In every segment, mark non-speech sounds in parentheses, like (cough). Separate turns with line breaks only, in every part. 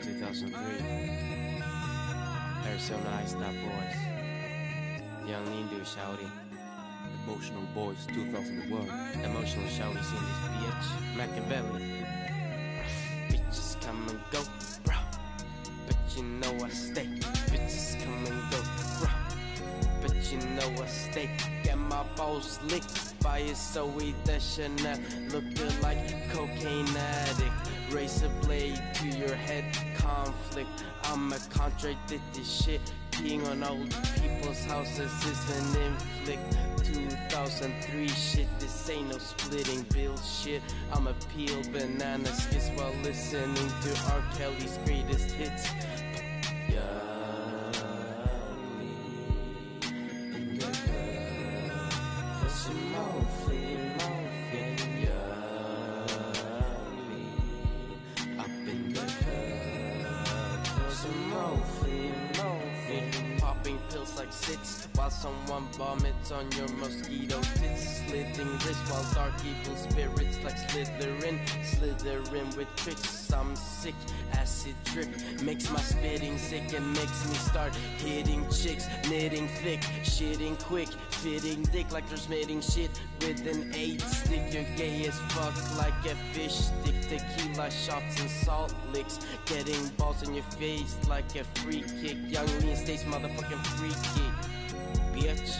2003. They're so nice, that boys. Young Indo shouty.
Emotional Boys 2001.
Emotional shouties in this bitch. Machiavelli. Bitches come and go, bro. But you know I stay. Bitches come and go, bro. But you know I stay. Get my balls licked. Fire so we dashing up. Looking like cocaine addict. Razor blade to your head. Conflict. I'm a contradicted this shit. Peeing on old people's houses is an inflict. 2003 shit, this ain't no splitting bill shit. I'm a peel banana skits while listening to R. Kelly's greatest hits. Popping pills like six while someone vomits on your mosquito tits. Slitting wrists while dark evil spirits like slithering, slithering with tricks. I'm sick, acid drip makes my spitting sick and makes me start hitting chicks, knitting thick, shitting quick, fitting dick like you're smitting shit with an eight stick. You're gay as fuck like a fish stick. Tequila shots and salt licks, getting balls in your face like a free kick. Young lean stays motherfucking free kick, bitch.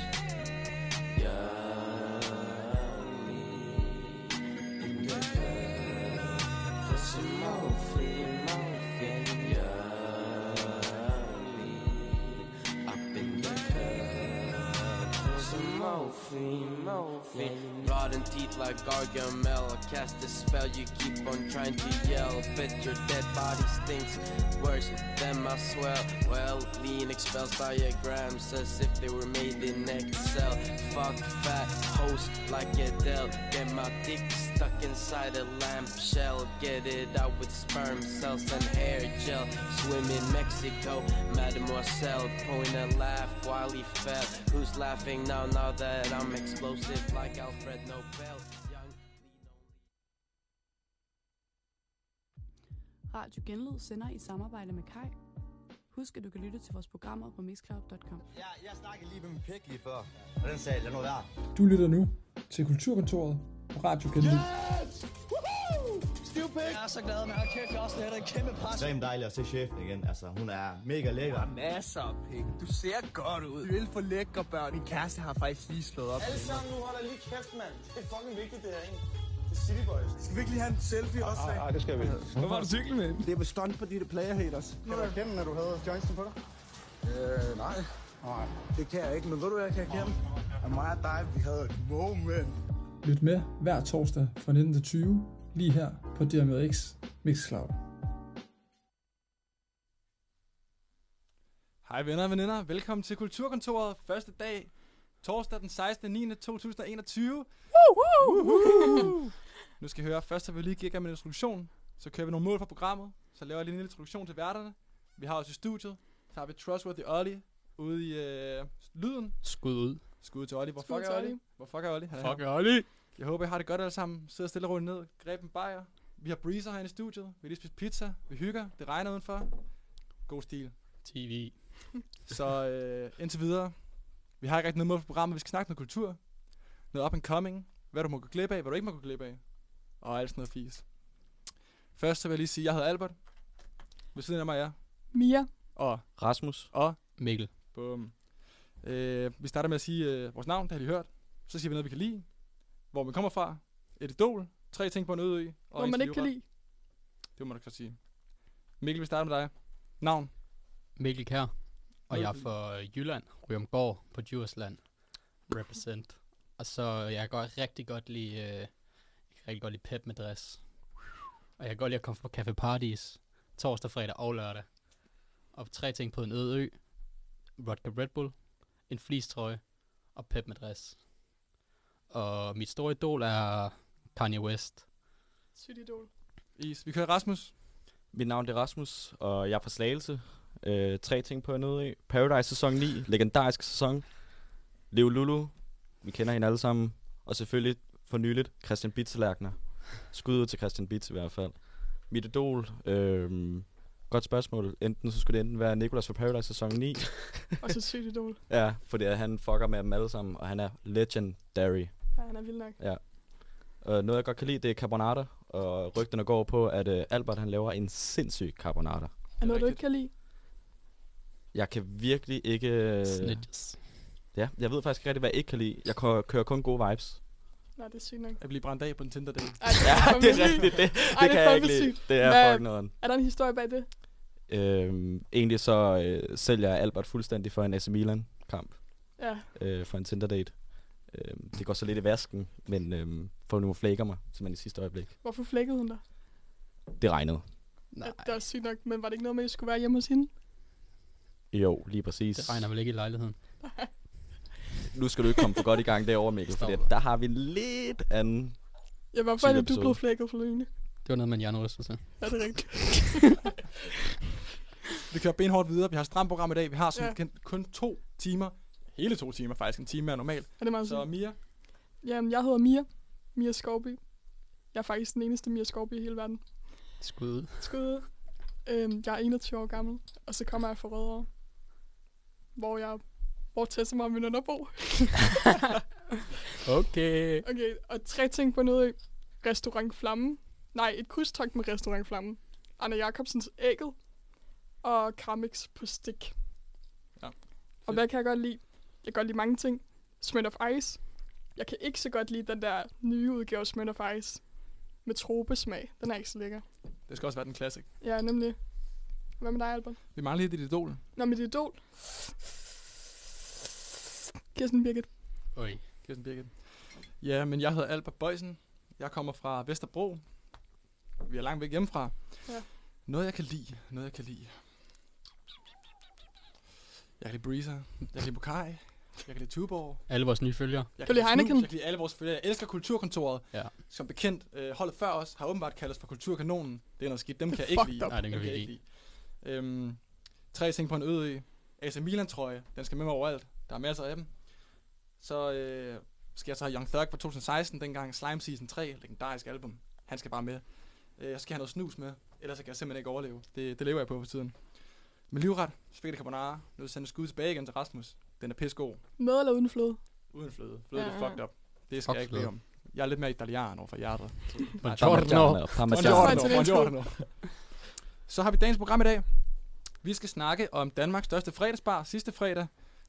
Rotten teeth like Gargamel. Cast a spell, you keep on trying to yell. But your dead body stinks worse than my swell. Well, lean expels diagrams as if they were made in Excel. Fuck fat host like Adele. Get my dick stuck inside a lamp shell. Get it out with sperm cells and hair gel. Swim in Mexico, Mademoiselle. Point a laugh while he fell. Who's laughing now, now that I'm explosive like Alfred Nobel? Young
Radio Genlyd sender i samarbejde med Kai. Husk, at du kan lytte til vores programmer på mixcloud.com.
Jeg, jeg snakkede lige med min pik lige før, og den sagde, lad nu være.
Du lytter nu til Kulturkontoret på Radio Genlyd.
Stiv pik!
Jeg er så glad, man. Hold kæft, jeg har også lettet et kæmpe pres.
Ekstremt dejligt at se chefen igen. Altså, hun er mega lækker.
Masser af penge. Du ser godt ud. Du er alt for lækker, børn. Min kæreste har faktisk lige slået op.
Alle sammen, nu holder lige kæft, mand. Det er fucking vigtigt, det her, ikke? Det er City Boys.
Skal vi ikke lige have en selfie også?
Nej, Ah, det skal vi.
Hvor var du cykel med?
Det er bestand på de der player haters.
Kan du erkende, at du havde Johnson på dig?
Øh, nej.
Nej.
Det kan jeg ikke, men ved du, hvad jeg kan erkende? At mig og dig, vi havde et moment.
Lyt med hver torsdag fra 19 til 20, lige her på DMX Mixcloud.
Hej venner og veninder, velkommen til Kulturkontoret. Første dag, torsdag den 16. 9. 2021. Woohoo! nu skal I høre, først har vi lige gigger med en introduktion, så kører vi nogle mål for programmet, så laver jeg lige en lille introduktion til værterne. Vi har også i studiet, så har vi Trustworthy Olli ude i øh, lyden.
Skud ud.
Skud til Olli. Hvor
Skud
fuck
til
er Olli?
Olli.
Hvor fuck er Olli? Han er her.
Fuck Olli.
Jeg håber, I har det godt alle sammen. Sidder stille og roligt ned, greb en bajer. Vi har breezer herinde i studiet. Vi har lige spist pizza. Vi hygger. Det regner udenfor. God stil.
TV.
(laughs) Så øh, indtil videre. Vi har ikke rigtig noget mål for programmet. Vi skal snakke noget kultur. Noget up and coming. Hvad du må gå glip af, hvad du ikke må gå glip af. Og alt sådan noget fis. Først så vil jeg lige sige, at jeg hedder Albert. Ved siden af mig er.
Mia.
Og,
Rasmus.
og,
Mikkel.
bum. Øh, vi starter med at sige øh, vores navn, det har I hørt. Så siger vi noget, vi kan lide. Hvor man kommer fra. Et idol. Tre ting på en øde ø. Og
Hvor
en
man ikke kan
livret.
lide.
Det må du godt sige. Mikkel, vi starter med dig. Navn.
Mikkel Kær. Og jeg er
Mikkel.
fra Jylland. Ryomgård på Djursland. Represent. og så jeg kan godt rigtig godt lide... Øh, jeg kan rigtig godt lide pep med dress. Og jeg kan godt lide at komme på Café Paradis. Torsdag, fredag og lørdag. Og tre ting på en øde ø. Vodka Red Bull. En fleecetrøje. Og pep med dress. Og mit store idol er Kanye West.
Sygt idol.
Is. Vi kører Rasmus.
Mit navn det er Rasmus, og jeg er fra Slagelse. Øh, tre ting på en øde ø. Paradise sæson 9, legendarisk sæson. Leo Lulu, vi kender hende alle sammen. Og selvfølgelig for nyligt, Christian Bitzelærkner. Skud ud til Christian Bitz i hvert fald. Mit idol, øh, Godt spørgsmål. Enten så skulle det enten være Nicolas fra Paradise sæson 9.
Og så sygt idol.
ja, fordi at han fucker med dem alle sammen, og han er legendary.
Ja, han er vild nok.
Ja. Uh, noget jeg godt kan lide, det er carbonata, og rygterne går på, at uh, Albert han laver en sindssyg carbonata.
Er noget, du ikke kan lide?
Jeg kan virkelig ikke... øh,
Snitches.
Ja, jeg ved faktisk ikke rigtig, hvad jeg ikke kan lide. Jeg kører, kører kun gode vibes.
Nej, det er sygt nok.
Jeg bliver brændt af på en tinder date.
Ja, (laughs) det er rigtigt. Det,
Ej,
det
det
kan
er
jeg
fandme
ikke lide.
sygt.
Det er
Hvad-
fucking noget. andet.
Er der en historie bag det?
Øhm, egentlig så øh, sælger jeg Albert fuldstændig for en AC Milan-kamp.
Ja.
Øh, for en Tinder-date. Øhm, det går så lidt i vasken, men øhm, for nu flækker mig, simpelthen i sidste øjeblik.
Hvorfor flækkede hun dig?
Det regnede.
Nej. Det er sygt nok, men var det ikke noget med, at I skulle være hjemme hos hende?
Jo, lige præcis.
Det regner vel ikke i lejligheden.
Nu skal du ikke komme for godt i gang derovre, Mikkel, for der har vi en lidt anden...
Ja, hvorfor er
Sygt
det, du
episode.
blev flækket for løgne?
Det var noget med en hjernerystelse.
Ja, det er
(laughs)
rigtigt.
(laughs) Vi kører benhårdt videre. Vi har et stramt program i dag. Vi har som
Ja.
bekendt kun to timer. Hele to timer faktisk. En time er normalt.
Er det meget
Så
sygt?
Mia,
Jamen, jeg hedder Mia. Mia Skovby. Jeg er faktisk den eneste Mia Skovby i hele verden.
Skud ud.
Skud. ud. Øhm, jeg er 21 år gammel, og så kommer jeg fra Rødovre. Hvor jeg... Hvor Tessa var min
(laughs)
underbo.
Okay.
Okay, og tre ting på noget Restaurant Flamme. Nej, et krydstogt med Restaurant Flamme. Anna Jacobsens ægget. Og Carmix på stik.
Ja.
Og hvad kan jeg godt lide? Jeg kan godt lide mange ting. Smith of Ice. Jeg kan ikke så godt lide den der nye udgave af Smith of Ice. Med tropesmag. Den er ikke så lækker.
det skal også være den classic.
Ja, nemlig. Hvad med dig, Albert?
Vi mangler lige dit idol.
Nå, mit idol. Kirsten Birgit.
Oj.
Kirsten Birgit. Ja, men jeg hedder Albert Bøjsen. Jeg kommer fra Vesterbro. Vi er langt væk hjemmefra.
Ja.
Noget jeg kan lide. Noget jeg kan lide. Jeg kan lide Breezer. Jeg kan lide Bukai. Jeg kan lide Tuborg.
Alle vores nye følgere.
Jeg
Kan du lide
Snoop,
Heineken?
Jeg kan lide alle vores følgere. Jeg elsker Kulturkontoret.
Ja.
Som bekendt, øh, holdet før os har åbenbart kaldt os for Kulturkanonen. Det er noget skidt. Dem kan jeg
Fucked
ikke lide.
up. Nej,
den kan
Dem
vi
jeg lide. Øhm, tre ting på en øde ø. AC Milan trøje. Den skal med mig overalt. Der er masser af dem. Så øh, skal jeg så have Young Thug fra 2016, dengang Slime Season 3, legendarisk album. Han skal bare med. Øh, jeg skal have noget snus med, ellers så kan jeg simpelthen ikke overleve. Det, det lever jeg på for tiden. Men livret, spaghetti carbonara, nu sender skud tilbage igen til Rasmus. Den er pissegod.
Med eller uden fløde?
Uden fløde. Fløde, ja,
Ja,
det
ja.
er fucked up. Det skal
Fuck
jeg ikke bede
fløde.
om. Jeg er lidt mere italiano fra hjertet.
Buongiorno.
altså,
Parmesan.
Buongiorno.
Buongiorno. Så har vi dagens program i dag. Vi skal snakke om Danmarks største fredagsbar sidste fredag.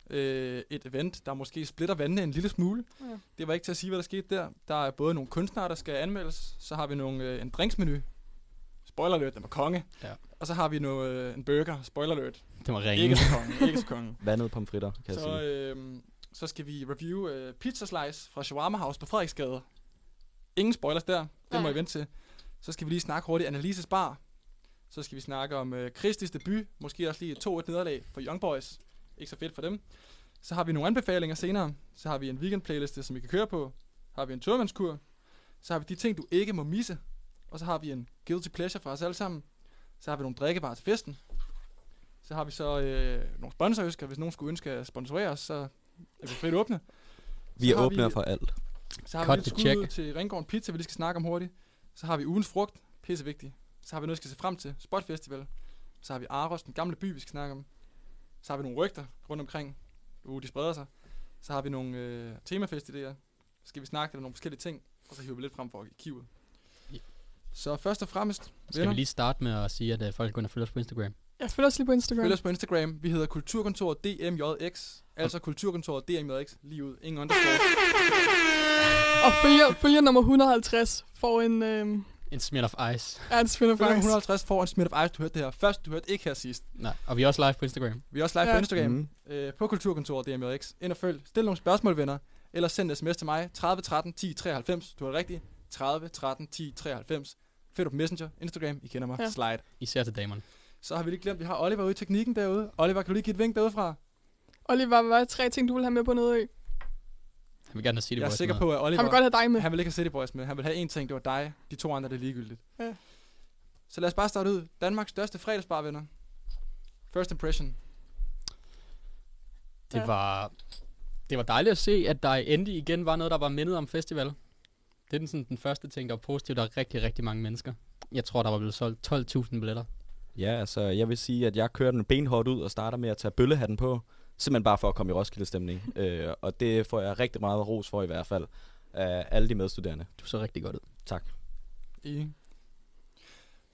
Øh, et event, der måske splitter vandene en lille smule.
Ja.
Det var ikke til at sige, hvad der skete der. Der er både nogle kunstnere, der skal anmeldes. Så har vi nogle, øh, en drinksmenu. Spoiler alert, den var konge.
Ja.
Og så har vi noget, øh, en burger. Spoiler alert.
Det var
Ikke
ringe.
så konge. Ikke så konge.
(laughs) Vandet pomfritter, kan
Så,
jeg sige.
øh, så skal vi review øh, Pizza Slice fra Shawarma House på Frederiksgade. Ingen spoilers der. Det må
Nej.
I vente til. Så skal vi lige snakke hurtigt Annalises Bar. Så skal vi snakke om øh, Christis debut. Måske også lige et 2-1 nederlag for Young Boys. Ikke så fedt for dem. Så har vi nogle anbefalinger senere. Så har vi en weekend playliste, som I kan køre på. Har vi en turmandskur. Så har vi de ting, du ikke må misse. Og så har vi en guilty pleasure fra os alle sammen. Så har vi nogle drikkevarer til festen. Så har vi så øh, nogle sponsorønsker. Hvis nogen skulle ønske at sponsorere os, så er vi frit åbne.
Vi
så
er
har
åbne
vi-
for alt.
Så har
Cut
vi
the
lidt skud ud
check.
til Ringgården Pizza, vi lige skal snakke om hurtigt. Så har vi ugens frugt, pisse vigtigt. Så har vi noget, vi skal se frem til, Spot Festival. Så har vi Aros, den gamle by, vi skal snakke om. Så har vi nogle rygter rundt omkring. Uh, de spreder sig. Så har vi nogle øh, temafest idéer. Så skal vi snakke om nogle forskellige ting, og så hiver vi lidt frem for arkivet.
Ja.
Så først og fremmest,
Skal vi lige starte med at sige, at øh, folk går ind og følger os på Instagram?
Jeg følger os lige på Instagram.
Følg os på Instagram. Vi hedder Kulturkontoret DMJX. Altså Kulturkontoret DMJX. Lige ud. Ingen underscore.
Og følger, følger nummer 150 får en, øhm,
En smil of ice.
er en spinner
Følg
faktisk.
150 får en smidt af ice. Du hørte det her først. Du hørte ikke her sidst.
Nej, og vi er også live på Instagram.
Vi er også live ja.
Ja.
på Instagram.
Mhm.
Mm. Øh, på Kulturkontoret DMJX. Ind og følg. Stil nogle spørgsmål, venner. Eller send en sms til mig. 30 13 10 93. Du har rigtigt. 30 13 10 93. Fedt på Messenger, Instagram. I kender mig. Ja.
Ja.
Slide.
Især til damerne.
Så har vi lige glemt, vi har Oliver ude i teknikken derude. Oliver, kan du lige give et vink derudefra?
Oliver, hvad er tre ting, du vil have med på Nødø?
Jeg vil gerne have City
Jeg er
Boys
sikker
med.
på, at Oliver...
Han vil godt have dig med.
Han vil ikke have City Boys med. Han vil have en ting, det var dig. De to andre, det er ligegyldigt.
Ja.
Så lad os bare starte ud. Danmarks største fredagsbar, venner. First impression.
Det
Ja.
var, det var dejligt at se, at der endelig igen var noget, der var mindet om festival. Det er den, sådan, den første ting, der var positivt. Der er rigtig, rigtig mange mennesker. Jeg tror, der var blevet solgt 12.000 billetter.
Ja, altså jeg vil sige, at jeg kører den benhårdt ud og starter med at tage bøllehatten på. Simpelthen bare for at komme i
(laughs)
Roskilde-stemning. øh, og det får jeg rigtig meget ros for i hvert fald. Af alle de medstuderende.
Du så rigtig godt ud.
Tak.
Enig.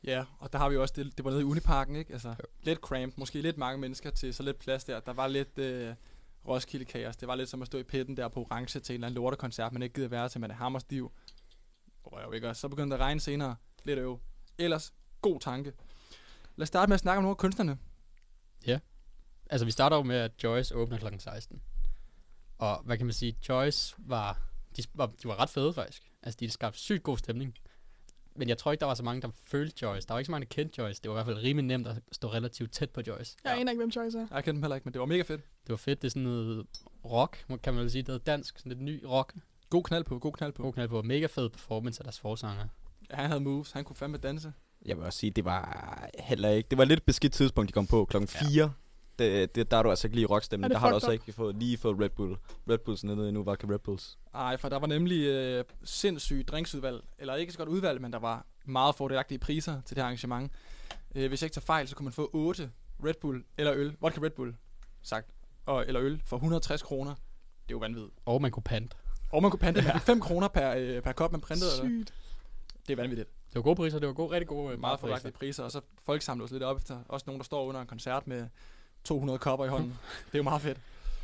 Ja, og der har vi jo også, det, det var nede i Uniparken, ikke? Altså, lidt cramped, måske lidt mange mennesker til så lidt plads der. Der var lidt øh, Roskilde-kaos. Det var lidt som at stå i pitten der på orange til en eller anden lortekoncert, man ikke gider være til, man er hammerstiv. Røv, ikke? Og så begyndte det at regne senere. Lidt øv. Ellers, god tanke. Lad os starte med at snakke om nogle af kunstnerne.
Ja. Altså, vi starter jo med, at Joyce åbner kl. 16. Og hvad kan man sige? Joyce var... De var, de var ret fede, faktisk. Altså, de skabte sygt god stemning. Men jeg tror ikke, der var så mange, der følte Joyce. Der var ikke så mange, der kendte Joyce. Det var i hvert fald rimelig nemt at stå relativt tæt på Joyce.
Jeg aner ikke, hvem Joyce er.
Jeg kendte dem heller ikke, men det var mega fedt.
Det var fedt. Det er sådan noget rock, må- kan man vel sige. Det er dansk, sådan lidt ny rock.
God knald på, god knald på.
God knald på. Mega fed performance af deres forsanger.
Ja, han havde moves, han kunne fandme danse.
Jeg vil også sige, det var heller ikke... Det var et lidt beskidt tidspunkt, de kom på. Klokken 4. Ja. Det, det, der er du altså ikke lige i
Er
rockstemning.
det
Der har du
fucked
også
up?
ikke fået, lige fået Red Bull. Red Bulls nede endnu, var Red Bulls.
Ej, for der var nemlig øh, sindssygt drinksudvalg, eller ikke så godt udvalg, men der var meget fordelagtige priser til det her arrangement. Øh, hvis jeg ikke tager fejl, så kunne man få 8 Red Bull eller øl, vodka Red Bull, sagt, og, eller øl for 160 kroner. Det er jo vanvittigt.
Og man kunne pante.
Og man kunne pante ja. 5 kroner per, øh, per kop, man printede. Eller?
Sygt.
Det er vanvittigt.
Det var gode priser. Det var gode, rigtig gode øh,
Meget
priser.
fordelagtige priser, og så folk samler os lidt op efter. Også nogen, der står under en koncert med 200 kopper i
(laughs)
hånden. det er jo meget fedt.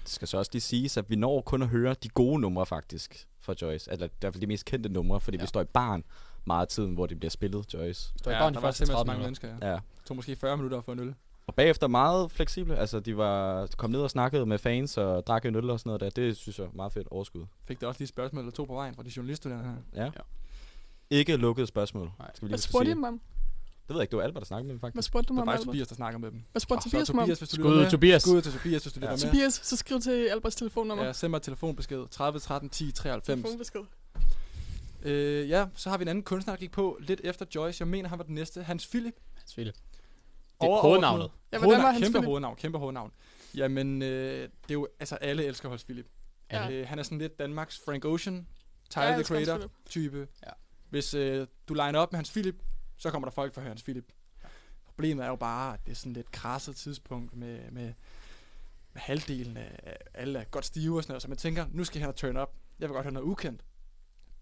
Det skal så også lige siges, at vi når kun at høre de gode numre faktisk fra Joyce. Eller i hvert fald de mest kendte numre, fordi ja. vi står i barn meget af tiden, hvor det bliver spillet, Joyce.
Står i barn de
der var
første
simpelthen så
30
mange
minutter.
mennesker. Ja.
Ja.
Tog måske 40 minutter for en øl.
Og bagefter meget fleksible. Altså, de var kom ned og snakkede med fans og drak en øl og sådan noget der. Det synes jeg er meget fedt overskud.
Fik der også lige et spørgsmål eller to på vejen fra de journaliststuderende her.
Ja. ja. Ikke lukkede spørgsmål. Nej. Skal vi
Hvad
huske at
spurgte I
sige.
dem om?
Det ved jeg ikke, det var Albert, der snakkede med dem faktisk.
Hvad spurgte du mig
Det
om,
var faktisk
Albert?
Tobias, der snakkede med dem.
Hvad spurgte
Åh,
Tobias
så
mig om?
Tobias, hvis du lytter med. Skud til Tobias, hvis du lytter
Ja.
med.
Tobias, så skriv til Alberts telefonnummer.
Ja, send mig et telefonbesked 30 13 10 93.
Telefonbesked.
Øh, ja, så har vi en anden kunstner, der gik på lidt efter Joyce. Jeg mener, han var den næste. Hans Philip.
Hans Philip. Det
er Over,
hovednavnet.
Ja,
Ja,
hvordan var
hovednavn,
Hans
kæmpe
Philip?
hovednavn, kæmpe hovednavn. Jamen, øh, det er jo, altså alle elsker Hans Philip.
Ja.
Øh, han er sådan lidt Danmarks Frank Ocean, Tyler
Ja, jeg
the
elsker Hans
Creator
Philip.
type.
Ja.
Hvis øh, du liner op med Hans Philip, så kommer der folk for at høre Hans Philip. Problemet er jo bare, at det er sådan lidt krasset tidspunkt med, med, med halvdelen af af alle er godt stive og sådan noget, så man tænker, nu skal han have turn up. Jeg vil godt have noget ukendt.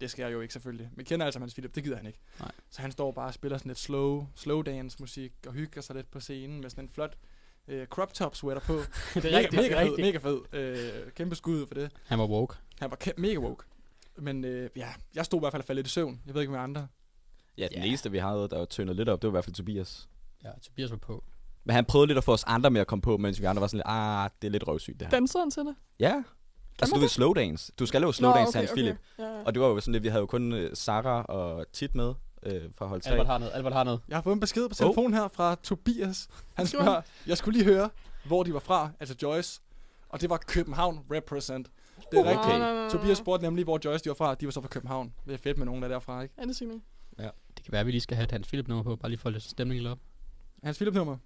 Det skal jeg jo ikke selvfølgelig. Men kender altså Hans Philip, det gider han ikke.
Nej.
Så han står bare og spiller sådan lidt slow, slow dance musik og hygger sig lidt på scenen med sådan en flot øh, crop top sweater
(laughs)
på.
Det er
mega,
rigtigt, det
mega
er
fed, mega
rigtigt.
fed. Øh, kæmpe skud for det.
Han var woke.
Han var kæ- mega woke. Men øh, ja, jeg stod i hvert fald og faldt lidt i søvn. Jeg ved ikke med andre.
Ja, den eneste, vi havde, der var tyndet lidt op, det var i hvert fald Tobias.
Ja, Tobias var på.
Men han prøvede lidt at få os andre med at komme på, mens vi andre var sådan lidt, ah, det er lidt røvsygt det her.
Dansede han til det?
Ja. Altså, du ved slowdance. Du skal lave
Nå,
slowdance,
okay,
okay, Hans
okay.
Philip.
Ja, ja.
Og det var jo sådan lidt, vi havde jo kun øh, Sara og Tit med øh, fra hold 3.
Albert har noget. Albert har noget.
Jeg har fået en besked på telefonen her fra Tobias. Han
Skriver
spørger, jeg skulle lige høre, hvor de var fra, altså Joyce. Og det var København Represent. Det er
Uh-huh.
Okay.
rigtigt.
Nå, nå, nå, nå.
Tobias spurgte nemlig, hvor Joyce de var fra. De var så fra København. Det er fedt med nogen, der er derfra, ikke?
Andet syning.
Ja.
Det kan være, at vi lige skal have et Hans Philip nummer på, bare lige for at løse stemningen lidt op.
Hans Philip nummer.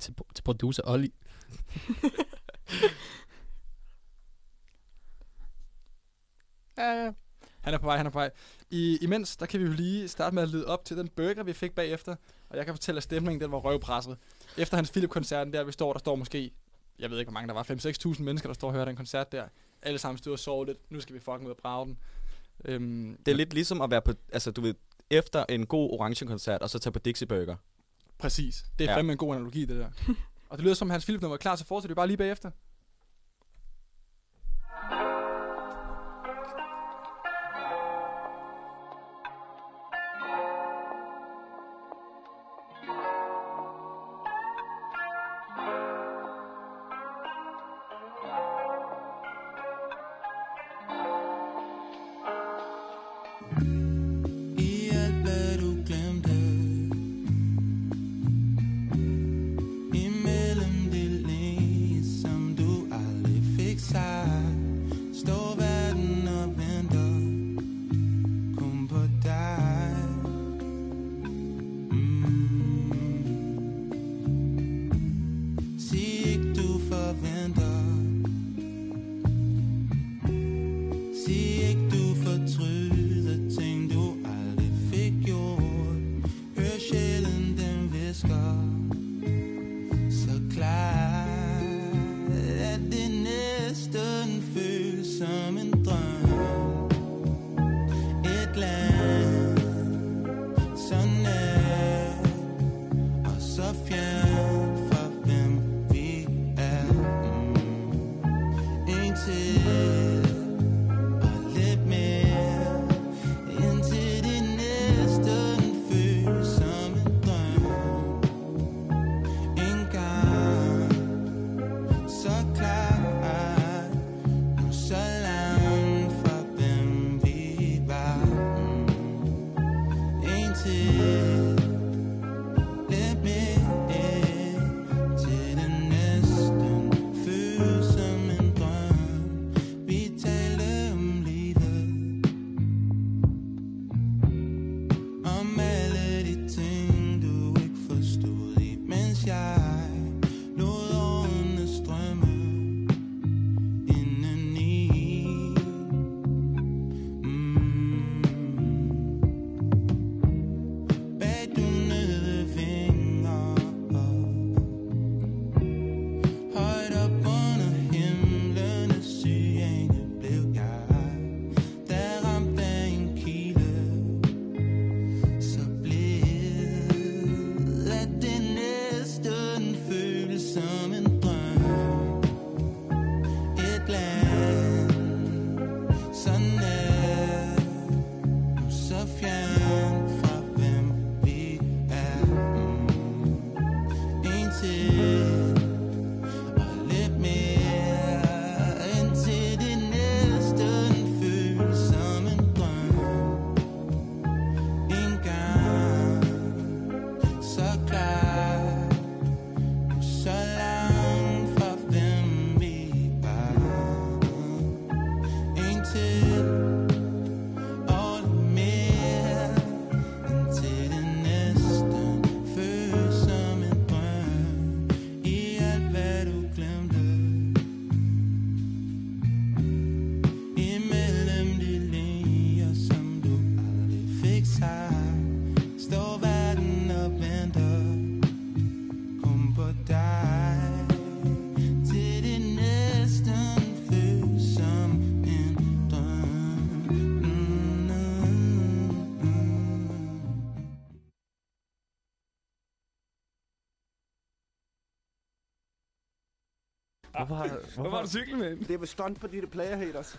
Til, til producer Olli.
Ja, ja.
Han er på vej, han er på vej. I, imens, der kan vi jo lige starte med at lede op til den burger, vi fik bagefter. Og jeg kan fortælle, at stemningen den var røvpresset. Efter hans Philip-koncerten der, vi står, der står måske, jeg ved ikke, hvor mange der var, 5-6.000 mennesker, der står og hører den koncert der. Alle sammen stod og sov lidt. Nu skal vi fucking ud og brage den. Øhm,
Det er lidt ligesom at være på, altså du ved, efter en god orange-koncert, og så tage på Dixie Burger.
Præcis. Det er ja.
Ja.
fandme en god analogi, det der. og det lyder som, at Hans Philip nummer er klar, så fortsætter vi bare lige bagefter.
I alt hvad du glemte Imellem det læs som du
Mm. så fjern fra hvem vi er mm. En til og lidt mere Indtil det næsten føles som en drøm En gang så klar Nu så langt fra hvem vi var mm. En til Let me in til det næsten føles som en drøm. Vi talte om livet, om alle de ting du ikke forstod, imens jeg lod årene strømme indeni. Mm. Bag dunnede vinger Højt op under himlen af syene blev jeg Da ramte af en kilde Så blid At det næsten føles som en drøm Et land Så nær Nu så fjern fra hvem vi er mm. En til og lidt mere Indtil det næsten føles som en drøm En gang Så klar Nu så langt fra hvem vi var Indtil og lidt mere Indtil det næsten føles som en drøm i alt hvad du glemte Imellem de linjer som du aldrig fik sagt Står verden og venter Kun på dig Til det næsten føles som en drøm mm, mm, mm.
Hvorfor har,
Hvorfor har du
cyklet med
Det er vel stunt på dine player haters.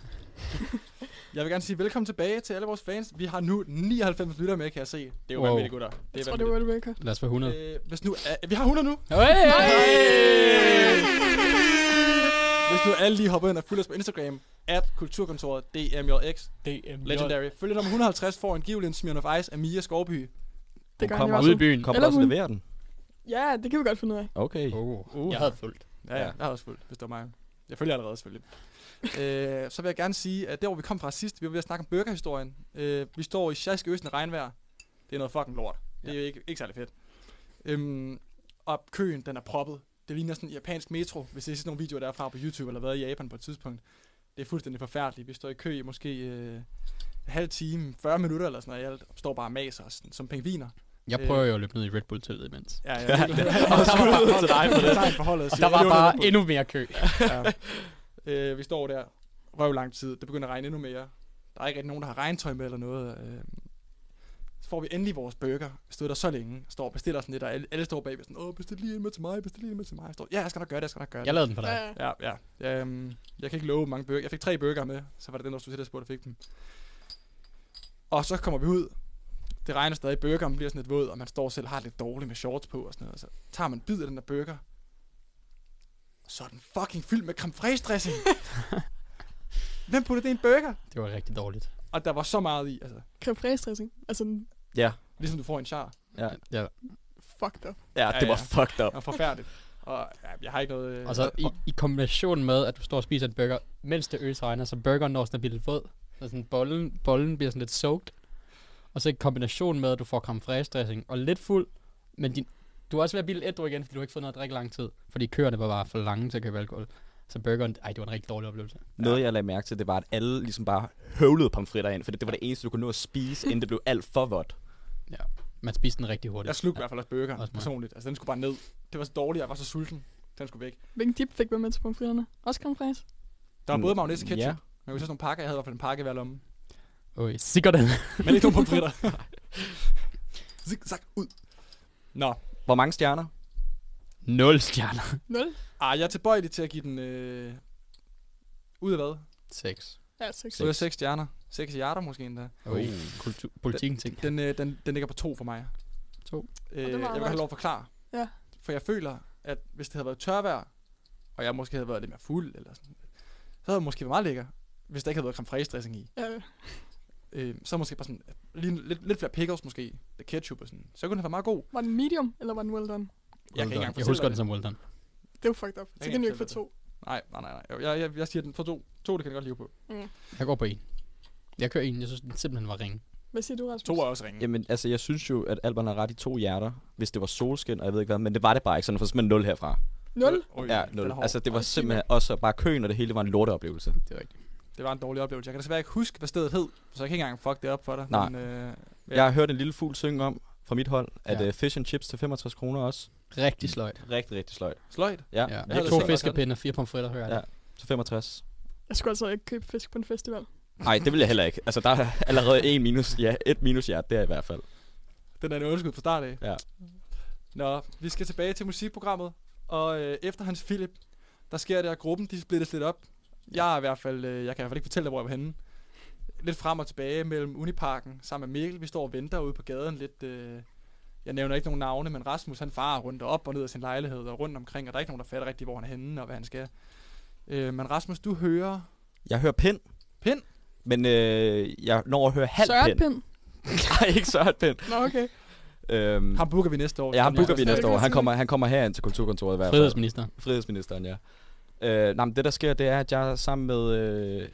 Jeg vil gerne sige velkommen tilbage til alle vores fans. Vi har nu 99 lytter med, kan jeg se. Det er jo wow.
Wow.
vanvittigt, gutter. er
Jeg tror, det
vanvittigt.
var et record. Lad os få 100.
Øh, hvis nu, øh, vi har 100 nu.
Hey!
Hvis nu alle lige hopper ind og følger os på Instagram, at kulturkontoret DMJX.
DMJ.
Legendary. Følge nummer 150 får angivelig en Smirnoff Ice af Mia Skovby.
Det gør han jo også.
Kommer du
Eller
også
hun.
levere den?
Ja, det kan vi godt finde ud af.
Okay.
Oh. Uh. Jeg havde fulgt.
Ja, ja, jeg har også fulgt, hvis det var mig. Jeg følger allerede selvfølgelig. øh, så vil jeg gerne sige, at der hvor vi kom fra sidst, vi var ved at snakke om burgerhistorien. Øh, vi står i sjask øsende regnvejr. Det er noget fucking lort. Det er jo ikke, ikke særlig fedt. Øhm, og køen, den er proppet. Det ligner sådan en japansk metro, hvis I ser nogle videoer derfra på YouTube, eller været i Japan på et tidspunkt. Det er fuldstændig forfærdeligt. Vi står i kø i måske øh, en halv time, 40 minutter eller sådan noget. i alt, og står bare og maser os, sådan, som pingviner.
Jeg
Øh,
prøver jo at løbe ned i Red bull teltet imens.
Ja, ja,
(laughs) og
virkelig.
der var bare,
Tegn for holdet,
og
siger,
der var
"Elever,
bare
Red Bull."
endnu mere kø.
ja. øh, vi står der røv lang tid. Det begynder at regne endnu mere. Der er ikke rigtig nogen, der har regntøj med eller noget. Øh, så får vi endelig vores burger. Vi stod der så længe. Står og bestiller sådan lidt, og alle, alle står bagved sådan, åh, bestil lige en med til mig, bestil lige en med til mig. Jeg står, ja, jeg skal nok gøre det, jeg skal nok gøre det.
Jeg lavede den for dig.
Ja, ja. ja øhm, jeg kan ikke love hvor mange burger. Jeg fik tre burger med, så var det den, der stod til, der spurgte, der fik dem. Og så kommer vi ud. Det regner stadig, burgeren bliver sådan lidt våd, og man står selv og har det lidt dårligt med shorts på og sådan noget. Så tager man en bid af den der burger, så er den fucking fyldt med creme fraiche
(laughs)
dressing. Hvem puttede det i en burger?
Det var rigtig dårligt.
Og der var så meget i, altså.
Creme fraise dressing. Altså, den-
Ja.
Ligesom du får en char.
Ja.
ja.
fucked up.
Ja, det var fucked up.
Og forfærdeligt. Og ja, jeg har ikke noget... øh,
Og så i, i kombination med, at du står og spiser en burger, mens det øs regner, så burgeren når sådan at blive lidt våd. Så sådan bollen, bollen bliver sådan lidt soaked. Og så i kombination med, at du får creme fraiche dressing og lidt fuld, men din, du er også ved at blive lidt ædru igen, fordi du har ikke fået noget at drikke i lang tid. Fordi køerne var bare for lange til at købe alkohol. Så burgeren, ej, det var en rigtig dårlig oplevelse.
Noget, jeg lagde mærke til, det var, at alle ligesom bare høvlede pomfritter ind, for det var det eneste, du kunne nå at spise, inden det blev alt for vådt.
Ja, man spiste den rigtig hurtigt.
Jeg slugte i hvert fald også burgeren,
Også mig.
personligt. Altså, den skulle bare ned. Det var så dårligt, jeg var så sulten. Den skulle væk.
Hvilken dip fik man med til pomfritterne? Også creme fraise?
Der var
Mm,
både magnæs og ketchup.
ja.
Yeah. Men vi så sådan nogle pakker. Jeg havde i hvert fald en pakke i hver lomme.
Oj, sikkert.
(laughs) Men
(laughs)
ikke nogen pomfritter. Zig, zag, ud. Nå.
Hvor mange stjerner?
Nul stjerner.
Nul?
Ah, jeg er tilbøjelig til at give den... Øh, ud af hvad?
6.
Ja, seks.
Ud af 6 stjerner. 6 hjerter måske endda.
Ui, kultur- politikken ting.
Den, øh, den, den ligger på 2 for mig.
2.
Øh,
Og
jeg
det
vil
var
godt
godt.
have lov at forklare.
Ja.
For jeg føler, at hvis det havde været tørvejr, og jeg måske havde været lidt mere fuld, eller sådan, så havde det måske været meget lækker, hvis der ikke havde været creme fraise dressing i.
Ja.
Øh, så måske bare sådan, lige, lidt, lidt flere pickles måske, lidt ketchup og sådan. Så kunne den have været meget god.
Var den medium, eller var den well done?
Jeg kan ikke engang
jeg
fortælle dig
husker den
det.
som well done.
Det var fucked up.
Jeg
Så
kan
kan
ikke
du ikke få
fortælle
to.
Nej, nej, nej. nej. Jeg, jeg, jeg siger den for to. To, det kan jeg godt leve på.
Mm.
Jeg går på en. Jeg kører en. Jeg synes, den simpelthen var ringe.
Hvad siger du, Rasmus?
To er også ringe.
Jamen, altså, jeg synes jo, at Alban har ret i to hjerter, hvis det var solskin, og jeg ved ikke hvad, men det var det bare ikke, så den får simpelthen nul herfra.
Nul?
Oj,
ja,
den
nul.
er hård.
Altså, det var simpelthen også bare køen, og det hele var en lorteoplevelse.
Det er rigtigt.
Det var en dårlig oplevelse. Jeg kan desværre ikke huske, hvad stedet hed, så jeg kan ikke engang fuck det op for dig.
Nej.
Men, øh,
Ja. Jeg har hørt en lille fugl synge om, fra mit hold, at
Ja.
ja. uh, fish and chips til 65 kroner også.
Rigtig sløjt.
Mm. Rigtig, rigtig sløjt.
Sløjt?
Ja.
Ja.
Jeg
To
havde
fiskepinde og fire pomfritter, hører jeg.
Ja, til 65.
Jeg skulle altså ikke købe fisk på en festival.
Nej, det vil jeg heller ikke. Altså, der er allerede en minus, ja, et minus hjerte, det er i hvert fald.
Den er en underskud fra start af.
Ja.
Nå, vi skal tilbage til musikprogrammet, og øh, efter Hans Philip, der sker det, at gruppen de splittes lidt op. Jeg er i hvert fald, øh, jeg kan i hvert fald ikke fortælle dig, hvor jeg var henne. Lidt frem og tilbage mellem Uniparken sammen med Mikkel. Vi står og venter ude på gaden lidt. Øh, jeg nævner ikke nogen navne, men Rasmus han farer rundt og op og ned af sin lejlighed og rundt omkring, og der er ikke nogen, der fatter rigtigt, hvor han er henne og hvad han skal. Øh, men Rasmus, du hører...
Jeg hører pind.
Pind?
Men øh, jeg når at høre halv
Søren
pind. (laughs) Nej, ikke Søren pind.
Nå, okay.
Øhm,
Ham booker vi næste år.
Ja, ham
Den
booker vi
næste
næste
år.
år. Han kommer, han kommer herind til kulturkontoret i hvert fald.
Frihedsministeren.
Frihedsministeren, ja. Øh, nej, men det der sker, det er, at jeg er sammen med øh,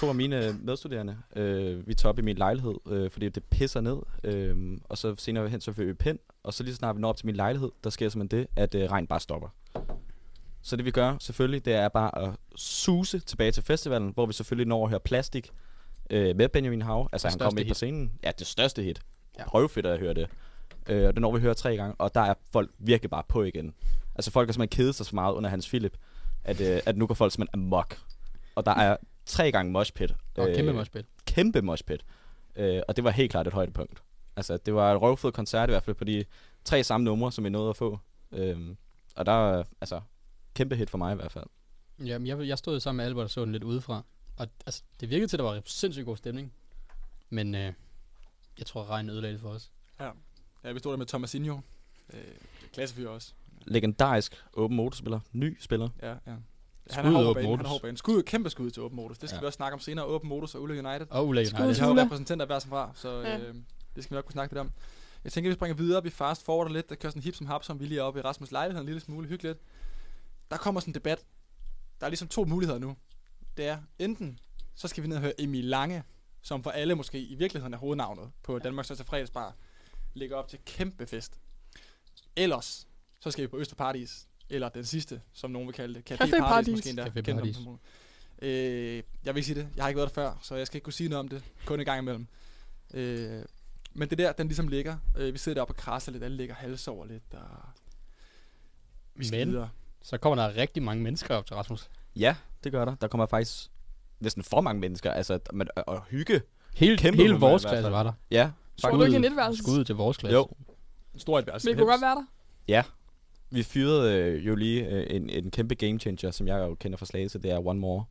to af mine medstuderende, øh, vi tager op i min lejlighed, øh, fordi det pisser ned. Øh, og så senere hen, så fører vi pind, og så lige så snart vi når op til min lejlighed, der sker simpelthen det, at øh, regn bare stopper. Så det vi gør selvfølgelig, det er bare at suse tilbage til festivalen, hvor vi selvfølgelig når at høre plastik øh, med Benjamin Hav. Altså
Det
han kom
største
ikke på
hit.
scenen. Ja, det største hit. Ja. Røvfedt at høre det. Øh, og det når vi hører tre gange, og der er folk virkelig bare på igen. Altså folk har simpelthen kedet sig så meget under Hans Philip, at, øh, at nu går folk simpelthen amok. Og der er tre gange moshpit. Øh,
Og kæmpe moshpit.
Kæmpe moshpit. Øh, og det var helt klart et højdepunkt. Altså det var et røvfed koncert i hvert fald på de tre samme numre, som vi nåede at få. Øh, og der er altså kæmpe hit for mig i hvert fald.
Jamen, jeg, jeg stod sammen med Albert og så den lidt udefra. Og altså, det virkede til, at der var sindssygt god stemning. Men øh, jeg tror, regn ødelagde det for os.
Ja. ja, vi stod der med Thomasinho. Øh, klassefyr også.
Legendarisk åben motorspiller. Ny spiller.
Ja, ja. Han er
Skud ud,
hård
Åben
bane, han er
Modus.
hård bane. Skud, kæmpe skud til Åben Modus. Det skal ja.
Ja.
vi også snakke om senere. Åben Modus og Ulla United.
Og Ulla
Skud
United.
til har jo
Ulla.
repræsentanter hver som fra, så
Ja.
ja. øh, det skal vi nok kunne snakke lidt om. Jeg tænker, vi springer videre. Vi fast forwarder lidt. Der kører sådan hip som hap, som vi lige er oppe i Rasmus' lejlighed en lille smule hyggeligt. Der kommer sådan en debat. Der er ligesom to muligheder nu. Det er enten, så skal vi ned og høre Emil Lange, som for alle måske i virkeligheden er hovednavnet på Danmarks Største Fredagsbar, ligger op til kæmpe fest. Ellers, så skal vi på Østerparadis, eller den sidste, som nogen vil kalde det. Café,
Café
Paradis,
Paradis.
måske endda.
Café
kendt
Paradis.
som- Øh, jeg vil ikke sige det. Jeg har ikke været der før, så jeg skal ikke kunne sige noget om det. Kun en gang imellem. Øh, men det er der, den ligesom ligger. Øh, vi sidder deroppe og krasser lidt. Alle ligger hals over lidt. Og vi skal
Men
videre.
så kommer der rigtig mange mennesker op til Rasmus.
Ja, det gør der. Der kommer faktisk næsten for mange mennesker, altså, d- men, og, og hygge.
Hele- hele
humør i
vores
hvert fald.
klasse var der.
Ja.
Tror du
faktisk.
ikke, en etværelses? Skud til vores klasse.
Jo.
En stor altså, etværelse.
Men det kunne godt være der.
Ja. Vi fyrede øh, jo lige øh, en, en kæmpe game changer, som jeg jo kender fra Slagelse, det er One
(laughs)
More.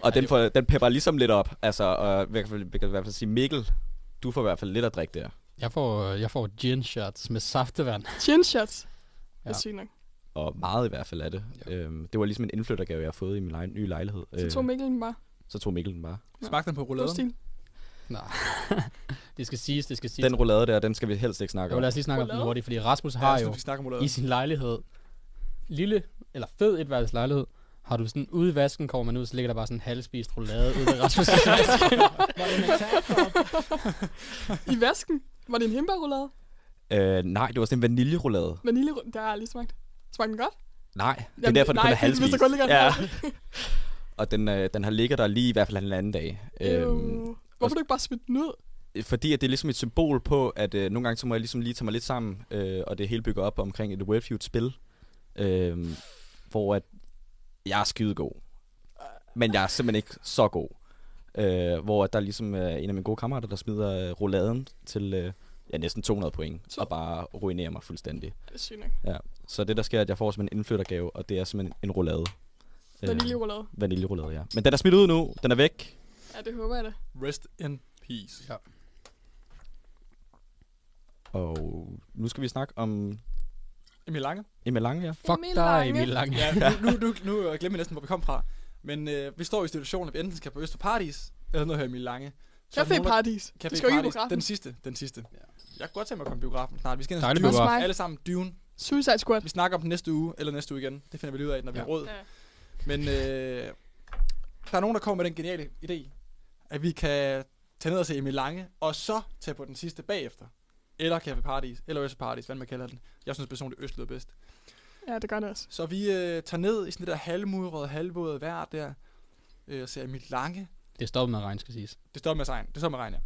og den, får, den pepper ligesom lidt op, altså, og jeg kan, jeg kan i hvert fald sige, Mikkel, du får i hvert fald lidt at drikke der.
Jeg får, øh, jeg får gin shots med saftevand.
Gin shots.
Ja.
Ja. Det er sygt nok.
Og meget i hvert fald af det. Øhm, det var ligesom en indflyttergave, jeg har fået i min lej- nye lejlighed. Øh,
Så tog Mikkel den bare.
så tog Mikkel den bare.
Smagte den på
God stil.
Nej. (laughs) det skal siges, det skal siges.
Den roulade der, den skal vi helst ikke snakke
Jo,
om.
lad os lige snakke om den
Roulade?
hurtigt, fordi Rasmus
Ja,
har
jeg synes,
jo
vi snakker om roulade.
i sin lejlighed, lille eller fed etværelses lejlighed, har du sådan ude i vasken, kommer man ud, så ligger der bare sådan en halvspist roulade ude ved Rasmus'
(laughs)
vaske.
(laughs) I vasken? Var det en himbærrullade?
Øh, nej, det var sådan en vaniljeroulade.
Vanilje? Der har jeg aldrig smagt. Smagte den godt?
Nej, det er
Jamen,
derfor, den
nej,
kun er
det er
halvspist.
så kun ligger den
ja. Og den, øh, den har ligget der lige i hvert fald en anden dag. (laughs) Øhm,
Øhm, Hvorfor du ikke bare smidt den ud?
fordi at det er ligesom et symbol på, at øh, nogle gange så må jeg ligesom lige tage mig lidt sammen, øh, og det hele bygger op omkring et Wordfeud-spil, øh, hvor at jeg er skidegod. Men jeg er simpelthen ikke så god. Øh, hvor at der er ligesom øh, en af mine gode kammerater, der smider øh, rouladen til, øh, ja, næsten 200 point så. og bare ruinere mig fuldstændig.
Det er sygt nok.
Ja. Så det, der sker, er, at jeg får simpelthen en indflyttergave, og det er simpelthen en roulade. Øh,
Vaniljeroulade.
Vaniljeroulade, ja. Men den er smidt ud nu. Den er væk.
Ja, det håber jeg da.
Rest in peace. Ja.
Og nu skal vi snakke om
Emil Lange.
Emil Lange, ja.
Fuck Emil dig, Lange. Emil Lange.
ja, nu, nu, nu,
(laughs)
nu øh, glemmer jeg næsten, hvor vi kom fra. Men øh, vi står i situationen, at vi enten skal på Øster Paradis, eller noget her Emil Lange. Så er der
Café
nogen, der-
Paradis.
Café
Vi skal jo ikke i
Paradis.
biografen.
Den sidste, den sidste. Ja. Jeg kunne godt tænke mig at komme i biografen snart. Vi skal ind og
Dejlig
se Dune.
biograf. Også mig.
alle sammen Dune.
Suicide Squad.
Vi snakker om den næste uge, eller næste uge igen. Det finder vi lige ud af, når vi
Ja.
har råd.
Ja.
Men øh, der er nogen, der kommer med den geniale idé, at vi kan tage ned og se Emil Lange, og så tage på den sidste bagefter. Eller Café Paradis, eller Øst Paradis, hvad man kalder den. Jeg synes personligt, Øst lyder bedst.
Ja, det gør det også.
Så vi øh, tager ned i sådan det der halvmudrede, halvvåde vejr der, øh, og ser Emil Lange.
Det stopper med at regne, skal siges.
Det står med at regne. Det står med at regne, ja.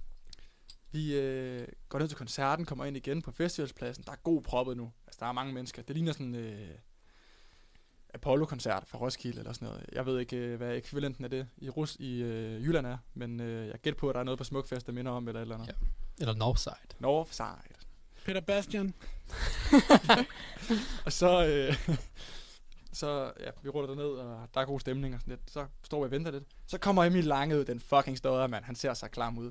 Vi øh, går ned til koncerten, kommer ind igen på festivalspladsen. Der er god proppet nu. Altså, der er mange mennesker. Det ligner sådan en øh, Apollo-koncert fra Roskilde eller sådan noget. Jeg ved ikke, øh, hvad ekvivalenten af det i, Rus i øh, Jylland er, men øh, jeg gætter på, at der er noget på Smukfest, der minder om eller et eller andet. Ja.
Eller Northside.
Northside.
Peter Bastian.
(laughs) Og så, øh, (laughs) så ja, vi ruller derned, og der er god stemning og sådan lidt. Så står vi og venter lidt. Så kommer Emil Lange ud, den fucking stodder, mand. Han ser så klam ud.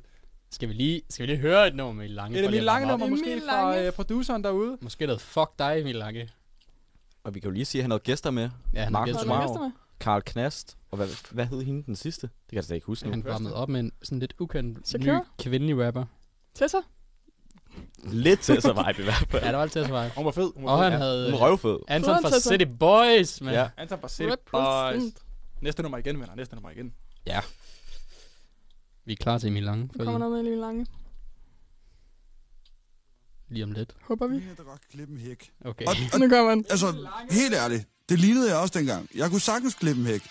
Skal vi lige, skal vi lige høre et nummer med Emil Lange?
Et
for
Emil
lige at
Lange
varme op?
nummer måske fra øh, produceren derude.
Måske noget fuck dig, Emil Lange.
Og vi kan jo lige sige, at han havde gæster med.
Ja, han havde
Markus
gæster med. Havde
Mau,
han
Karl Knast, og hvad, hvad hed hende den sidste? Det kan jeg slet ikke huske nu.
Han varmede op med en sådan lidt ukendt
Shakira?
ny kvindelig rapper.
Tessa?
Lidt til så vibe i hvert fald.
Ja, der var altid så meget.
Hun var fed. Hun var
Og
fed,
han
ja.
havde øh,
Hun var røvfed.
Anton
Fed,
fra
Anton.
City Boys, mand.
Ja.
Anton fra City Boys.
Represent.
Næste nummer igen, venner. Næste nummer igen.
Ja. Vi er klar til Emil Lange,
Der kommer
for
noget med Emil Lange.
lige om lidt.
Håber vi.
klippe en hæk.
Okay.
Nu kommer han.
Altså, helt ærligt, det lignede jeg også dengang. Jeg kunne sagtens klippe en hæk.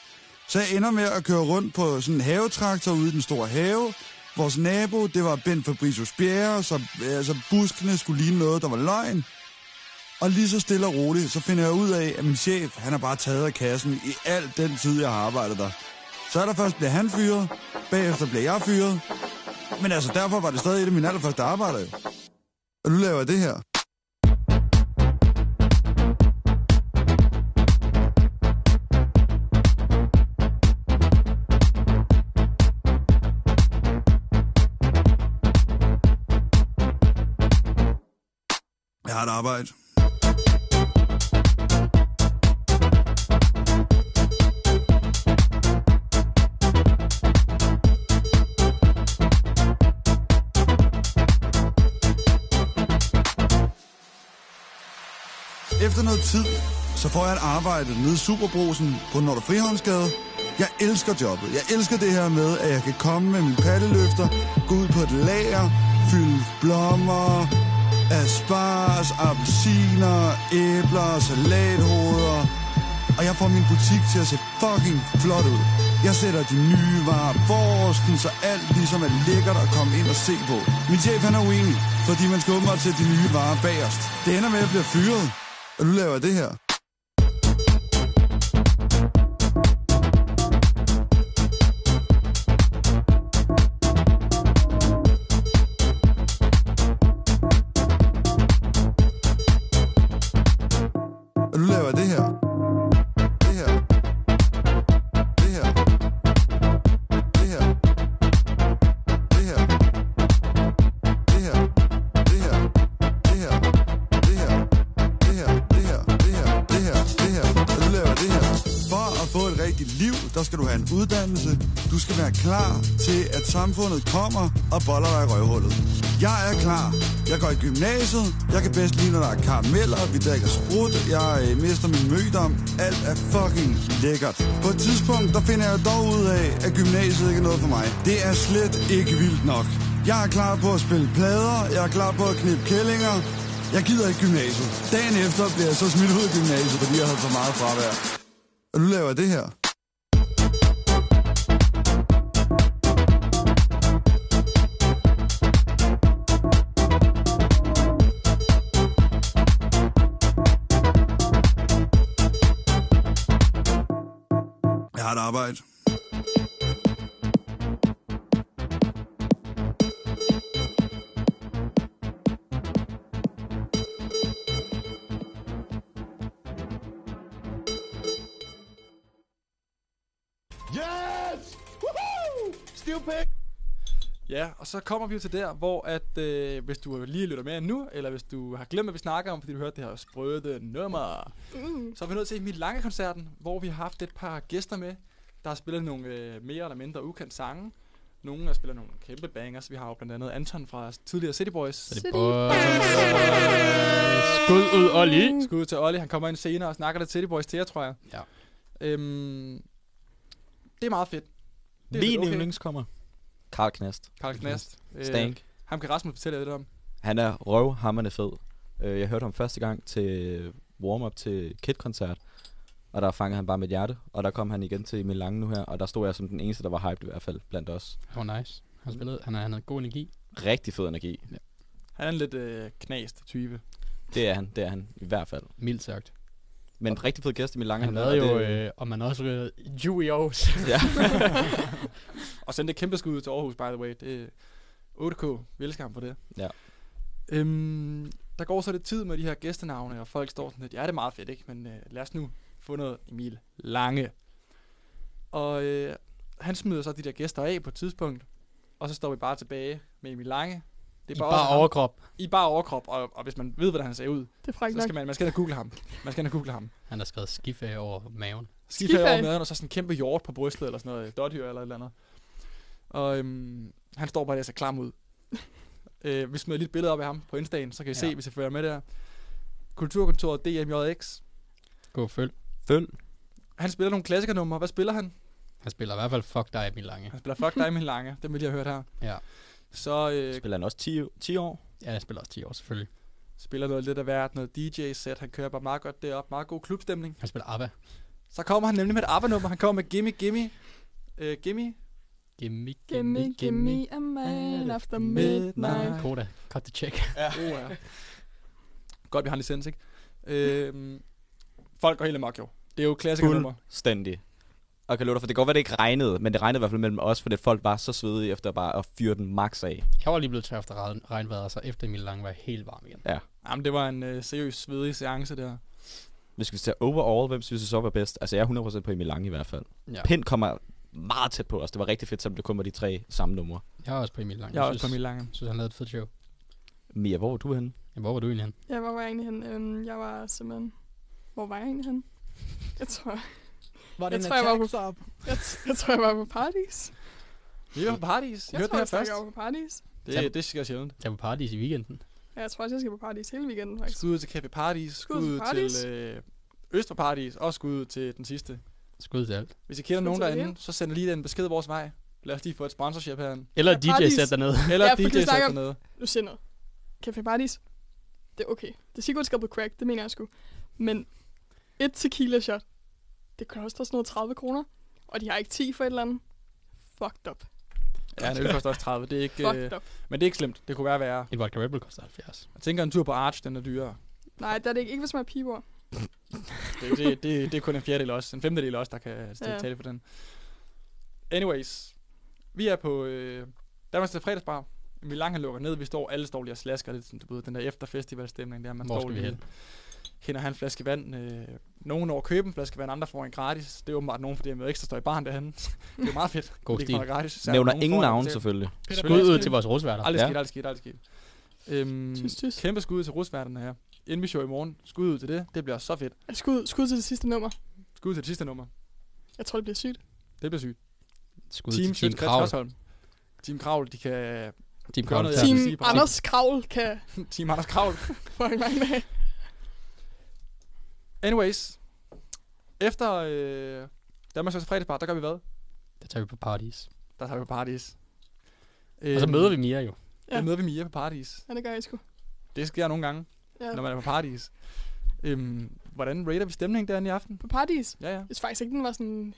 Så jeg ender med at køre rundt på sådan en havetraktor ude i den store have. Vores nabo, det var Ben Fabricius Bjerre, så øh, altså, buskene skulle ligne noget, der var løgn. Og lige så stille og roligt, så finder jeg ud af, at min chef, han har bare taget af kassen i al den tid, jeg har arbejdet der. Så er der først bliver han fyret, bagefter bliver jeg fyret. Men altså, derfor var det stadig et af mine allerførste arbejde. Og nu laver jeg det her. Jeg har et arbejde. Efter noget tid, så får jeg et arbejde nede i Superbrosen på Nord- og Frihavnsgade. Jeg elsker jobbet. Jeg elsker det her med, at jeg kan komme med min paddeløfter, gå ud på et lager, fylde blommer, asparges, appelsiner, æbler, salathoveder. Og jeg får min butik til at se fucking flot ud. Jeg sætter de nye varer forresten, så alt ligesom er lækkert at komme ind og se på. Min chef han er uenig, fordi man skal åbenbart sætte de nye varer bagerst. Det ender med, at jeg bliver fyret, og nu laver jeg det her. Og nu laver jeg det her. Det her. Det her. Det her. Det her. Det her. Det her. Det her. Det her. Det her. Det her. Det her. Det her. Det her. Og nu laver jeg det her. For at få et rigtigt liv, der skal du have en uddannelse. Du skal være klar til, at samfundet kommer og boller dig i røvhullet. Jeg er klar. Jeg går i gymnasiet. Jeg kan bedst lide, når der er karameller. Vi drikker sprut. Jeg øh, mister min mødom. Alt er fucking lækkert. På et tidspunkt, der finder jeg dog ud af, at gymnasiet ikke er noget for mig. Det er slet ikke vildt nok. Jeg er klar på at spille plader. Jeg er klar på at knippe kællinger. Jeg gider ikke gymnasiet. Dagen efter bliver jeg så smidt ud af gymnasiet, fordi jeg havde for meget fravær. Og nu laver jeg det her. Jeg har et arbejde.
stivpæk! Ja, og så kommer vi jo til der, hvor at, øh, hvis du lige lytter med nu, eller hvis du har glemt, hvad vi snakker om, fordi du hørte det her sprøde nummer,
Mm.
så er vi nået til Emil Lange-koncerten, hvor vi har haft et par gæster med, der har spillet nogle øh, mere eller mindre ukendte sange. Nogle har spillet nogle kæmpe bangers. Vi har jo blandt andet Anton fra tidligere City Boys. City Boys. Skud ud, Olli. Skud ud til Olli. Han kommer ind senere og snakker lidt City Boys til jer, tror jeg.
Ja.
Øhm, det er meget fedt. Det er
Min
lidt okay.
yndlings kommer. Karl Knast.
Karl Knast. Øh,
Stank.
Ham kan Rasmus fortælle jer lidt om.
Han er røvhammerne fed. Øh, Jeg hørte ham første gang til warm-up til Kid-koncert, og der fangede han bare mit hjerte, og der kom han igen til Emil Lange nu her, og der stod jeg som den eneste, der var hyped i hvert fald blandt os.
Det var nice. Han spillede, han, han havde god energi.
Rigtig fed energi.
Ja.
Han er en lidt øh, knast type.
Det er han, det er han i hvert fald.
Mildt sagt.
Men en rigtig fed gæst Emil Lange.
Han
har
lavede
været,
jo,
og det-
øh, og man også ved Juios.
Ja.
(laughs) Og sendte et kæmpe skud ud til Aarhus, by the way. Det er 8K. Vi elsker ham for det.
Ja.
Øhm, der går så lidt tid med de her gæstenavne, og folk står sådan lidt, ja, det er meget fedt, ikke? Men øh, lad os nu få noget Emil Lange. Og øh, han smider så de der gæster af på et tidspunkt, og så står vi bare tilbage med Emil Lange.
I
også
bare
ham.
overkrop.
I bare overkrop, og, og hvis man ved, hvordan han ser ud,
det
så skal man, man skal da google ham. Man skal da google ham.
Han har skrevet skiferie over maven.
Skiferie over maden, og så sådan en kæmpe hjort på brystet, eller sådan noget, dårdyr eller et eller andet. Og øhm, han står bare der og ser klam ud. øh, vi smider lige et billede op af ham på Insta'en, så kan I ja. se, hvis I følger med der. Kulturkontoret DMJX.
God følg.
Følg.
Han spiller nogle klassikernumre. Hvad spiller han?
Han spiller i hvert fald Fuck dig, Emil Lange.
Han spiller Fuck dig, min lange. Den vil jeg have hørt her.
Ja.
Så øh,
Spiller han også 10, 10 år?
Ja, jeg spiller også 10 år, selvfølgelig.
spiller noget lidt af hvert, noget DJ-sæt. Han kører bare meget godt derop. Meget god klubstemning.
Han spiller ABBA.
Så kommer han nemlig med et ABBA-nummer. Han kommer med Gimme Gimme. Øh, gimme.
Gimme,
Gimme, gimme a man after midnight.
Koda, cut the check.
Ja. Uh, ja. Godt, vi har en licens, ikke? Øhm, folk går helt amok, jo. Det er jo klassikernummer.
Fuldstændig. Og kan love dig for, det kan godt være, det ikke regnede, men det regnede i hvert fald mellem os, fordi folk var så svedige efter bare at fyre den max af.
Jeg var lige blevet tør efter regn- regnvejret, så efter Emil Lange var jeg helt varm igen.
Ja.
Jamen, det var en øh, seriøs svedig seance der.
Hvis vi skal tage overall, hvem synes jeg så var bedst? Altså, jeg er 100% på Emil Lange i hvert fald.
Ja.
Ja. Pind kommer meget tæt på os. Det var rigtig fedt, selvom det kun var de tre samme numre.
Jeg var også på Emil Lange.
Jeg er også på Emil Lange.
Jeg synes, han lavede et fedt show.
Mia, hvor var du henne?
Ja, hvor var du egentlig henne?
Ja, hvor var jeg egentlig henne? Øhm, jeg var simpelthen... Hvor var jeg egentlig henne? Jeg tror...
Var det
jeg
en
tror, jeg var
attack
på, jeg, t- jeg tror, jeg var på parties.
Vi var på parties. I
Jeg
hørte
tror,
det her
jeg, snakker,
først.
jeg var på parties.
Det, det sker sjældent.
Tag på Paradis i weekenden.
Ja, jeg tror også, jeg skal på parties hele weekenden, faktisk.
Skud ud til Café Parties. Skud
til
ud
Paradis.
til øh, Østre Parties. Og skud ud til den sidste.
Skud til alt.
Hvis I kender
Skud
nogen
til
derinde,
alle.
så sender lige den besked vores vej. Lad os lige få et sponsorship herinde.
Eller
Ja,
DJ sæt
Paradis.
dernede.
Eller ja,
ja, fordi vi
DJ sæt
snakker om-
dernede.
Nu siger jeg noget. Café Parties. Det er okay. Det er sikkert skal på crack, det mener jeg sgu. Men et tequila shot, det koster sådan noget 30 kroner. Og de har ikke 10 for et eller andet. Fucked up.
Ja, en øl koster også 30. Det er ikke,
Fucked
øh,
up.
men det er ikke slemt. Det kunne være værre.
Et vodka Red Bull koster 70.
Jeg tænker, en tur på Arch, den er dyrere.
Nej, der er det ikke, ikke hvis man er pibor.
Det, det, det, det er kun en fjerdedel også. En femtedel også, der kan stille
Ja.
ja. tale for den. Anyways. Vi er på øh, Danmarks til fredagsbar. Emil Lange lukker ned. Vi står, alle står lige og slasker lidt. Sådan, du ved, den der efterfestivalstemning der. Man
Hvor
står
skal vi
lige
hen?
hænder han en flaske vand. Øh, nogen over køben en flaske vand, andre får en gratis. Det er åbenbart nogen, fordi jeg med ekstra står i baren derhen. (laughs) det er meget fedt.
God
at de
stil.
får noget Gratis, Især
Nævner
nogen
ingen
får en
navne,
betalt.
selvfølgelig.
Peter
Skud ud
Blasken.
til vores rusværter.
Aldrig
Ja.
sket, aldrig sket, aldrig sket. Øhm,
Tys, tys.
Kæmpe skud ud til rusværterne her. Inden vi show i morgen, skud ud til det. Det bliver så fedt.
Skud, skud til det sidste nummer.
Skud ud til det sidste nummer.
Jeg tror, det bliver sygt.
Det bliver sygt.
Skud
Team
til Team
Sjøt
Kravl.
Kravl. Team Kravl, de kan...
Team
gøre
Kravl
noget,
tager
jeg
den.
vil
Team
sige på
Mm. Anders
(laughs)
Kravl kan
radioen. Team Anders Kravl.
fucking mange dage.
Anyways. Efter øh, Danmarks Første Fredagsbar, der gør vi hvad?
Der tager vi på Paradis.
Der tager vi på parties.
Og så møder vi Mia jo.
Ja.
Ja.
Der møder vi Mia på parties.
Ja, det gør jeg sgu.
Det sker nogle gange,
Ja.
ja. når man er på parties. Øhm, hvordan rater vi stemningen derinde i aften?
På parties.
Ja, ja.
Jeg synes faktisk ikke, den var sådan...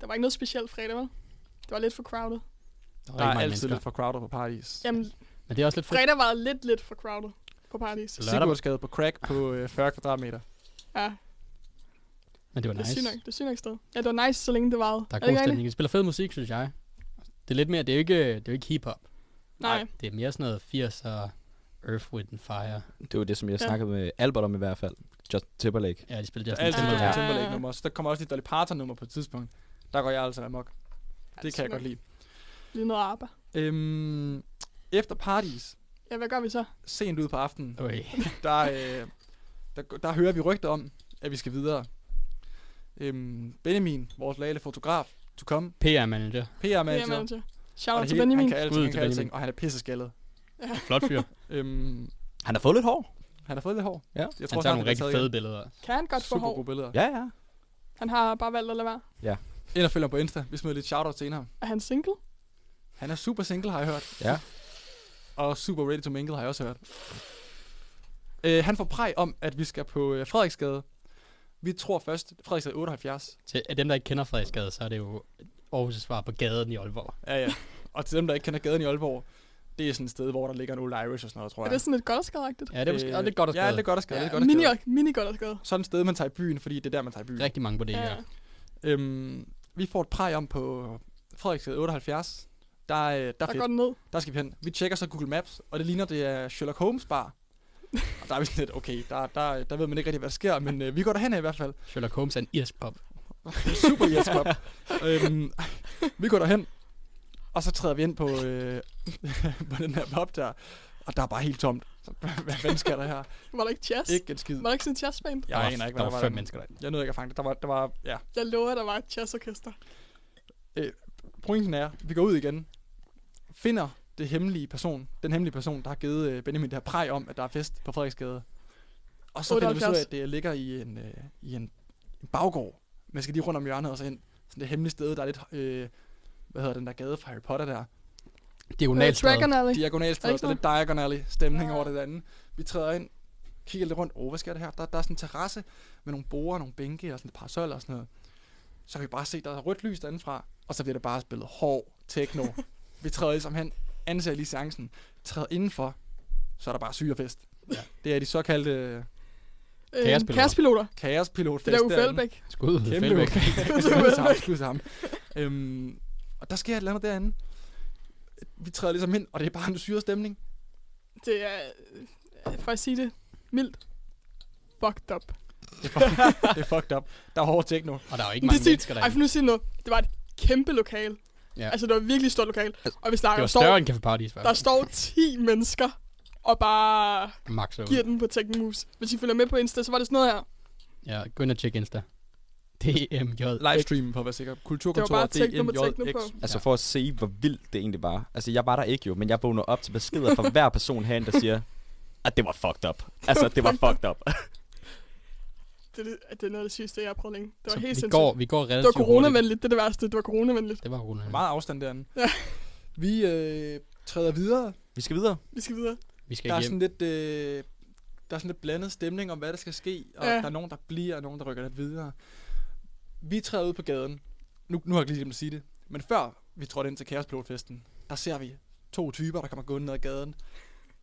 Der var ikke noget specielt fredag, vel? Det var lidt for crowded.
Der er
Der, rigtig mange
altid
mennesker.
lidt for crowded på parties.
Jamen,
Men det er også lidt fedt.
fredag var lidt, lidt for crowded på parties.
Lørdag.
Sigurdsgade på crack på øh, 40 kvadratmeter.
Ja,
Men det var
det er sygt
nice.
nok. Det er sygt nok sted. Ja, det var nice, så længe det varede.
Der er
det
god
ikke
stemning. De spiller fed musik, synes jeg. Det er lidt mere, det er jo ikke, det er jo ikke hiphop.
rigtigt? Nej.
Det er mere sådan noget 80'er, Earth, Wind and Fire.
Det var det, som jeg
Ja.
ja. snakkede med Albert om i hvert fald. Just Timberlake.
Ja, de spiller
Der er
Justin
altid
Timberlake.
noget
Ja.
Timberlake nummer. Så der kommer også et Dolly Parton nummer på et tidspunkt. Der går jeg altså amok. Det
sygt
kan jeg
nok.
godt lide.
Lige noget arbejde.
Øhm, efter parties,
Ja, hvad gør vi så?
sent ud på aftenen,
Oi.
(laughs) der, øh, der, der hører vi rygter om, at vi skal videre. Øhm, Benjamin, vores lale fotograf, to come.
PR-manager.
PR-manager.
PR-manager. Shout
Og
out
det
til
hele-
Benjamin.
Han kan alting,
Skud
han
til
kan alting,
Benjamin.
og han er pisseskaldet.
Ja.
Flot fyr.
(laughs) øhm,
Han har fået lidt hår.
han har fået lidt hår.
Ja.
Han
Jeg
tager
snart,
nogle
bliver
rigtig
taget
fede
igen.
billeder.
Kan han godt få
Super
hår?
gode billeder.
Ja, ja.
Han har bare valgt at lade være.
Ja.
Ind og følg ham på Insta. Vi smider lidt shoutout til ham.
Er han single?
Han er super single, har jeg hørt.
Ja.
Og super ready to mingle, har jeg også hørt. Øh, han får præg om, at vi skal på øh, Frederiksgade. Vi tror først, Frederiksgade 78.
Til af dem, der ikke kender Frederiksgade, så er det jo Aarhus' svar på gaden i Aalborg.
Ja, ja. (laughs) og til dem, der ikke kender gaden i Aalborg, det er sådan et sted, hvor der ligger en Old Irish og sådan noget, tror
Er
jeg.
det sådan lidt godt og skadeagtigt?
Ja, det er måske øh, lidt godt at
Ja, det er godt at skade. Ja, det er godt at
mini,
skade.
mini godt og skade.
Sådan et sted, man tager i byen, fordi det er der, man tager i byen.
Rigtig mange på det her.
Øhm, vi får et præg om på Frederiksgade 78. Der, øh, der, er
Der
fedt.
går den ned.
Der skal vi hen. Vi tjekker så Google Maps, og det ligner, det er Sherlock Holmes bar. og der er vi sådan lidt, okay, der, der, der ved man ikke rigtig, hvad der sker, men øh, vi går derhen i hvert fald.
Sherlock Holmes er en irsk pop.
(laughs) Super yes, Bob. øhm, vi går derhen, og så træder vi ind på, øh, (laughs) på den her pop der, og der er bare helt tomt. Så, hvad fanden sker der her?
Var der ikke jazz?
Ikke en skid.
Var der ikke sådan et jazzband?
Jeg
var-
aner ikke,
der
hvad der,
var
var
fem
der.
mennesker derinde.
Jeg nåede ikke at fange det. Der var, der var ja.
Jeg lover, at der var et jazzorkester.
Øh, pointen er, vi går ud igen, finder det hemmelige person, den hemmelige person, der har givet øh, Benjamin det her præg om, at der er fest på Frederiksgade. Og så finder vi så, ud af,
78.
at det ligger i en, øh, i en, en baggård. Man skal lige rundt om hjørnet og så hen. Sådan det hemmelige sted, der er lidt, øh, hvad hedder den der gade fra Harry Potter der?
Diagonalstræde.
Øh, Dragon Alley.
Diagonalstræde,
Er det
der er lidt Diagon Alley stemning over det andet. Vi træder ind, kigger lidt rundt, åh, oh, hvad sker der her? Der, der er sådan en terrasse med nogle borer, nogle bænke og sådan et parasol og sådan noget. Så kan vi bare se, der er rødt lys derindefra, og så bliver det bare spillet hård techno. vi træder ligesom hen, anser lige chancen, træder indenfor, så er der bare syrefest. Ja. Det er de såkaldte øh,
Øh,
Kaospiloter.
Kaospiloter.
kaospilotfest.
Det der Uffe
derinde.
Elbæk.
Skud.
Kæmpe
Felbæk.
Uffe. Skud til ham, skud til ham. Øhm, og der sker et eller andet derinde. Vi træder ligesom hen, og det er bare en syrestemning.
Det er, øh, for at sige det mildt, fucked up.
Det er fucked up. Der er hård techno.
Og der er jo ikke
Men det
mange
er
mennesker
sygt. Ej, for
derinde.
nu siger jeg noget. Det var et kæmpe lokal.
Ja. Altså,
Ja. Altså, det var et virkelig stort lokal. Og vi
Det
snakker,
var
der
større end
står,
Café Paradis,
der
faktisk.
står 10 mennesker og bare
Max er
giver
ude.
den på Teknomus. Hvis I følger med på Insta, så var det sådan noget her.
Ja, gå ind og tjek Insta. DMJ.
Livestreamen for at være sikker. Kulturkontoret
Det var bare techno med techno på.
DMJX.
Altså for at se, hvor vildt det egentlig var. Altså jeg var der ikke jo, men jeg vågner op til beskeder fra hver person herinde, der siger, at det var fucked up. Altså det var fucked
(laughs)
up.
Det, er det, det er noget af det sygeste, jeg har prøvet længe. Det var
Så
helt
vi
sindssygt.
går- vi går
det var
relativt
coronavenligt, det er det værste. Det var coronavenligt.
Det var corona.
Meget afstand derinde.
Ja.
Vi øh, træder videre.
Vi skal videre.
Vi skal videre.
Vi skal
Der er
hjem.
sådan lidt... Øh, der er sådan lidt blandet stemning om, hvad der skal ske, og
Ja.
der er nogen, der bliver, og nogen, der rykker lidt videre. Vi træder ud på gaden. Nu, nu har jeg ikke lige glemt at sige det. Men før vi trådte ind til Kaospilotfesten, der ser vi to typer, der kommer gående ned ad gaden.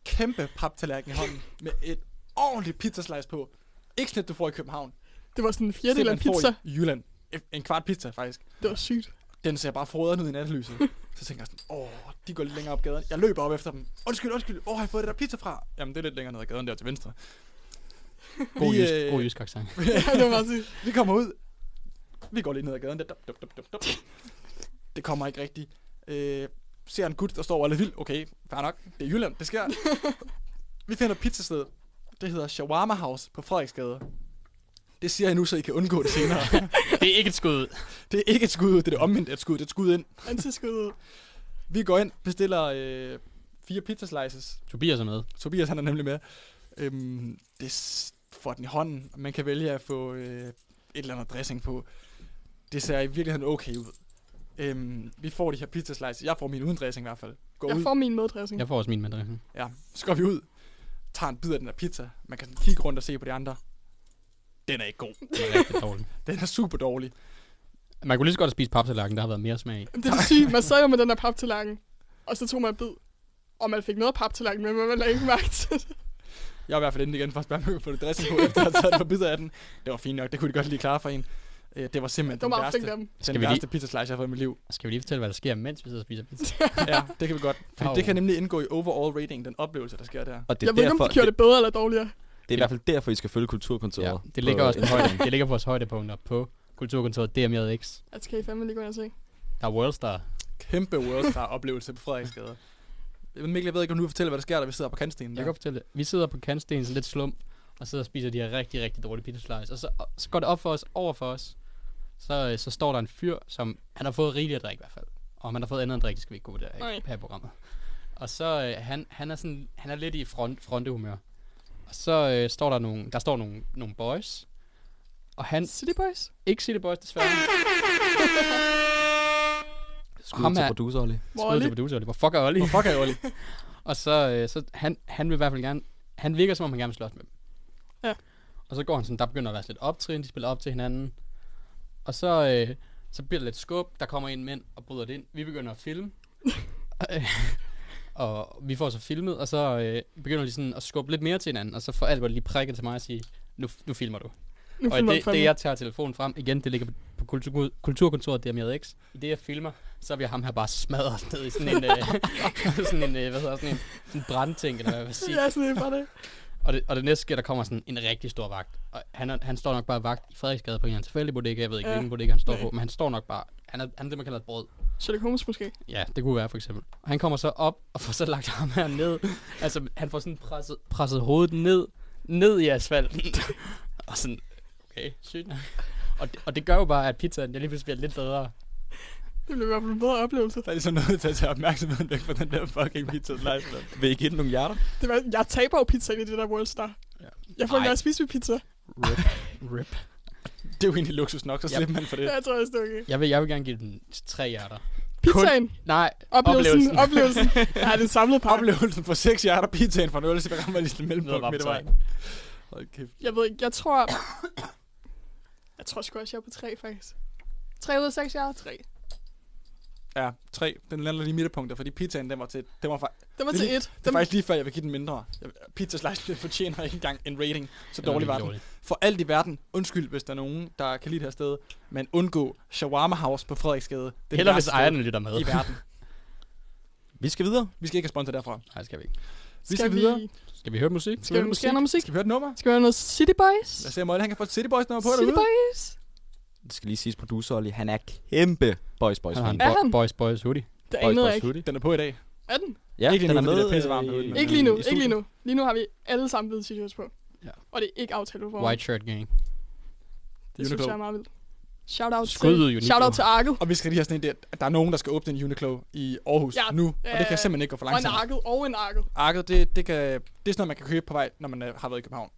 Kæmpe paptallerken i hånden, med et ordentligt pizzaslice på. Ikke sådan et, du får i København.
Det var sådan en fjerdedel af en
Simpelthen får
pizza.
i Jylland. En- En kvart pizza, faktisk.
Det var sygt.
Den ser bare froderen ud i
(laughs)
nattelyset. Så tænker jeg sådan, åh, de går lidt længere op gaden. Jeg løber op efter dem. Undskyld, undskyld. Hvor har jeg fået det der pizza fra? Jamen, det er lidt længere ned ad gaden der til venstre.
God
Vi,
jysk,
øh,
god jysk accent.
Ja, det var meget sygt.
Vi kommer ud. Vi går lige ned ad gaden der. Dup, dup, dup, dup, dup. Det kommer ikke rigtigt. Øh, ser en gut, der står og er lidt vild. Okay, fair nok. Det er Jylland, det sker. Vi finder et pizzasted. Det hedder Shawarma House på Frederiksgade. Det siger jeg nu, så I kan undgå det senere.
(laughs) Det er ikke et skud.
det er ikke et skud ud, det er det omvendte af et skud. Det er et skud ind.
Antiskud ud.
Vi går ind, bestiller øh, fire pizzaslices.
Tobias er med.
Tobias han er nemlig med. Øhm, det s- får den i hånden. Man kan vælge at få øh, et eller andet dressing på. Det ser i virkeligheden okay ud. Øhm, vi får de her pizzaslices. Jeg får min uden dressing i hvert fald. Går
Jeg
ud.
får min meddressing.
Jeg får også min mandrækken.
(laughs) Ja, så går vi ud. Tager en bid af den her pizza. Man kan sådan kigge rundt og se på de andre. Den er ikke god.
Det er rigtig dårligt.
Den er super dårlig.
Man kunne lige så godt have spist papsalakken, der har været mere smag i.
Det er det syge. Man sad jo med den der paptalangen, og så tog man en bid. Og man fik noget af paptalangen med, men man lagde ikke mærke til det.
Jeg er i hvert fald inde igen for at spørge, om jeg kunne få det dressing på, (laughs) efter at have taget et par bidder af den. Det var fint nok. Det kunne de godt lige klare for en. Øh, det var simpelthen
Det var
den
meget
værste.
fint af dem.
Skal
den
vi lige-
værste pizza slice, jeg har fået i mit liv.
Skal vi lige fortælle, hvad der sker, mens vi sidder og spiser pizza?
(laughs) ja, det kan vi godt. Fordi
Au.
det kan nemlig indgå i overall rating, den oplevelse, der sker der.
Og det er,
Jeg ved ikke,
derfor,
om de gjorde
det,
det bedre eller dårligere.
det er i hvert fald derfor, I skal følge kulturkontoret.
Ja, det ligger
på øh,
også på højde.
Instagram.
Det ligger på vores højdepunkter på Kulturkontoret DMJX.
Altså, kan I fandme lige gå ind og se.
Der er Worldstar.
kæmpe worldstar oplevelse på Frederiksgade. Mikkel, jeg ved ikke, om du vil fortælle, hvad der sker, da vi sidder på kantstenen.
Jeg kan fortælle det. Vi sidder på kantstenen, sådan lidt slum, og sidder og spiser de her rigtig, rigtig dårlige pita slice. Og så, så går det op for os, over for os, så, øh, så står der en fyr, som han har fået rigeligt at drikke i hvert fald. Og om han har fået andet end drik, det skal vi ikke gå der
Nej.
i- her i programmet. Og så øh, han, han er sådan, han er lidt i front, frontehumør. Og så øh, står der nogle, der står nogle, nogle boys. Og han...
City Boys?
Ikke City Boys, desværre.
Skud til producer Olli.
Hvor
Skud
Olli?
til producer Olli. Hvor fuck er Olli?
Hvor fuck er Olli?
(laughs) og så, øh, så han, han vil i hvert fald gerne... Han virker, som om han gerne vil slås med dem.
Ja.
Og så går han sådan, der begynder at være sådan lidt optrin, de spiller op til hinanden. Og så, øh, så bliver der lidt skub, der kommer en mænd og bryder det ind. Vi begynder at
(laughs)
filme. Øh, og vi får så filmet, og så øh, begynder de sådan at skubbe lidt mere til hinanden. Og så får Albert lige prikket til mig og sige, nu, nu filmer du.
Nu
og
filmer
det,
du
det,
fandme.
jeg tager telefonen frem, igen, det ligger på, på kultur, kulturkontoret der med X. I det, jeg filmer, så bliver ham her bare smadret ned i sådan en, øh, sådan en øh, (laughs) hvad hedder, sådan en, sådan en brandting, eller hvad jeg vil sige.
Ja, sådan en brand-
Og det, og det næste sker, der kommer sådan en rigtig stor vagt. Og han, er, han står nok bare vagt i Frederiksgade på en eller anden tilfældig bodega. Jeg ved ikke,
Ja.
hvilken bodega han står
Nej.
på, men han står nok bare... Han er, han er det, man kalder et brød.
Sherlock Holmes måske.
Ja, det kunne være for eksempel. Og han kommer så op og får så lagt ham her ned. altså, han får sådan presset, presset hovedet ned, ned i asfalten. (laughs) og sådan, okay, sygt. nok. Og det, og det gør jo bare, at pizzaen den lige pludselig bliver lidt bedre.
Det blev i hvert fald en bedre oplevelse.
Der er ligesom noget til at tage opmærksomheden væk fra (laughs) den der fucking pizza slice.
Vil I give den nogle hjerter?
Det var, jeg taber jo pizza i det der Worldstar. Ja. Jeg får
Ej.
ikke engang spist min pizza.
(laughs) Rip. Rip.
Det er jo egentlig luksus nok, så
Ja.
slipper man for det.
(laughs) Jeg tror også, det er okay.
Jeg vil, jeg vil gerne give den tre hjerter.
Pizzaen?
Kun, nej,
Oplevelsen.
(laughs)
(laughs)
Oplevelsen. Ja, det er samlet pakke.
Oplevelsen for 6 hjerter, pizzaen for en øl, så rammer lige sådan en mellempunkt
Ned
midt i
ad
vejen. Hold kæft.
Jeg ved ikke, jeg tror... (coughs) jeg tror sgu også, jeg er på tre, faktisk. 3 ud af 6, jeg er 3.
Ja, 3. Den lander lige i midterpunktet, fordi pizzaen, den var til... Den var, fa-
Den
det er
var til
lige-
et.
Det er
Den-
faktisk lige før, jeg vil give den mindre. Jeg- Pizza Slice det fortjener ikke engang en rating. Så
Den er
dårlig var
virkelig
den.
dårlig.
For alt i verden, undskyld, hvis der er nogen, der kan lide det her sted, men undgå Shawarma House på Frederiksgade. Det er
Hellere,
det
hvis
værste
ejerne
sted
lytter med.
I verden.
Vi skal videre.
Vi skal ikke have sponsor derfra.
Nej, skal vi ikke.
Vi skal videre.
Skal vi høre musik?
Skal vi måske have noget musik?
Skal vi høre et nummer?
Skal vi høre noget City Boys?
Lad os se, om Olli, han kan få et City Boys nummer på
City
derude.
Boys?
Det skal lige siges, producer Olli, han er kæmpe Boys Boys
Han har en
fan.
Er han?
Boys Boys hoodie.
Det
Boys
anede jeg
Boys
ikke.
hoodie.
Den er på i dag.
Er den?
Ja,
Ikke lige
den er
nu, fordi
med.
det er pissevarmt derude, men-
Ikke lige nu,
i
ikke lige
studiet.
nu. Lige nu har vi alle sammen hvide t-shirts på.
Ja.
Og det er ikke aftalt på forhånd.
White shirt gang.
Det synes
Uniqlo.
jeg er meget vildt. Shout out
Skud ud,
til,
Uniqlo.
shout out til Arket.
Og vi skal lige have sådan en der, der er nogen, der skal åbne en Uniqlo i Aarhus
Ja,
ja, nu, og det kan
øh,
simpelthen ikke gå for
Og en
langsomt.
Arket, og en Arket.
Arket, det, det, kan, det er sådan noget, man kan købe på vej, når man øh, har været i København.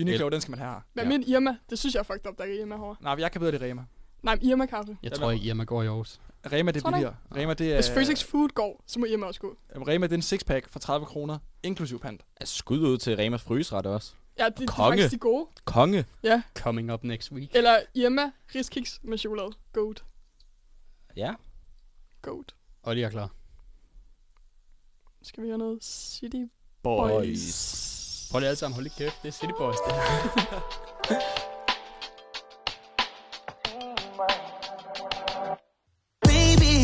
Uniqlo, den skal man have her.
Hvad med en Irma? Det synes jeg er fucked up, der ikke er Irma herovre.
Nej, men jeg kan bedre det er Rema.
Nej, men Irma kaffe.
Jeg tror ikke, Irma går i Aarhus.
Rema, det er
Tror du ikke?
billigere. Rema, det er...
Hvis Physics Food går, så må Irma også gå.
Rema, det er en sixpack for 30 kroner, inklusiv pant.
Ja, øh, Skud ud til Remas frysret også.
Ja, det, det er
Konge.
faktisk de gode.
Konge.
Ja.
Coming up next week.
Eller Irma, riskiks med chokolade. Goat.
Ja.
Goat.
Olli er klar.
Skal vi høre noget City
Boys.
Boys?
Prøv lige alle sammen, hold lige kæft. Det er City Boys. Det.
(laughs)
Baby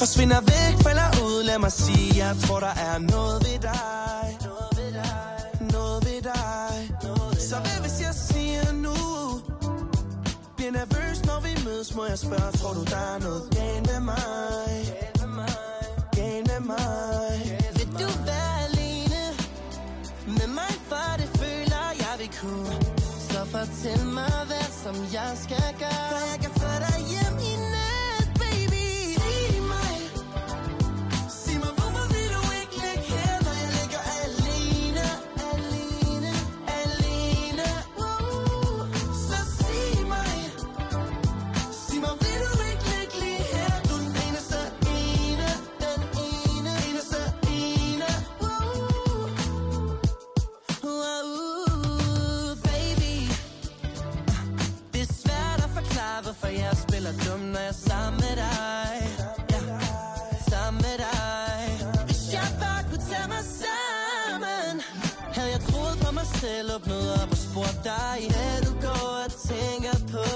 Forsvinder væk, falder ud, lad mig sige Jeg tror der er noget ved dig Noget ved dig Så hvad hvis jeg siger nu Bliver nervøs når vi mødes, må jeg spørge Tror du der er noget galt med mig Galt med mig Vil du være alene Med mig for det føler jeg vil kunne Så fortæl mig hvad som jeg skal gøre For jeg kan få dig hjem i nat baby Sig mig Sig mig hvorfor vil du ikke ligge her Når jeg ligger alene Alene Alene uh. Så sig mig Sig mig vil du ikke ligge lige her Du er den eneste ene Den ene Eneste ene uh. Wow, baby Det er svært at forklare, hvorfor jeg spiller dum, når jeg er sammen med dig ja. Sammen med dig Hvis jeg bare kunne tage mig sammen Havde jeg troet på mig selv, åbnet op og spurgt dig Hvad du går og tænker på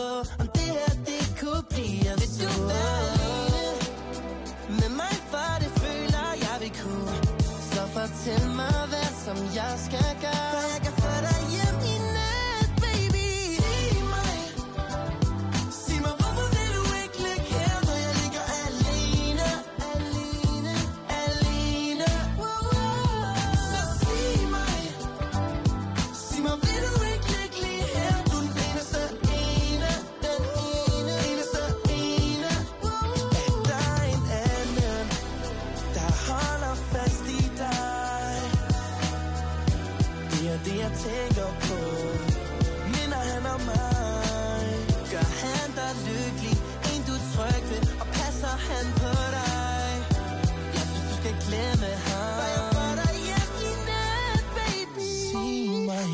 Om det her, det kunne blive Hvis du var alene med mig, for det føler jeg vil kunne Så fortæl mig, hvad som jeg skal gøre For jeg kan få dig hjem i nat, baby Sig mig Sig mig, hvorfor vil du ikke ligge her, når jeg ligger alene det jeg tænker på Minder han om mig Gør han dig lykkelig En du er tryg ved Og passer han på dig Jeg synes du skal glemme ham For jeg får dig hjem i nat, baby Sig mig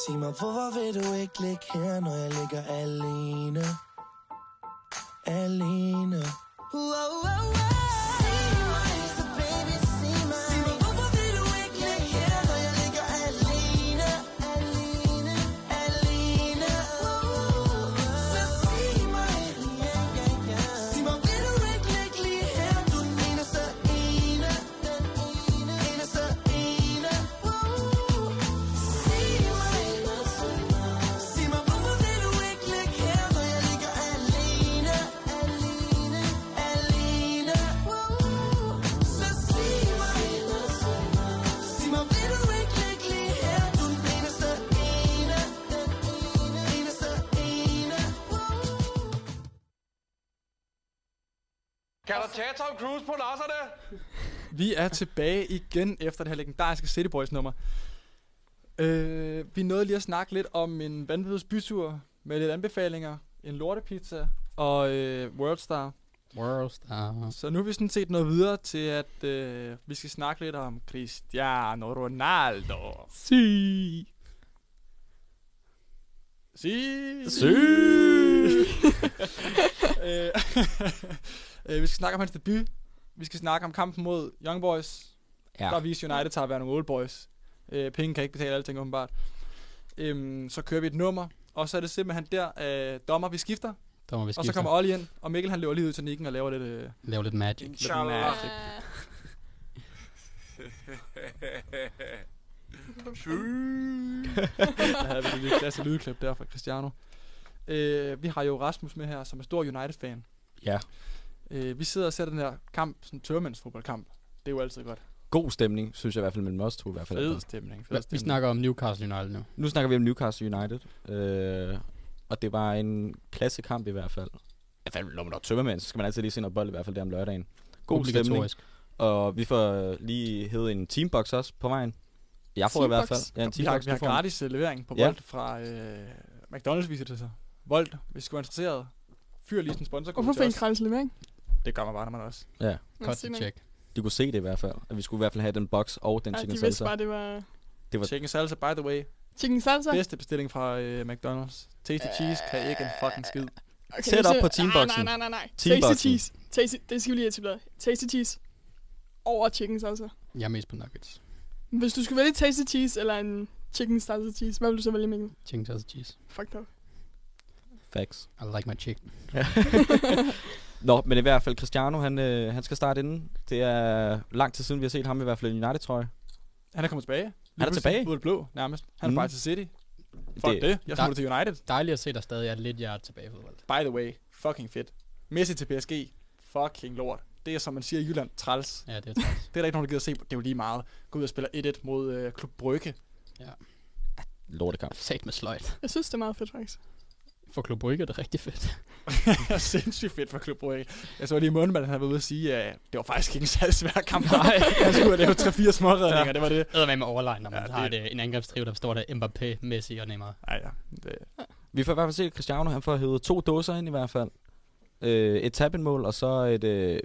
Sig mig, hvorfor vil du ikke ligge her Når jeg ligger alene Alene Wow, wow, wow Sig mig, så baby, sig mig Sig mig, hvorfor vil du ikke ligge her Når jeg ligger alene Alene, alene Så sig mig Ja, ja, ja Sig mig, vil du ikke ligge lige her Du er den eneste ene Den ene Eneste ene Sig mig Sig mig, hvorfor vil du ikke ligge her Når jeg ligger alene Alene Alene Så sig mig Sig mig, vil du ikke ligge lige her Du er den eneste ene Den ene Eneste ene
Kan du tage Tom Cruise på nasserne?
(laughs) Vi er tilbage igen efter det her legendariske City Boys nummer. Øh, vi nåede lige at snakke lidt om en vanvittig bytur med lidt anbefalinger, en lortepizza og øh, Worldstar.
Worldstar.
Så nu er vi sådan set noget videre til, at øh, vi skal snakke lidt om Cristiano Ronaldo.
Si.
Si.
Si.
(laughs) øh, (laughs) øh, vi skal snakke om hans debut. Vi skal snakke om kampen mod Young Boys.
Ja.
Der viste United til at være nogle old boys. Øh, penge kan ikke betale alting åbenbart. Øhm, så kører vi et nummer, og så er det simpelthen der, øh, dommer vi skifter.
Dommer, vi
Og så
skifter.
kommer Olli ind, og Mikkel han løber lige ud til Nikken og laver lidt... Øh,
Laver lidt magic.
Lidt
(laughs)
magic. der havde vi det lille klasse lydklip der fra Cristiano. Øh, vi har jo Rasmus med her, som er stor United-fan.
Ja.
Øh, vi sidder og ser den her kamp, sådan en tørmands fodboldkamp. Det er jo altid godt.
God stemning, synes jeg i hvert fald, mellem os to i hvert fald.
Fed stemning, fed
Hva-
Vi snakker om Newcastle United nu.
Nu snakker vi om Newcastle United. Øh, og det var en klassekamp i hvert fald. I hvert fald, når man er tømmermænd, så skal man altid lige se noget bold i hvert fald der om lørdagen. God stemning.
Obligatorisk.
Og vi får lige hed en teambox også på vejen. Jeg får i hvert fald. Ja, en
vi har,
teambox.
vi har
du får en.
gratis øh, levering på
Ja.
Volt fra øh, McDonald's, viser det sig. Volt, hvis du er interesseret, fyr lige sådan sponsor
Hvorfor fik en gratis levering?
Det gør man bare, når man også.
Ja.
Nå, Cut sig to mig. check.
De kunne se det i hvert fald. At vi skulle i hvert fald have den box og den
Ej,
chicken
de vidste
salsa.
bare, det var
Det var
Chicken salsa, by the way.
chicken salsa.
Bedste bestilling fra øh, McDonald's. Tasty cheese kan ikke en fucking skid.
Øh, Okay,
Sæt
nu
op
ser-
på teamboxen.
Nej, nej, nej, nej. Tasty
Teamboxen.
cheese. Tasty, det skal vi lige have etableret. Tasty cheese. Over chicken salsa.
Jeg er mest på nuggets.
Hvis du skulle vælge tasty cheese eller en chicken salsa cheese, hvad vil du så vælge, Mikkel?
Chicken salsa cheese.
Fuck dig.
Facts.
I like my chicken.
Nå, men i hvert fald Cristiano, han, øh, han skal starte inden. Det er lang tid siden, vi har set ham i hvert fald i en United-trøje.
Han er kommet tilbage.
Han er tilbage.
Ud af det blå, nærmest. Han er
Mm.
mm. bare til City. Fuck det. det. Jeg smutter til United.
Dejligt at se, der stadig er lidt hjerte tilbage i fodbold.
By the way, fucking fedt. Messi til PSG. Fucking lort. Det er, som man siger i Jylland, træls.
Ja, det er træls.
det er der ikke nogen, der gider se på. Det er jo lige meget. Gå ud og spiller 1-1 mod øh, Klub Brygge.
Ja.
Lortekamp.
Sat med sløjt.
Jeg synes, det er meget fedt, faktisk.
For Klub Brygge er det rigtig fedt.
(laughs) Sindssygt fedt for Klub Brygge. Jeg så lige i munden, at han var ude at sige, at det var faktisk ikke en særlig svær kamp. (laughs) Nej, (laughs) han skulle lave 3-4 småredninger. Det var det.
Æder med med overline, når man
Ja,
ja, har
det-
det. en angrebstrive, der består af Mbappé, Messi og Neymar.
Ej, ja. Det...
Vi får i hvert fald set, at Cristiano han får hævet to dåser ind i hvert fald. Øh, et tabindmål, og så et, øh,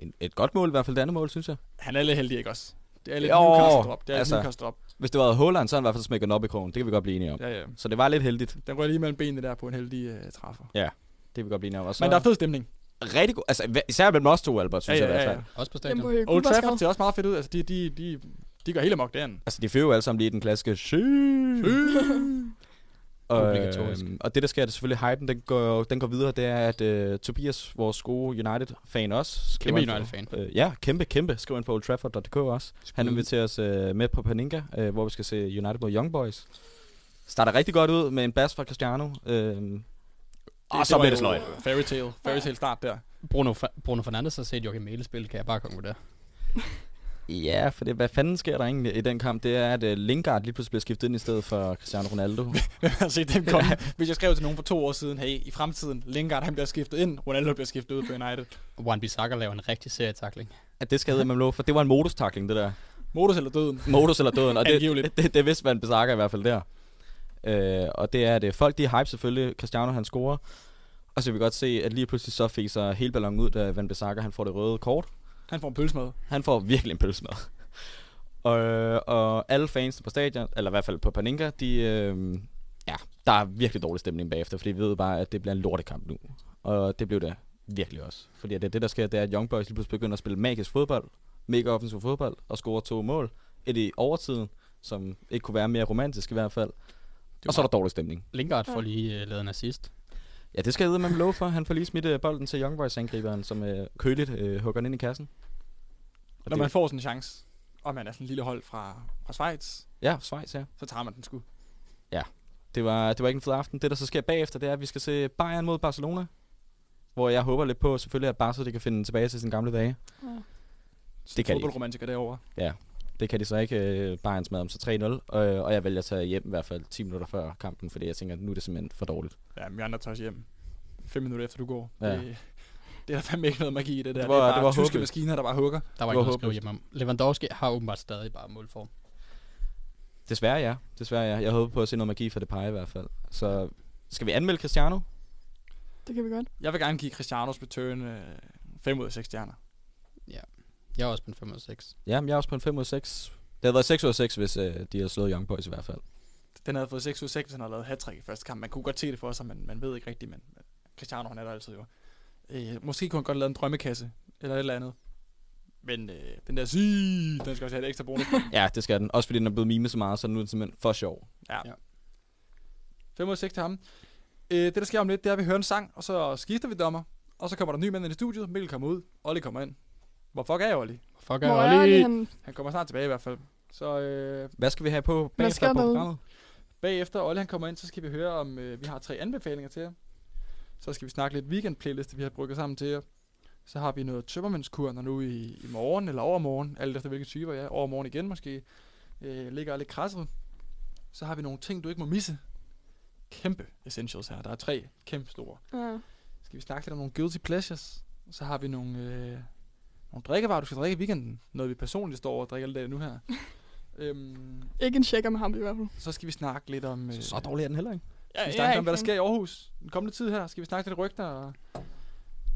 et, et godt mål, i hvert fald det andet mål, synes jeg.
Han er lidt heldig, ikke også? Det er lidt
Jo,
Newcastle-drop. Det er altså...
altså,
Newcastle-drop.
Hvis det var Holland, så er han i hvert fald smækket den op i krogen. Det kan vi godt blive enige om.
Ja, ja.
Så det var lidt heldigt.
Den rører lige mellem benene der på en heldig øh, træffer.
Ja, det kan vi godt blive enige om. Og så,
Men der er fed stemning.
Rigtig god. Altså, hva- især mellem os to, Albert, synes
Ja,
jeg i
ja,
hvert
ja,
fald.
Også på
Den
stadion.
på Høje
Old
Kronborgsgade.
Trafford ser også meget fedt ud. Altså, de, de, de, de gør helt amok derinde.
Altså, de flyver jo alle sammen lige i den klassiske "Sy!"
(laughs)
og, øh,
Obligatorisk.
og det, der sker, det er selvfølgelig hypen, den går, den går videre, det er, at øh, Tobias, vores gode United-fan også... skriver
Kæmpe
ind på-
United-fan.
Øh, ja, kæmpe, kæmpe, skriver ind på Old Trafford.dk også. Han
Skud.
inviterer os øh, med på Paninka, øh, hvor vi skal se United mod Young Boys. Starter rigtig godt ud med en bas fra Cristiano. Øh, og så
var
bliver det
jo
sløjt.
Fairy tale. Fairy tale start der.
Bruno, Fa- Bruno Fernandes har set Joachim Mæle spille, kan jeg bare konkludere.
Ja, for det, hvad fanden sker der egentlig i den kamp? Det er, at øh, Lingard lige pludselig bliver skiftet ind i stedet for Cristiano
(laughs)
Ronaldo.
altså, den kom, (laughs) hvis jeg skrev til nogen for to år siden, hey, i fremtiden, Lingard han bliver skiftet ind, Ronaldo bliver skiftet ud på United.
Wan Bissaka laver en rigtig serietakling.
At det skal man lov for. Det var en modustakling, det der.
Modus eller døden.
Modus eller døden, og det,
Angiveligt.
(laughs) det, det, det vidste man besakker i hvert fald der. Øh, og det er, at øh, folk de er hype selvfølgelig. Cristiano han scorer. Og så kan vi godt se, at lige pludselig så fik sig hele ballonen ud, da Van Besakker han får det røde kort.
Han får en pølsemad.
Han får virkelig en pølsemad. (laughs) og, og alle fansene på stadion, eller i hvert fald på Paninka, de, øh, ja, der er virkelig dårlig stemning bagefter, fordi vi ved bare, at det bliver en lortekamp nu. Og det blev det virkelig også. Fordi at det, det der sker, det er, at Young Boys lige pludselig begynder at spille magisk fodbold, mega offensiv fodbold, og score to mål. Et i overtiden, som ikke kunne være mere romantisk i hvert fald. Og så er der dårlig stemning.
Lingard får lige øh, lavet en assist.
Ja, det skal jeg med lov for. Han får lige smidt øh, bolden til Young Boys angriberen, som øh, køligt øh, hugger den ind i kassen. Og
Når
det-
man får sådan en chance, og man er sådan en lille hold fra, fra Schweiz,
Ja, Schweiz, ja.
så tager man den sgu.
Ja, det var, det var ikke en fed aften. Det, der så sker bagefter, det er, at vi skal se Bayern mod Barcelona. Hvor jeg håber lidt på, selvfølgelig, at Barca det kan finde tilbage til sine gamle dage.
Ja.
Det kan de ikke.
Fodboldromantiker derovre.
Ja, det kan de så ikke. Øh, Bayern smadrer dem så 3-0. Øh, og jeg vælger at tage hjem i hvert fald 10 minutter før kampen, fordi jeg tænker, at nu er det simpelthen for dårligt.
Ja, men vi andre tager os hjem. Fem minutter efter du går.
Ja.
Det, det er der fandme ikke noget magi i det der.
Det var-
det er
det
bare
var
tyske
håbløst.
maskiner, der bare hugger.
Der var ikke noget at skrive hjem om. Lewandowski har åbenbart stadig bare målform.
Desværre ja. Desværre ja. Jeg håber på at se noget magi for det pege i hvert fald. Så skal vi anmelde Cristiano?
Det kan vi godt.
Jeg vil gerne give Cristianos return 5 ud af 6 stjerner.
Ja. Jeg er også på en 5 og 6.
Jamen, jeg er også på en 5 ud af 6. Det havde været 6 ud af 6, hvis øh, de havde slået Young Boys i hvert fald.
Den havde fået 6 ud af 6, hvis han havde lavet hat i første kamp. Man kunne godt se det for sig, men man ved ikke rigtigt, men Cristiano han er der altid jo. Øh, måske kunne han godt lave en drømmekasse, eller et eller andet. Men øh, den der sige, den skal også have et ekstra
(laughs)
bonus.
Ja, det skal den. Også fordi den er blevet mimet så meget, så nu er den simpelthen for sjov.
Ja. ja. 5 ud af 6 til ham. Øh, det, der sker om lidt, det er, at vi hører en sang, og så skifter vi dommer. Og så kommer der en ny mand ind i studiet. Mikkel kommer ud. Olli kommer ind. Hvor fuck er Olli?
Fuck
Hvor er Olli? Olli henne?
Han kommer snart tilbage i hvert fald. Så øh,
Hvad skal vi have på
Hvad sker
bagefter på
derude?
programmet?
bagefter Olli han kommer ind, så skal vi høre om, øh, vi har tre anbefalinger til jer. Så skal vi snakke lidt weekend-playliste, vi har brygget sammen til jer. Så har vi noget tømmermændskur, når nu i, i morgen eller overmorgen, alt efter hvilke typer jeg er, overmorgen igen måske, øh, ligger lidt krasset. Så har vi nogle ting, du ikke må misse. Kæmpe essentials her. Der er tre kæmpe store.
Ja.
Skal vi snakke lidt om nogle guilty pleasures? Så har vi nogle, øh, nogle drikkevarer, du skal drikke i weekenden. Noget, vi personligt står og drikker lidt af nu
(laughs)
her. øhm,
Ikke en checker med ham i hvert fald.
så skal vi snakke lidt om... Øh, så
dårlig er den heller ikke.
Ja, skal vi
jeg er
snakke om,
ikke
hvad der
fan.
sker i Aarhus den kommende tid her? Skal vi snakke lidt rygter? Og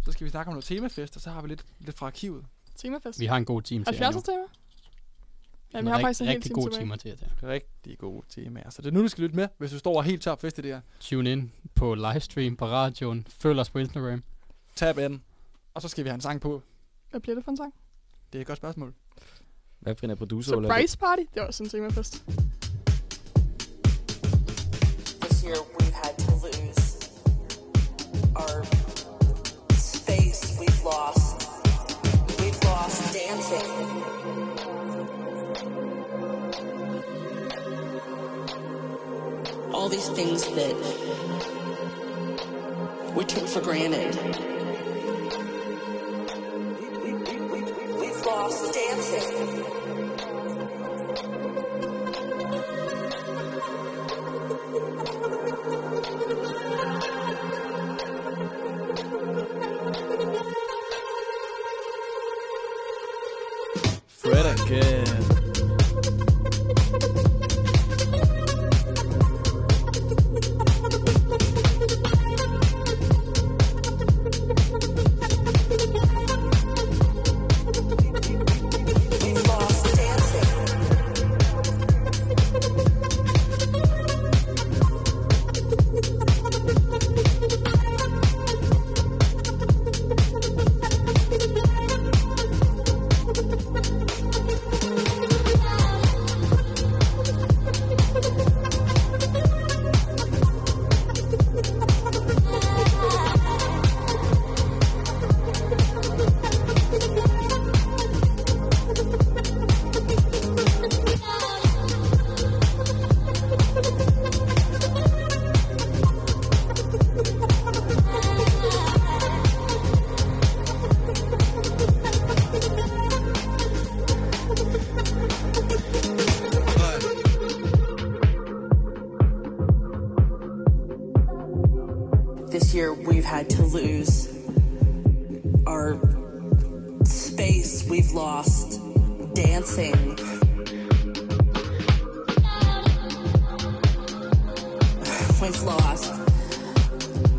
så skal vi snakke om noget temafest, og så har vi lidt, lidt fra arkivet.
Temafest.
Vi har en god time til jer
70'er tema? Ja, vi har faktisk en hel
rigtig
time
gode
tilbage.
timer til jer.
Rigtig gode temaer. Så Altså, det er nu, du skal lytte med, hvis du står og er helt top fest i det her.
Tune ind på livestream på radioen. Følg os på Instagram.
Tab ind. Og så skal vi have en sang på.
Hvad bliver det for en sang?
Det er et godt spørgsmål.
Hvad finder producer Ola?
Surprise Party? Det var også en temafest.
This year we've had to lose our space. We've lost. We've lost dancing. All these things that we took for granted. We've lost dancing.
Fred again.
This year we've had to lose our space. We've lost dancing. always lost.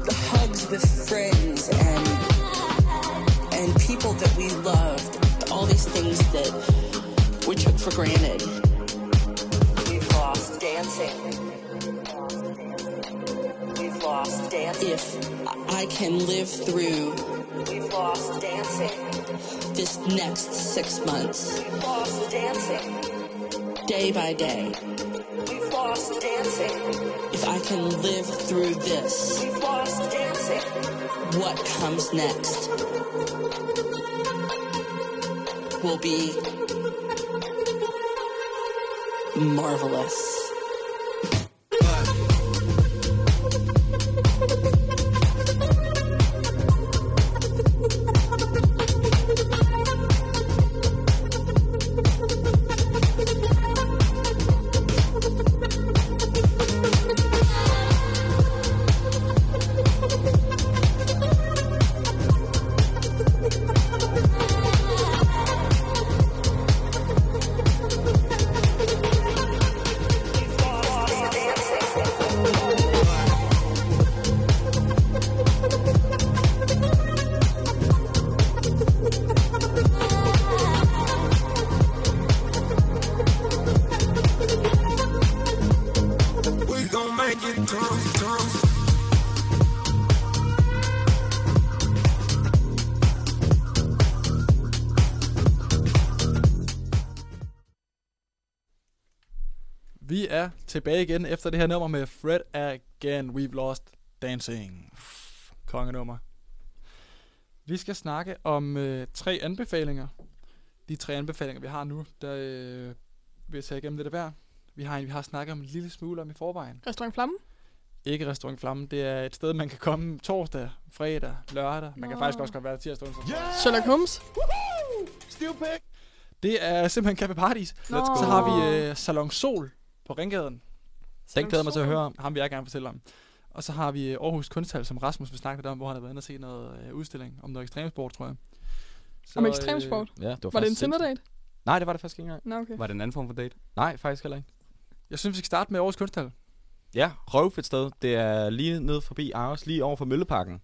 The hugs with friends and and people that we loved. All these things that we took for granted. We've lost dancing. We've lost dancing. If I can live through We've lost dancing. this next six months,
We've lost dancing.
day by day,
We've lost dancing.
if I can live through this,
We've lost dancing.
what comes next will be marvelous.
We gon' make it through, through.
Vi er tilbage igen efter det her nummer med Fred Again, We've Lost Dancing. Kongenummer. Vi skal snakke om øh, tre anbefalinger. De tre anbefalinger, vi har nu, der øh, vil jeg tage igennem det der hver. Vi har en, vi har snakket om en lille smule om i forvejen.
Restaurant Flamme?
Ikke Restaurant Flamme, det er et sted, man kan komme torsdag, fredag, lørdag. Man kan
Nå.
faktisk også godt være der tirsdag. onsdag, fredag.
Sherlock Holmes?
Stivpæk! Det er simpelthen Café Paradis.
Nå. Let's go.
Så har vi øh, Salon Sol på Ringgaden.
Den glæder jeg mig til at høre om.
Ham vil jeg gerne fortælle om. Og så har vi øh, Aarhus Kunsthal, som Rasmus vil snakke lidt om, hvor han har været inde og se noget øh, udstilling om noget ekstremsport, tror jeg. øh,
Om ekstremsport?
Ja, det var
Var det en
faktisk sindssygt.
Tinder-date?
Nej, det var det faktisk ikke engang.
Nå, okay.
Var det en anden form for date? Nej, faktisk heller ikke.
Jeg synes, vi skal starte med Aarhus Kunsthal.
Ja, røvfedt sted. Det er lige ned forbi Aarhus, lige over for Mølleparken.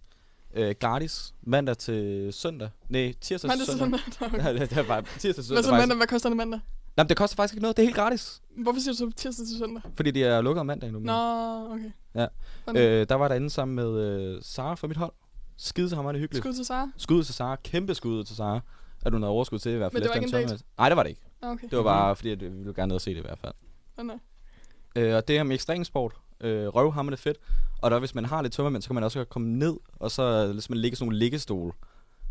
Øh, gratis mandag til søndag. Nej,
Altså,
tirsdag
Mandag
til
til
søndag.
søndag, (laughs) nå,
(laughs)
okay.
ja, det, det er bare tirsdag til søndag.
Hvad så
faktisk.
mandag? Hvad koster det mandag?
Jamen, det koster faktisk ikke noget. Det er helt gratis.
Hvorfor siger du så tirsdag til søndag?
Fordi det er lukket om mandag nu.
Nå, okay.
Ja.
Sådan.
Øh, der var derinde sammen med øh, Sara fra mit hold. Skide til ham, er det hyggeligt.
Skud til Sara.
Skud til Sara. Kæmpe skud til Sara. At hun havde overskud til i hvert fald.
Men det var
efter
ikke en date?
tørmesse. Nej, det var det ikke.
Ah, okay.
Det var bare fordi, at øh, vi ville gerne ned og se det i hvert fald.
Nå, nå.
Øh, og det her med ekstremsport, øh, røvhammerne fedt. Og der, hvis man har lidt tømmermænd, så kan man også godt komme ned, og så øh, ligesom ligge i sådan nogle liggestole.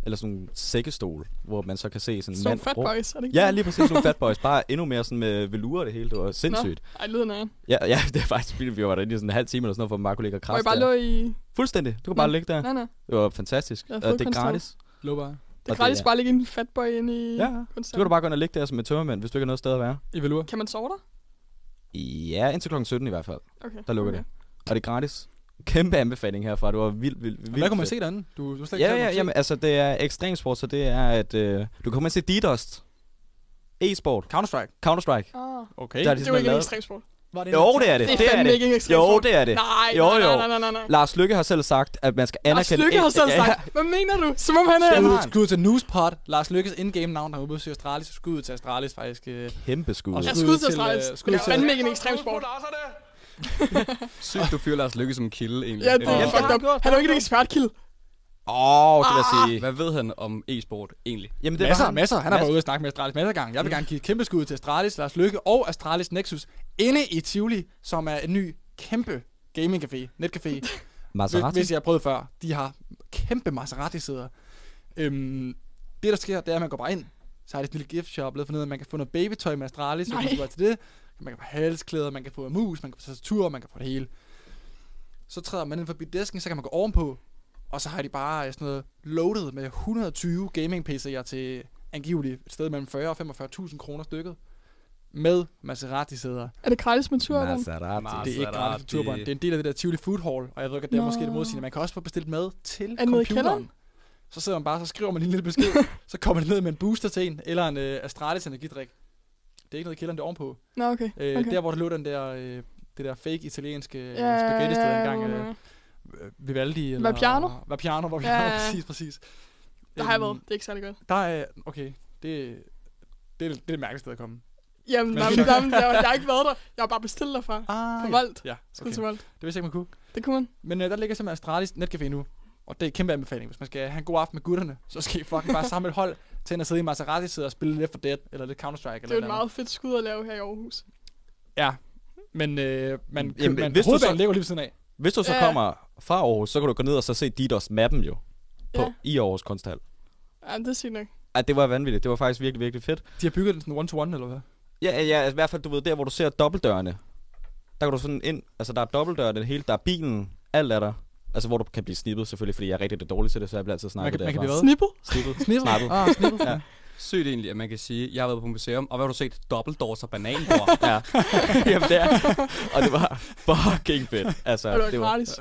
Eller sådan nogle sækkestole, hvor man så kan se sådan en
Sådan
mand.
nogle fat
råbe.
boys, er det ikke
Ja,
det?
lige præcis sådan nogle fat
(laughs)
boys. Bare endnu mere sådan med velure og det hele. Det var sindssygt.
Nå, ej, lyder næren.
Ja, ja, (laughs) det er faktisk vildt. Vi var derinde i sådan en halv time eller sådan noget, for Marco ligger og
Hvor I
krast
bare
der.
lå i...
Fuldstændig. Du kan
Nå,
bare ligge der.
nå, nå.
Det var fantastisk.
Ja,
Og det er
fodkunsthal.
gratis.
Lå bare.
Det er gratis bare at ligge en fatboy ind i
Ja, ja. Så
kunsthallen.
kan du bare gå ind og ligge der som en tømmermænd, hvis du ikke har noget sted at være.
I velure.
Kan man sove der?
Ja, indtil klokken 17 i hvert fald.
Okay,
Der lukker
okay.
det. Og det er gratis. Kæmpe anbefaling herfra. Det var vildt, vildt, vildt
Hvad kunne man
fedt.
se derinde? Du, du har slet ikke
Ja,
selv
ja,
kunne se.
jamen, altså, det er ekstremsport, så det er, at øh, du kommer til D-Dust. E-sport.
Counter-Strike.
Counter-Strike.
Ah.
Okay.
Der er de
det er
simpelthen
jo ikke en
lavet-
ekstremsport.
Var
Jo, det er det.
Det er
det er
fandme
det.
ikke en
Jo,
ekstremsport.
det er det.
Nej,
jo,
nej,
jo.
nej, nej, nej, nej.
Lars Lykke har selv sagt, at man skal
Lars
anerkende...
Lykke har selv
Ja,
sagt, hvad mener du? Som om han er...
Skud, skud til Newspot. Lars Lykkes indgame navn, der er ude til Astralis. Skud ud til Astralis faktisk. Øh,
Kæmpe skud.
og
Ja, skud til
øh,
Astralis.
skud
Det er
til-
fandme ikke en ekstremsport.
Sygt, du fyrer Lars Lykke som en kilde, egentlig.
Ja, det er fucked up. Ah. Han er jo ikke en ekspertkilde.
Åh, oh, det vil jeg sige.
Hvad ved han om e-sport, egentlig?
Jamen,
masser, masser. Han har været ude og snakke med Astralis masser af gange. Jeg vil gerne give et kæmpe skud ud til Astralis, Lars Lykke og Astralis Nexus inde i Tivoli, som er en ny kæmpe gaming-café, netcafé.
Maserati?
Hvis, hvis jeg har prøvet før. De har kæmpe Maserati-sæder. Øhm, det, der sker, det er, at man går bare ind. Så har de sådan en lille gift shop lidt for nede. Man kan få noget babytøj med Astralis, så
Nej.
hvis man går til det. Man kan få halsklæder, man kan få mus, man kan få tastatur, man kan få det hele. Så træder man ind forbi disken, så kan man gå ovenpå. Og så har de bare øh, sådan noget loaded med 120 gaming PC'er til angiveligt et sted mellem 40 og 45.000 kroner stykket. Med Maserati-sæder.
Er det gratis med turban?
altså-
Det er ikke gratis med turban. Det er en del af det der Tivoli Food Hall, og jeg ved godt, det er
Nå.
måske det modsigende. Man kan også få bestilt mad til
Er det nede i kælderen?
computeren. Så sidder man bare, så skriver man lige en lille besked,
(laughs)
så kommer det ned med en booster til en, eller en øh, Astralis energidrik. Det er ikke noget i kælderen, det er ovenpå.
Nå, okay,
Øh,
okay.
Der, hvor der lå den der øh, Det der fake italienske øh,
Ja, ja,
spaghetti sted
ja,
engang.
ja,
Øh, Vivaldi eller...
Vapiano?
Vapiano, Vapiano,
Ja,
(laughs)
ja.
præcis, præcis.
Der har jeg
Øhm,
været. Det er ikke særlig godt.
Der er... Okay, det, det, er- det er det mærkeligste sted at komme.
Jamen,
Men
nej,
fint
men,
nok.
jamen jeg, jeg har ikke været der. Jeg har bare bestilt derfra.
Ah,
på Volt.
Ja,
Skud til Volt.
Det vidste jeg ikke, man kunne.
Det kunne man.
Men øh, der ligger simpelthen Astralis Netcafé nu. Og det er en kæmpe anbefaling. Hvis man skal have en god aften med gutterne, så skal I fucking bare samle et hold til at sidde i Maserati sidde og spille lidt for Dead, eller lidt Counter-Strike.
Det er jo et meget fedt skud at lave her i Aarhus.
Ja, men, øh, man,
Jamen,
Jamen, man,
hvis du
hovedbanen
så-
ligger jo lige ved siden af.
Hvis du så
Ja.
kommer fra Aarhus, så kan du gå ned og så se Didos mappen jo. På,
Ja.
I Aarhus Kunsthal.
Ja, det er sygt nok.
Ej, det var vanvittigt. Det var faktisk virkelig, virkelig fedt.
De har bygget den sådan one-to-one, eller hvad?
Ja, ja, altså, i hvert fald, du ved, der hvor du ser dobbeltdørene. Der kan du sådan ind, altså der er dobbeltdørene, det hele, der er bilen, alt er der. Altså hvor du kan blive snippet selvfølgelig, fordi jeg er rigtig dårlig til det, så jeg bliver altid snakket
kan- man kan
derfra.
blive hvad? Snippet?
Snippet.
Snippet?
Snappet.
Ah, snippet.
ja.
Sygt egentlig, at man kan sige, jeg har været på museum, og hvad har du set? Dobbeltdårs og bananbror.
(laughs)
ja. Jamen det er. Og det var fucking fedt. Altså,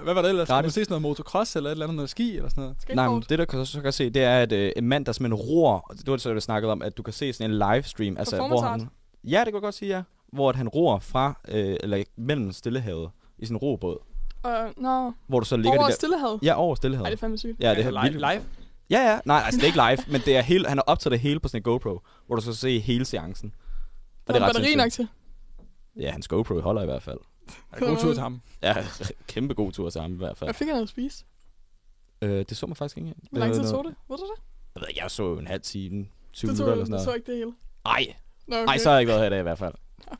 Hvad var det ellers? Gratis.
Gratis.
Man se sådan noget motocross, eller et eller andet noget ski, eller sådan noget?
Nej, men det der kan, så kan se, det er, at øh, en mand, der simpelthen roer, og det var det, så, vi snakkede om, at du kan se sådan en livestream, altså, hvor
Performance
han, ja, det kan jeg godt sige, ja, hvor at han roer fra, øh, eller mellem Stillehavet, i sin robåd.
Og, nå,
Hvor du så ligger
Over
det der,
Stillehavet?
Ja, over Stillehavet.
Ej, det er fandme sygt.
Ja, det er
Altså,
helt
li- live?
Ja, ja. Nej, altså det er ikke live, men det er hele, han har optaget det hele på sådan en GoPro, hvor du så se hele seancen.
der er batteri
sindssygt.
nok til.
Ja, hans GoPro holder i hvert fald.
Ja, god tur til ham.
Ja, (laughs) kæmpe god tur til ham i hvert fald.
Hvad fik han at spise?
Øh, det så man faktisk ikke.
Hvor lang tid
var
tog
noget-
det? Ved du det?
Jeg ved ikke, jeg så jo en halv time, 20
Det
minutter
tog,
eller sådan
det
noget.
så ikke det hele.
Nej.
Nå,
Nej,
okay.
okay. så har jeg ikke været her i dag i hvert fald. (laughs)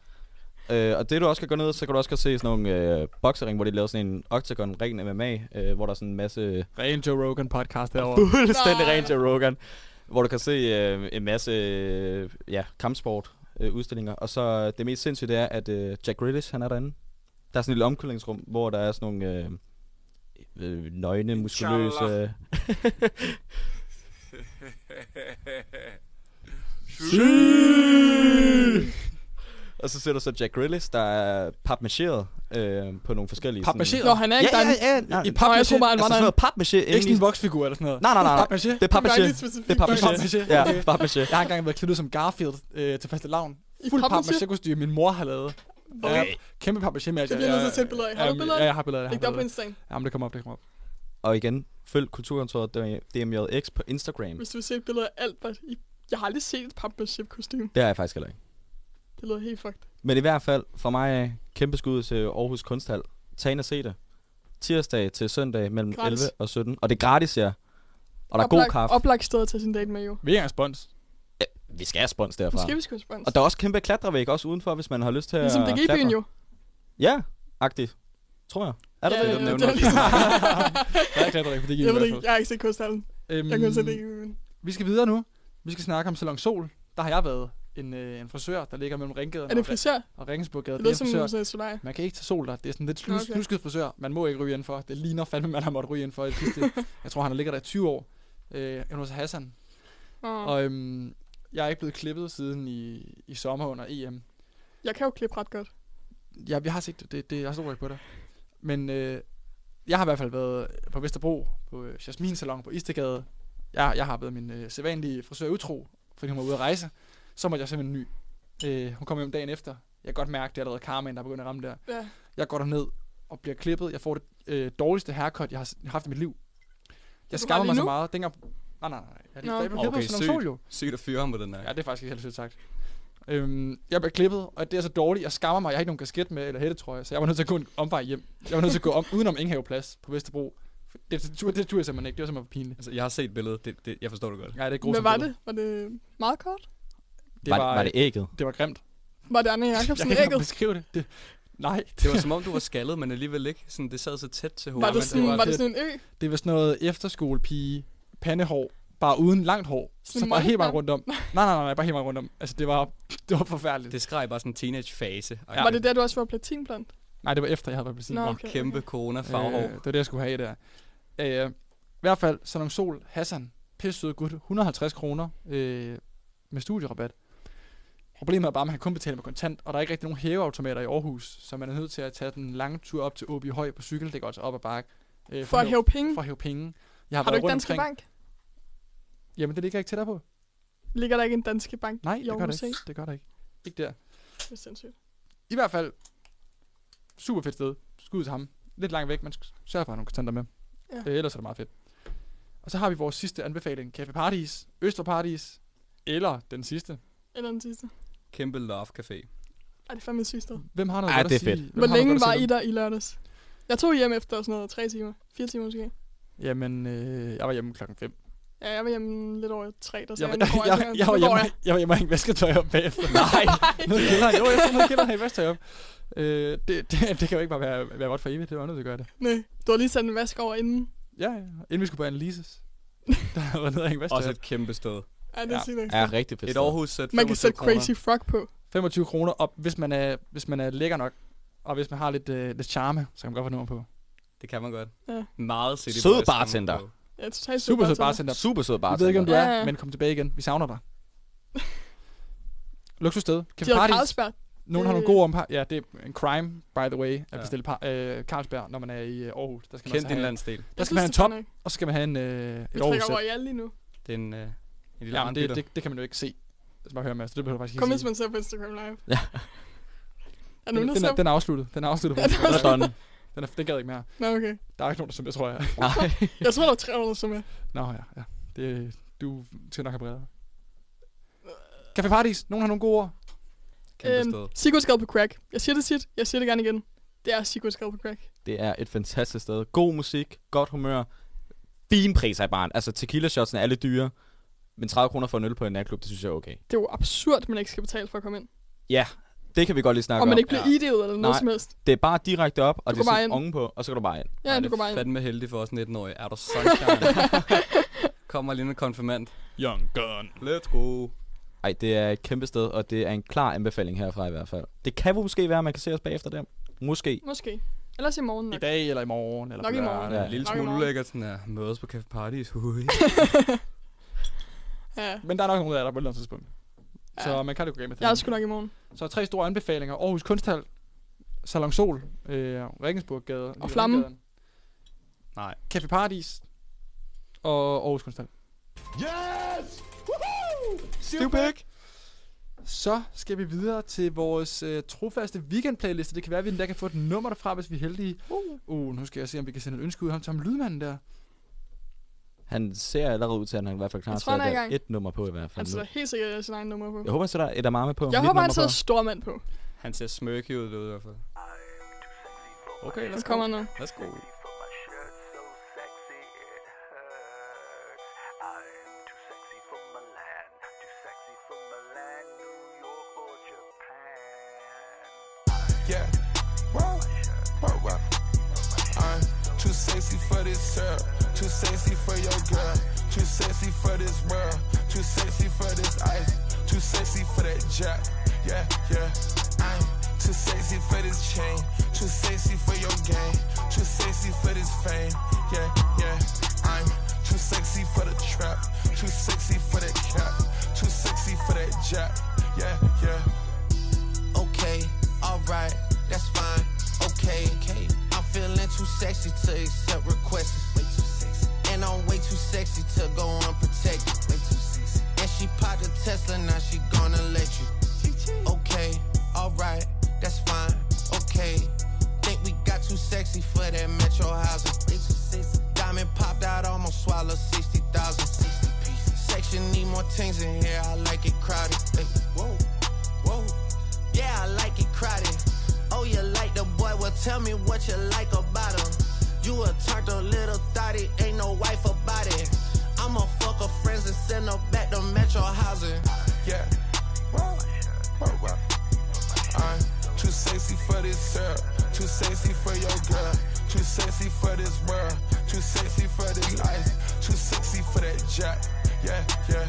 Øh, og det du også kan gå ned, så kan du også godt se sådan nogle øh, boksering, hvor de laver sådan en octagon ren MMA, øh, hvor der er sådan en masse...
Ren Joe Rogan
(laughs)
podcast derovre.
Fuldstændig ren Joe Rogan. Hvor du kan se øh, en masse øh, ja, kampsport øh, udstillinger. Og så øh, det mest sindssyge det er, at øh, Jack Grealish, han er derinde. Der er sådan et lille omklædningsrum, hvor der er sådan nogle øh, øh, nøgne, muskuløse... (laughs) Og så ser du så Jack Grealish, der er papmacheret øh, på nogle forskellige... sådan-
Papmacheret?
Nå, han er ikke
ja,
der.
ja, ja, ja,
I
papmaché.
papmaché?
Jeg tror bare, han var altså sådan noget papmaché.
Ikke sådan en voksfigur eller sådan noget?
Nej, nej, nej, nej.
Papmaché?
Det er papmaché. Det er papmaché. Ja, papmaché.
Jeg har engang været klædt ud som Garfield øh, til faste lavn.
I
Fuld
papmaché?
papmaché kostume min mor har lavet.
Okay.
Ja, kæmpe altså, papmaché med.
Det bliver nødt til at sætte billeder af. Har du billeder af
Ja,
det?
jeg har billeder af
Læg det op på Instagram.
Jamen, det kommer op, det kommer op.
Og igen, følg Kulturkontoret DMJX på Instagram.
Hvis du vil se et billede af Albert i... Jeg har aldrig set et papmaché kostume.
Det har jeg faktisk heller ikke.
Det lyder helt fucked.
Men i hvert fald, for mig af, kæmpe skud til Aarhus Kunsthal. Tag ind og se det. Tirsdag til søndag mellem
Gratis.
11 og 17. Og det er gratis, ja. Og der er god
Oplagt-
kaffe.
Oplagt sted at tage sin date med, jo.
Vi er ikke spons.
Ja, vi skal have spons derfra.
Måske vi skal have spons.
Og der er også kæmpe klatrevæg også udenfor, hvis man har lyst til
Ligesom
at
DG-byen
klatre.
jo.
Ja, agtigt. Tror jeg. Er der
Ja,
det?
ja, det er ligesom- (laughs)
(laughs)
Der er klatrevæg på DG i
Jeg ved
hvert
ikke,
fald.
jeg har ikke set kunsthallen.
Øhm,
Jeg kunne se det
Vi skal videre nu. Vi skal snakke om Salon Sol. Der har jeg været en, øh, en frisør, der ligger mellem Ringgaden
Er det
og-
frisør?
og Regensburggade.
Det
Det er
lyder som øh,
en
sådan
frisør.
et solarie.
Man kan ikke tage sol der. Det er sådan lidt
Nå,
snus,
okay.
snusket frisør. Man må ikke ryge indenfor. Det ligner fandme, man har måttet ryge indenfor i det
(laughs)
sidste. jeg tror, han har ligget der i 20 år. Øh, Jonas Hassan.
Åh.
Og øhm, jeg er ikke blevet klippet siden i, i sommer under E EM.
Jeg kan jo klippe ret godt.
Ja, vi har set det. det, det jeg står ikke på dig. Men øh, jeg har i hvert fald været på Vesterbro, på øh, Jasmin Salon på Istegade. Jeg, jeg har været min øh, sædvanlige frisør utro, fordi hun var ude at rejse. Så måtte jeg simpelthen ny. Øh, hun kom hjem dagen efter. Jeg kan godt mærke, det er allerede karmaen, der begynder at ramme der.
Ja.
Jeg går derned og bliver klippet. Jeg får det øh, dårligste haircut, jeg har s- haft i mit liv. Jeg skammer
lige
mig så
nu?
meget. Dengang... Nej, nej, nej. Jeg,
Nå.
no. jeg blev klippet
Okay,
okay, Salon Sol, jo.
sygt, sygt at fyre ham på den her.
Ja, det er faktisk ikke helt sødt sagt. Øhm, jeg bliver klippet, og det er så dårligt. Jeg skammer mig. Jeg har ikke nogen kasket med eller hættetrøje, så jeg var nødt til at gå en omvej hjem. Jeg var nødt til at gå om, udenom Enghaveplads på Vesterbro. Det, det, det, det turde jeg simpelthen ikke. Det var simpelthen for pinligt.
Altså, jeg har set billedet, det, det, jeg forstår det godt.
Ja, det er grusomt
Hvad var
billede.
det? Var det meget kort?
Var det- var det ægget?
Det var grimt.
Var det Anne
Jeg kan
Jacobsen
ikke engang
ægget?
beskrive det. det. Nej.
Det var som om, du var skaldet, men alligevel ikke. Sådan, det sad så tæt til hovedet.
Var det sådan- var det sådan en ø?
Det var sådan noget efterskolepige, pandehår, bare uden langt hår.
Sådan
så
en
bare helt meget
moleknap?
rundt om. Nej, nej, nej, nej, bare helt meget rundt om. Altså, det var, (laughs) det var forfærdeligt.
Det skreg bare sådan en teenage-fase.
Ja.
Var det der, du også var platinblond?
Nej, det var efter, jeg havde været på
Nå,
Nå,
okay, Kæmpe okay.
corona-farvehår.
Øh, det var det, jeg skulle have der. Øh, I hvert fald, Salon Sol Hassan, pisse sød gut, 150 kroner øh, med studierabat. Problemet er bare, at man kan kun betale med kontant, og der er ikke rigtig nogen hæveautomater i Aarhus, så man er nødt til at tage den lange tur op til Åby Høj på cykel, det går altså op ad bakke. Øh,
For at hæve penge?
For at hæve penge. Jeg
Har, har du
været
ikke
rundt
Danske
omkring-
Bank?
Jamen, det ligger ikke tættere på.
Ligger der ikke en Danske Bank
Nej,
i
det gør
Aarhus
det ikke. Det gør det ikke. Ikke der.
Det er sindssygt.
I hvert fald, super fedt sted. Skud ud til ham. Lidt langt væk, men sørg for at have nogle kontanter med.
Ja.
Øh, ellers er det meget fedt. Og så har vi vores sidste anbefaling. Café Paradis, Øster Paradis, eller den sidste.
Eller den sidste.
Kæmpe Love Café.
Ej, det er fandme et sygt sted.
Hvem har noget
Ej,
godt
det
at sige?
er fedt.
Hvem
Hvor
har noget
længe
godt at
var
sige?
I der i lørdags? Jeg tog hjem efter sådan noget tre timer. Fire timer måske.
Jamen, øh, jeg var hjemme klokken 5.
Ja, jeg var hjemme lidt over tre, der
Jeg,
sagde,
var-
nu
jeg,
går
(laughs) jeg,
altså.
jeg, jeg, var
Nu går
hjemme, jeg var hjemme og hængte vasketøj op bagefter.
(laughs)
Nej, nede i kælderen. Jo, jeg stod nede i kælderen og hængte vasketøj op. Øh, det, det, det, kan jo ikke bare være, være godt for evigt. Det var jeg nødt til at gøre
(laughs)
det.
Nej, du har lige sat en vask over inden.
Ja, ja. Inden vi skulle på
(laughs)
Annelises. Der var nede og hængte vasketøj
Også
op.
et kæmpe sted.
Ja, det er sygt nok.
Ja, rigtig fedt
Et
sted.
Aarhus sæt
Man
25
kan sætte
kroner.
Crazy Frog på.
25 kroner op, hvis man er, hvis man er lækker nok. Og hvis man har lidt, øh, lidt charme, så kan man godt få nummer på.
Det kan man godt.
Ja.
Meget City
Sød
Boys
bartender.
nummer
Ja, totalt
Super sød
bartender.
bartender.
Super sød
Vi ved ikke,
bartender.
om du er,
Ja, ja.
men kom tilbage igen. Vi savner
(laughs)
dig. Luksussted.
De
Café
har
Paradis.
Carlsberg.
Nogen har
Det-
nogle gode om Ja, det er en crime, by the way, at
Ja.
bestille par, øh, Carlsberg, når man er i øh, Aarhus. Der skal man
Kend
altså
din
have-
landsdel.
Der
Jeg
skal man have en
synes,
top,
det er fair
og så skal man have en, øh, et
Vi
Aarhus.
drikker Royal lige nu.
Det er en, øh, en lille
Ja, men det,
armbytter.
det, det, kan man jo ikke se, hvis man hører med. Så det behøver jeg faktisk
Kom,
ikke
hvis
sige.
man ser på Instagram Live.
Ja.
Er
Den,
nogen, der
den, er,
ser?
den er afsluttet. Den er afsluttet.
(laughs) Ja,
den,
den er
er done. Den, er, den gad jeg ikke mere.
Nå, okay.
Der er ikke nogen, der som det,
(laughs)
tror jeg.
Jeg tror, der var 300, som er.
Nå ja, ja. Det, du skal nok have bredere. Café Paradis. Nogen har nogle gode ord?
Kæmpe
Øhm,
sted.
Sigurdsgade på crack. Jeg siger det tit. Jeg siger det gerne igen. Det er Sigurdsgade på crack.
Det er et fantastisk sted. God musik, godt humør, fine priser i baren. Altså tequila shotsene er lidt dyre, men 30 kroner for en øl på en natklub, det synes jeg er okay.
Det er jo absurd, at man ikke skal betale for at komme ind.
Ja, det kan vi godt lige snakke
Og
om.
man ikke bliver ID'et eller noget
Nej,
som helst.
det er bare direkte op, og
Du
det er
går bare
sådan
ind.
unge på, og så går du bare ind.
Ja, du går bare
er
ind.
fandme heldig for os 19-årige. Er du
(laughs)
sunshine? Kommer lige med konfirmand. Young gun. Let's go.
Ej, det er et kæmpe sted, og det er en klar anbefaling herfra i hvert fald. Det kan jo måske være, at man kan se os bagefter der. Måske.
Måske. Ellers i morgen
I
nok.
dag eller i morgen? Eller
Nok i morgen.
Ja,
Ja.
en lille
Nok i
smule
morgen.
ulækkert. Sådan er mødes på Café Paradis. Hui.
(laughs) Ja.
Men der er nok nogen, der er der på et eller andet tidspunkt. Så
Ja.
man kan det gå gennem
Jeg er sgu nok i morgen.
Så tre store anbefalinger. Aarhus Kunsthal, Salon Sol, øh, Regensburggade. lige ved
Flammen.
Ringgaden.
Nej.
Café Paradis og Aarhus Kunsthal.
Yes!
Stupid! Så skal vi videre til vores øh, trofaste weekend-playliste. Det kan være, at vi endda kan få et nummer derfra, hvis vi er heldige. Uh. uh, nu skal jeg se, om vi kan sende et ønske ud af ham til ham lydmanden der.
Han ser allerede ud til, at han i hvert fald
Jeg
knart
tror, han er i gang.
et nummer på i hvert fald.
Han
nu.
sætter helt sikkert sin egen nummer på.
Jeg håber, han sætter et amame på.
jeg
Mit
håber han
nummer
sætter
på.
stormand på.
Han ser smirky ud, ved du i hvert fald. Okay,
Han
let's
kommer
go.
nu.
Let's go.
Yeah. Whoa. Whoa, whoa. I'm too sexy for this sir. Too sexy for your girl. Too sexy for this world. Too sexy for this ice. Too sexy for that jack. Yeah, yeah. I'm too sexy for this chain. Too sexy for your game. Too sexy for this fame. Yeah, yeah. I'm too sexy for the trap. Too sexy for that cap. Too sexy for that jack. Yeah, yeah.
Okay, alright, that's fine. Okay, okay. I'm feeling too sexy to accept requests. Way too sexy. And I'm way too sexy to go unprotected. Way too sexy. And she popped a Tesla, now she gonna let you. Okay, alright, that's fine. Okay. Think we got too sexy for that metro housing. Way too sexy. Diamond popped out, almost swallowed 60,000. 60 pieces. Section need more things in here, I like it crowded. Hey, whoa, whoa. Yeah, I like it crowded. Oh, you like the boy? Well, tell me what you like about him. You a turtle little thotty, ain't no wife about it. I'ma fuck her friends and send her back to Metro Housing.
Yeah. Whoa. Whoa, whoa. I'm too sexy for this sir. Too sexy for your girl. Too sexy for this world. Too sexy for this life. Too sexy for that jack. Yeah, yeah.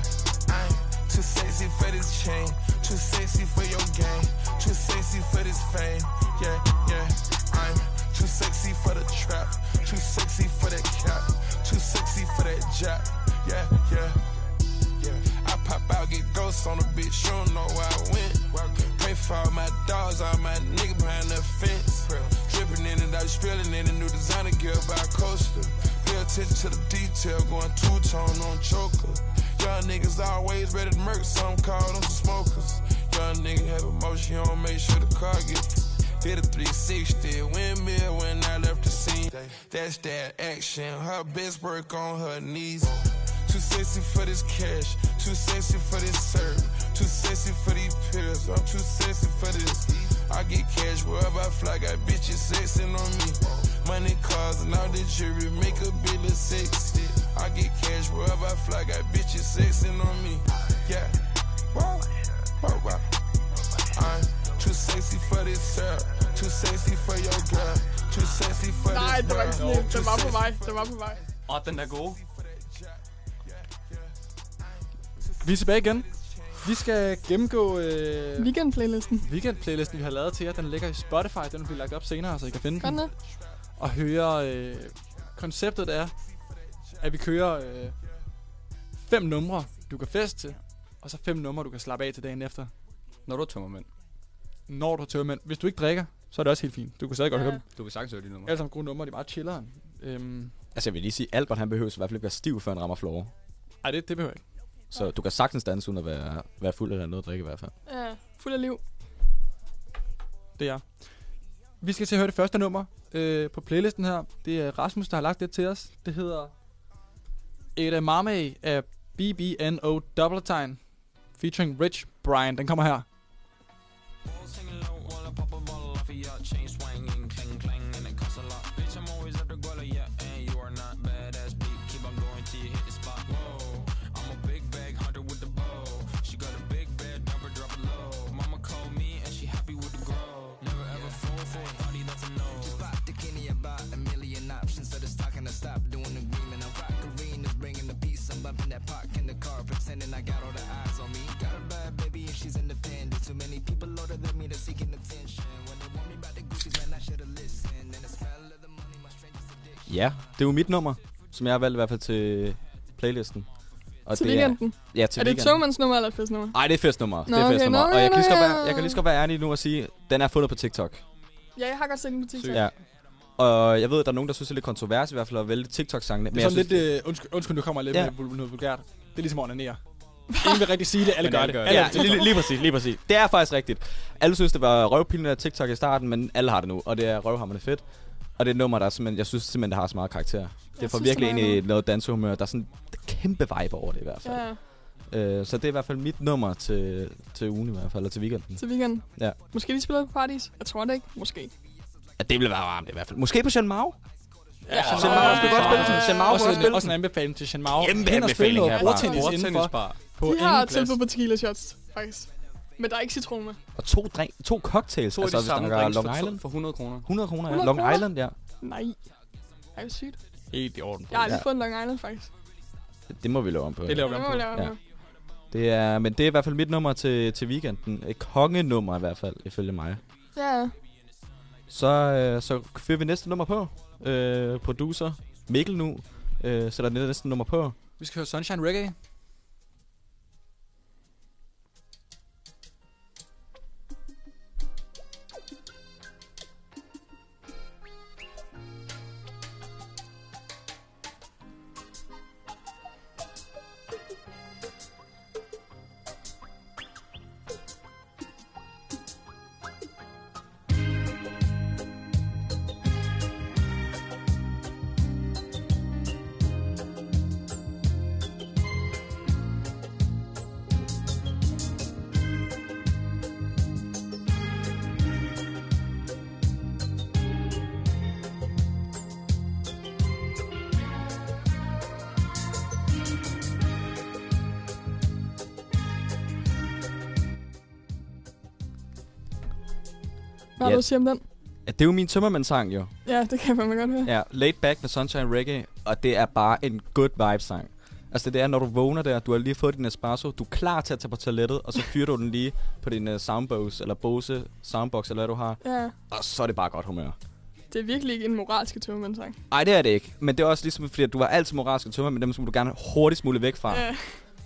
I'm too sexy for this chain. Too sexy for your game. Too sexy for this fame. Yeah, yeah. I'm too sexy for the trap. Too sexy for that cap. Too sexy for that jack. Yeah, yeah. Yeah. I pop out, get ghosts on the bitch, you don't know where I went. Pray for all my dogs, all my niggas behind the fence. Dripping in and out, spilling in a new designer gear by Coaster. Pay attention to the detail, going two tone on choker. Young niggas always ready to murk, some call them some smokers. Young nigga have emotion, you don't make sure the car gets. Did a 360 windmill when I left the scene. That's that action. Her best work on her knees. Too sexy for this cash. Too sexy for this serve. Too sexy for these pills. I'm too sexy for this. I get cash wherever I fly. Got bitches sexing on me. Money, cars, and all the jewelry make a bill of sexy. I get cash wherever I fly. Got bitches sexing on me. Yeah. Whoa. Whoa, whoa. I'm too sexy for this sir. Too sexy for your girl. Too sexy for
Nej,
this
det var
world.
ikke sådan, en. den var på vej, den var på vej.
Åh, den er god.
Vi er tilbage igen. Vi skal gennemgå... Øh,
Weekend-playlisten.
Weekend-playlisten, vi har lavet til jer. Den ligger i Spotify. Den vil blive lagt op senere, så I kan finde
Godt
den.
nok.
Og høre... Øh, konceptet er, at vi kører øh, fem numre, du kan fest til. Og så fem numre, du kan slappe af til dagen efter.
Når du er tømmermænd.
Når du har tømmermænd. Hvis du ikke drikker, så er det også helt fint. Du kan stadig godt
Ja.
høre dem.
Du kan sagtens høre de numre.
Alle sammen gode numre, de er meget chilleren. Øhm,
Altså, jeg vil lige sige, Albert han behøver i hvert fald ikke være stiv, før han rammer floor.
ej, det, det behøver jeg ikke.
Så du kan sagtens danse uden at være, være fuld eller noget at drikke i hvert fald.
Ja, fuld af liv.
Det er. Vi skal til at høre det første nummer øh, på playlisten her. Det er Rasmus, der har lagt det til os. Det hedder Edamame af BBNO Doubletine featuring Rich Brian. Den kommer her.
off of your chain swinging, clang clang, and it costs a lot. Bitch, I'm always at the guala, yeah, and you are not badass beat. Keep on going till you hit the spot. Whoa, I'm a big bag hunter with the bow. She got a big bed, never drop it low. Mama called me and she happy with the grow. Never ever fall for a honey, that's a no.
Just pop the Kenny about a million options, so the stock and I stop doing agreement. I rock arenas, bringing the peace. I'm bumping that park in the car, pretending I got all the eyes on me. Got a bad baby and she's independent. Too many people older than me that's seeking attention. When they want me about the Gucci's, man, I should've listened. And the smell of the money, my strangest addiction.
Ja, det er jo mit nummer, som jeg har valgt i hvert fald til playlisten. Og
Til
det
weekenden.
Er, ja, til
er det et
weekenden.
togmandsnummer eller et festnummer?
Nej, det er festnummer.
Nå,
det er
okay,
festnummer.
nå,
og jeg kan, lige så godt
nå,
være, jeg kan lige så godt være ærlig nu og sige, den er fundet på TikTok.
Ja, jeg har godt set den på TikTok.
Ja. Og jeg ved, at der er nogen, der synes, det er lidt kontrovers i hvert fald at vælge TikTok-sangene.
Det er sådan lidt, øh, undskyld, undskyld, nu kommer jeg lidt
Ja.
ja. med vul- noget vulgært. Det er ligesom at onanere. Ingen vil rigtig sige det, alle
Men
gør
alle
det.
gør
Alle
det. Ja, lige, lige præcis, lige præcis. Det er faktisk rigtigt. Alle synes, det var røvpilende af TikTok i starten, men alle har det nu, og det er røvhammerne fedt. Og det er et nummer, der simpelthen, jeg synes simpelthen, der har så meget karakter. Det får
synes,
virkelig
der
ind
er
i
noget.
noget dansehumør. Der er sådan en kæmpe vibe over det i hvert fald.
Ja,
Øh, så det er i hvert fald mit nummer til, til ugen i hvert fald, eller til weekenden.
til weekenden.
Ja.
Måske de spiller på Paradis? Jeg tror det ikke. Måske.
ja det ville være varmt i hvert fald. Måske på Jean Mao?
Ja,
Jean Mao skulle godt spille den. Jean Mao
Også
kunne
en-
spille
Også en anbefaling til Jean Mao.
Kæmpe
Hen og spille
anbefaling
noget
herfra.
bordtennis indenfor.
Bordtennisbar.
På
de har
ingen plads.
tilbud på tequila shots, faktisk. Men der er ikke citron med.
Og to, drink, to cocktails.
To af de
altså, hvis
samme
der er
drinks for,
Long Island.
to- for 100 kroner.
100 kroner, ja.
100
Long
kroner?
Island, ja.
Nej. Ej, hvor sygt.
Helt i orden.
Jeg har aldrig fået en Long Island, faktisk.
Det må vi lave om på.
Det laver vi om
Det må
på.
vi lave om
Ja.
på.
Det er, men det er i hvert fald mit nummer til, til weekenden. Et kongenummer i hvert fald, ifølge mig.
Ja.
Så, øh, så fyrer vi næste nummer på. Øh, producer Mikkel nu øh, sætter det næste nummer på.
Vi skal høre Sunshine Reggae.
Hvad har
Ja.
du at sige om den?
Ja, det er jo min tømmermandssang
(laughs)
jo.
Ja, det kan man godt høre.
Ja, Laid Back med Sunshine Reggae, og det er bare en good vibe sang. Altså det er, når du vågner der, du har lige fået din espresso, du er klar til at tage på toilettet, og så fyrer du den lige på din uh, soundbox, eller Bose soundbox, eller hvad du har.
Ja.
Og så er det bare godt humør.
Det er virkelig ikke en moralsk tøvmandsang.
Nej, det er det ikke. Men det er også ligesom, fordi at du var altid moralsk og tømmer, men dem skulle du gerne hurtigst muligt væk fra.
Ja.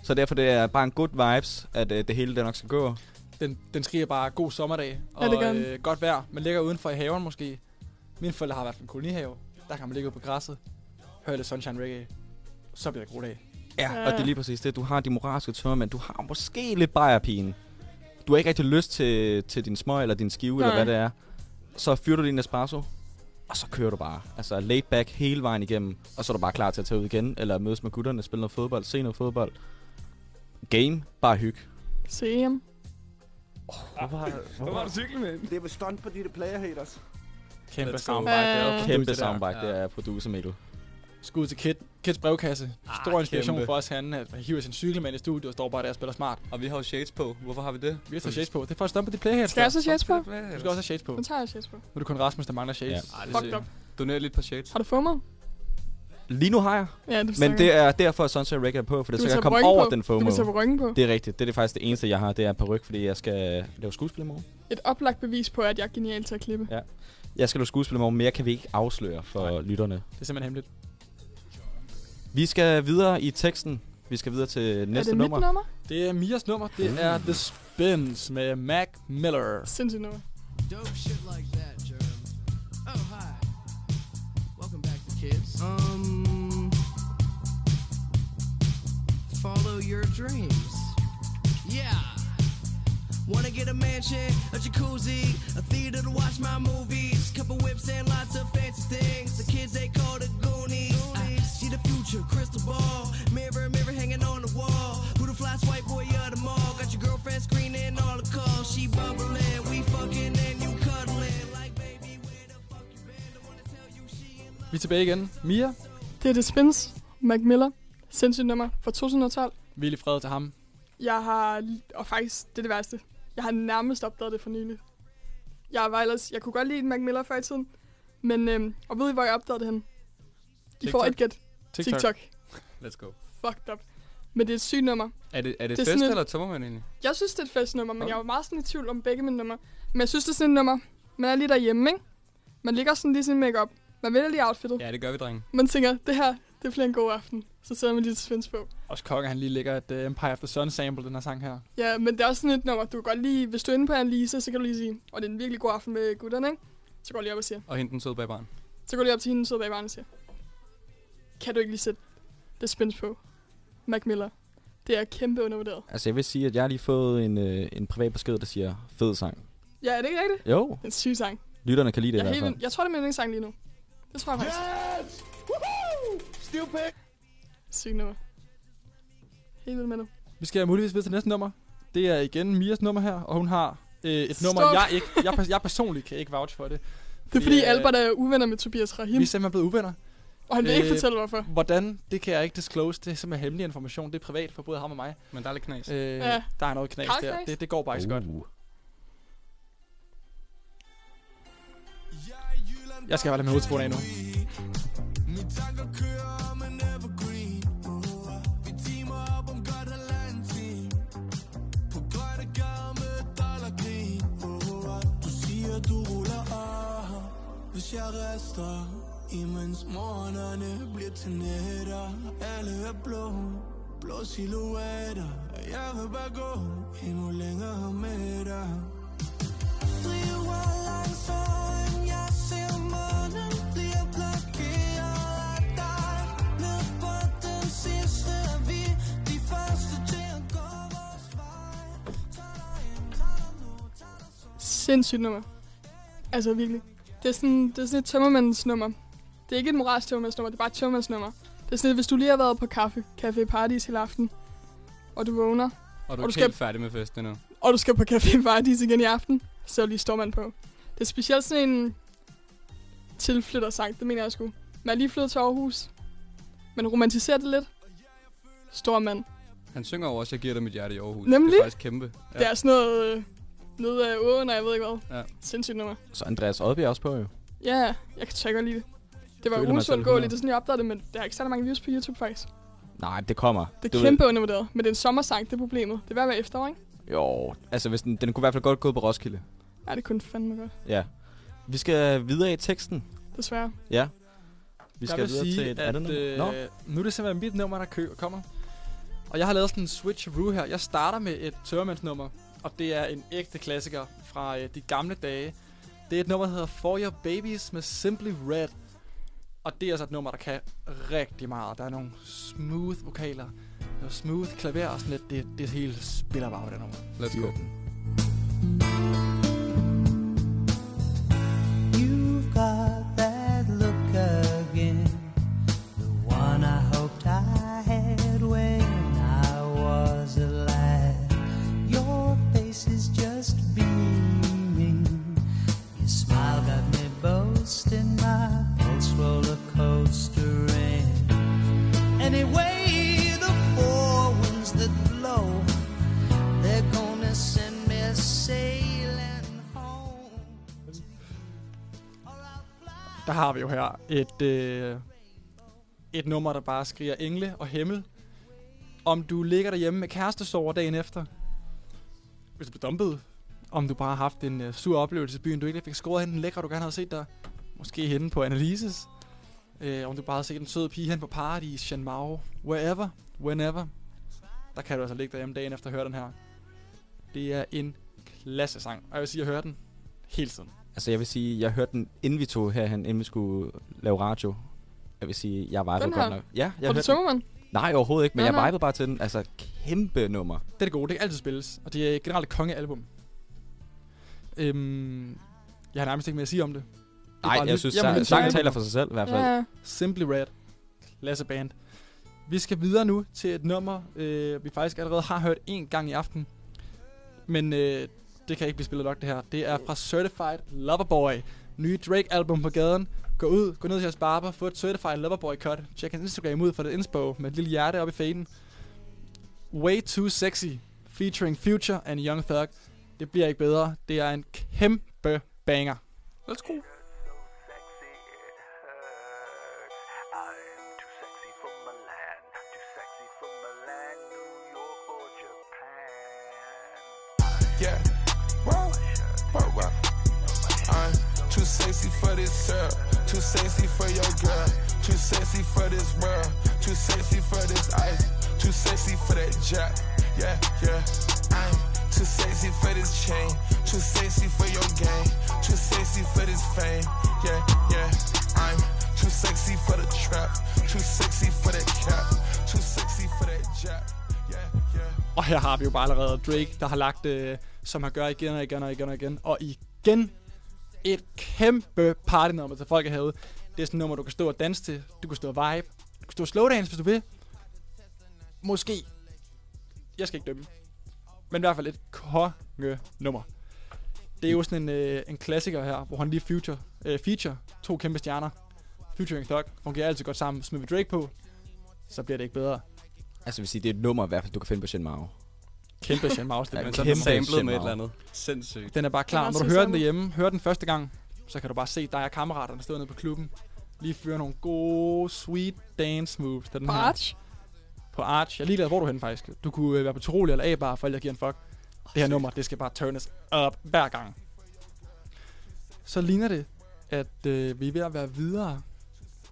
Så derfor det er bare en good vibes, at øh, det hele det nok skal gå.
Den, den skriger bare god sommerdag
Ja, det
og
gør den.
øh, godt vejr. Man ligger udenfor i haven måske. Mine forældre har i hvert fald en kolonihave. Der kan man ligge ude på græsset. Hør lidt Sunshine Reggae. Så bliver det god dag.
Ja, og det er lige præcis det. Du har de moralske tømmer, men du har måske lidt bajerpigen. Du har ikke rigtig lyst til, til din smøg eller din skive, eller
Nej.
hvad det er. så fyrer du din espresso, og så kører du bare. Altså laid back hele vejen igennem, og så er du bare klar til at tage ud igen, eller mødes med gutterne, spille noget fodbold, se noget fodbold. Game, bare hygge.
Se ham.
Hvorfor har,
Hvor var du cykel med? Det er vel stunt på de der player haters.
Kæmpe
Let's go.
soundbite. det er jo
Kæmpe
det der.
soundbite, det er producer Mikkel.
Skud til Kit. Kits brevkasse. Stor
Ah,
inspiration
kæmpe.
for os herinde, at hiver sin cykel med i studiet og står bare der og spiller smart.
Og vi har jo shades på. Hvorfor har vi det?
Vi har så shades på. Det er for at stumpe de play her.
Skal jeg også have shades på?
Du skal også have shades på.
Nu tager jeg shades på.
Nu er det kun Rasmus, der mangler shades.
Ja. Ej,
det Fucked ser- up.
Doner lidt par shades.
Har du FOMO?
Lige nu har jeg.
Ja, det forstår
men
jeg.
det er derfor, at Sunset Rec er på, for det så kan
Du vil
jeg
tage
komme
perukken
over
på.
den
Du vil
FOMO.
tage perukken på.
Det er rigtigt. Det er det faktisk det eneste, jeg har, det er på ryg, fordi jeg skal lave skuespil i morgen.
Et oplagt bevis på, at jeg er genial til at klippe.
Ja. Jeg skal lave skuespil i morgen, mere kan vi ikke afsløre for lytterne.
Det er simpelthen hemmeligt.
Vi skal videre i teksten. Vi skal videre til næste
mit
nummer.
nummer?
Det er Mias nummer. Det
Mm.
er The Spins med Mac Miller.
Sindssygt nummer.
Dope shit like that, Germ. Oh, hi. Welcome back to Kids. Um. Follow your dreams. Yeah. Wanna get a mansion, a jacuzzi, a theater to watch my movies, couple whips and lots of fancy things. The kids they call the Goonies. I see the future, crystal ball, mirror, mirror hanging on the wall. Who the fly white boy of the mall? Got your girlfriend screening all the calls. She bubbling, we fucking and you cuddling. Like
Vi er tilbage igen. Mia,
Det er The Spins, Mac Miller, sindssygt nummer fra 2012.
vil i fred til ham.
Jeg har, og faktisk, det er det værste, jeg har nærmest opdaget det for nylig. Jeg var ellers, jeg kunne godt lide Mac Miller før i tiden, men, øhm, og ved I, hvor jeg opdagede det hen? I får
TikTok.
et gæt.
TikTok.
TikTok.
Let's go.
Fucked up. Men det er et sygt nummer.
Er det, er det,
Det er
det fest
sådan et-
eller tømmermand egentlig?
Jeg synes, det er et festnummer, men
Okay.
jeg var meget sådan i tvivl om begge mine numre. Men jeg synes, det er sådan et nummer. Man er lige derhjemme, ikke? Man ligger sådan lige sin makeup. Man vælger lige outfittet.
Ja, det gør vi, drenge.
Man tænker, det her, det bliver en god aften. Så sidder man lige til spænds på.
Også kokker, han lige lægger et uh, Empire of the Sun sample, den her sang her.
Ja, men det er også sådan et nummer, du kan godt lige, hvis du er inde på Annelise, så kan du lige sige, og det er en virkelig god aften med gutterne, ikke? Så går du lige op og siger,
Og hente den søde bag barn.
så går du lige op til hende, så bag barnet og siger, kan du ikke lige sætte det spændt på? Mac Miller. Det er kæmpe undervurderet.
Altså, jeg vil sige, at jeg har lige fået en, øh, en privat besked, der siger, fed sang.
Ja, er det ikke rigtigt?
Jo.
Det er en syg sang.
Lytterne kan lide det
jeg,
i
er
hvert
helt
fald.
vild. jeg tror, det er min yndlingssang lige nu. Det tror jeg faktisk.
Yes! Woohoo! Still pick!
Sygt nummer. Helt vildt med det.
Vi skal muligvis videre til næste nummer. Det er igen Mias nummer her, og hun har øh, et
Stop.
nummer, jeg, ikke, jeg, pers- jeg personligt kan ikke vouch for det. øh,
Det er fordi Albert er uvenner med Tobias Rahim.
Vi er simpelthen blevet uvenner.
Og han vil ikke fortælle, hvorfor.
Hvordan, det kan jeg ikke disclose. Det er simpelthen hemmelig information. Det er privat for både ham og mig.
Men der er lidt knas.
Øh,
Ja.
Der er noget knas
Har
der.
knas?
Det, det går bare ikke så godt. Jeg skal bare lade min hovedtelefoner af nu.
Du siger, du ruller af Hvis jeg rester Imens morgenerne bliver til nætter Alle er blå Blå silhuetter Jeg vil bare gå endnu længere med dig Driver langsomt, jeg ser månen Bliver blokeret af dig Ned på den sidste er vi De første til at gå vores
Sindssygt nummer. Altså virkelig. Det er sådan, det er sådan et tømmermandens nummer. Det er ikke et moralsk tømmermandens nummer, det er bare et tømmermandens nummer. Det er sådan, at hvis du lige har været på kaffe, Café Paradis hele aften, og du vågner,
Og du er
og, du
ikke
skal,
helt færdig med festen endnu.
og du skal på Café Paradis igen i aften, så lige står man på. Det er specielt sådan en tilflyttersang, det mener jeg sgu. Man er lige flyttet til Aarhus. Man romantiserer det lidt. Stor mand.
Han synger over også, jeg giver dig mit hjerte i Aarhus.
Nemlig.
Det er faktisk kæmpe.
Ja. Det er sådan noget øh, nede af åen, og jeg ved ikke hvad.
Ja.
Sindssygt nummer.
Så Andreas Oddbjerg er også på, jo.
Ja, ja. jeg kan tjekke lige det. Det var
Føler man sig lidt
uundgåeligt,
hundrede?
det er sådan, jeg opdagede det, men der er ikke særlig mange views på YouTube faktisk.
Nej, det kommer.
Det
Du
er
ved-
kæmpe undervurderet, men det er en sommersang, det er problemet. Det er hver hver efterår, ikke?
Jo, altså, hvis den, den kunne i hvert fald godt gå på Roskilde.
Ja, det kunne fandme godt,
Ja. Vi skal videre i teksten.
desværre.
Ja. Vi skal
jeg vil
videre
sige,
til et
at,
andet nummer.
Øh, nu er det simpelthen mit nummer, der kø kommer. Og jeg har lavet sådan en switcheroo her. Jeg starter med et tørmandsnummer, og det er en ægte klassiker fra øh, de gamle dage. Det er et nummer, der hedder For Your Babies med Simply Red. Og det er altså et nummer, der kan rigtig meget. Der er nogle smooth vokaler, noget smooth klaver og sådan lidt. Det, det hele spiller bare på det nummer.
Let's go.
Let's der har vi jo her et, øh, et nummer, der bare skriger engle og himmel. Om du ligger derhjemme med kærestesover dagen efter, hvis du blev dumpet, om du bare har haft en øh, sur oplevelse i byen, du ikke lige fik scoret hende den lækre, du gerne havde set dig, måske henne på Analyses, øh, om du bare har set en sød pige hen på Paradis, Shen Mao, wherever, whenever, der kan du altså ligge derhjemme dagen efter og høre den her. Det er en klasse sang, og jeg vil sige, at jeg hører den hele tiden.
Altså, jeg vil sige, jeg hørte den, inden vi tog herhen, inden vi skulle lave radio. Jeg vil sige, jeg vibede
Den her?
godt nok. Ja, jeg
Var det
hørte den.
Tømmermann?
Nej, overhovedet ikke, men
Nå,
jeg
nå.
vibede bare til den. Altså, kæmpe nummer.
Det er det gode, det kan altid spilles, og det er generelt et kongealbum. Øhm, jeg har nærmest ikke mere at sige om det. Det er
Nej,
bare
jeg
lyt-
synes,
jamen,
sang-
lyt til
sangen
albumet.
taler for sig selv i hvert fald. Ja.
Simply Red. Klasse band. Vi skal videre nu til et nummer, øh, vi faktisk allerede har hørt en gang i aften. Men øh, det kan ikke blive spillet nok, det her. Det er fra Certified Loverboy. Nye Drake-album på gaden. Gå ud, gå ned til jeres barber, få et Certified Loverboy cut. Tjek hans Instagram ud for det inspo med et lille hjerte oppe i faden. Way Too Sexy, featuring Future and Young Thug. Det bliver ikke bedre. Det er en kæmpe banger. Let's go.
Yeah. Whoa. Whoa, whoa. I'm too sexy for this syrup. Too sexy for your girl. Too sexy for this world. Too sexy for this ice. Too sexy for that jack. Yeah, yeah. I'm too sexy for this chain. Too sexy for your game. Too sexy for this fame. Yeah, yeah. I'm too sexy for the trap. Too sexy for that cap. Too sexy for that jack. Yeah, yeah.
Og her har vi jo bare allerede Drake, der har lagt, øh, som han gør igen og igen og igen og igen. Og igen et kæmpe partynummer til folk herude. Det er sådan et nummer, du kan stå og danse til. Du kan stå og vibe. Du kan stå og slowdance, hvis du vil. Måske. Jeg skal ikke dømme. Men i hvert fald et konge nummer. Det er jo sådan en, øh, en klassiker her, hvor han lige future, øh, feature to kæmpe stjerner. Featuring Thug fungerer altid godt sammen. Smider vi Drake på, så bliver det ikke bedre.
Altså, jeg vil sige, det er et nummer i hvert fald, du kan finde på Shen Mao.
Kæmpe Shen Mao, det
Ja,
er
kæmpe
Så er den samlet
Shen
med et
Mao.
eller andet. Sindssygt.
Den er bare
Den
klar.
er
Når
så
du hører den
samlet.
derhjemme, hører den første gang, så kan du bare se dig og kammeraterne stå nede på klubben. Lige føre nogle gode, sweet dance moves. til Den
På
her.
Arch?
På Arch. Jeg er ligeglad, hvor du er henne faktisk. Du kunne øh, være på Tiroli eller A-bar, for alle, der giver en fuck. Det her nummer, det skal bare turnes up hver gang. Så ligner det, at øh, vi er ved at være videre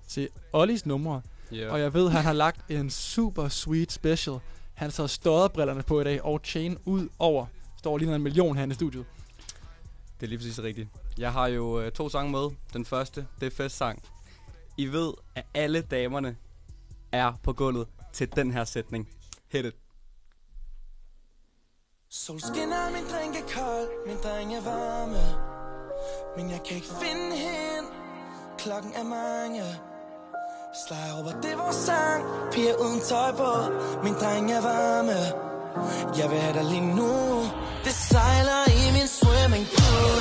til Ollis numre.
Ja.
Og jeg ved, han har lagt en super sweet special. Han har taget stodderbrillerne på i dag, og chain ud over. Står lige en million herinde i studiet.
Det er lige præcis rigtigt. Jeg har jo øh, to sange med. Den første, det er festsang. I ved, at alle damerne er på gulvet til den her sætning. Hit it.
Solskinner, min drink er kold, min dreng er varme Men jeg kan ikke finde hende, klokken er mange Slager over, det er vores sang, piger uden tøj på Min dreng er varme, jeg vil have dig lige nu Det sejler i min swimming pool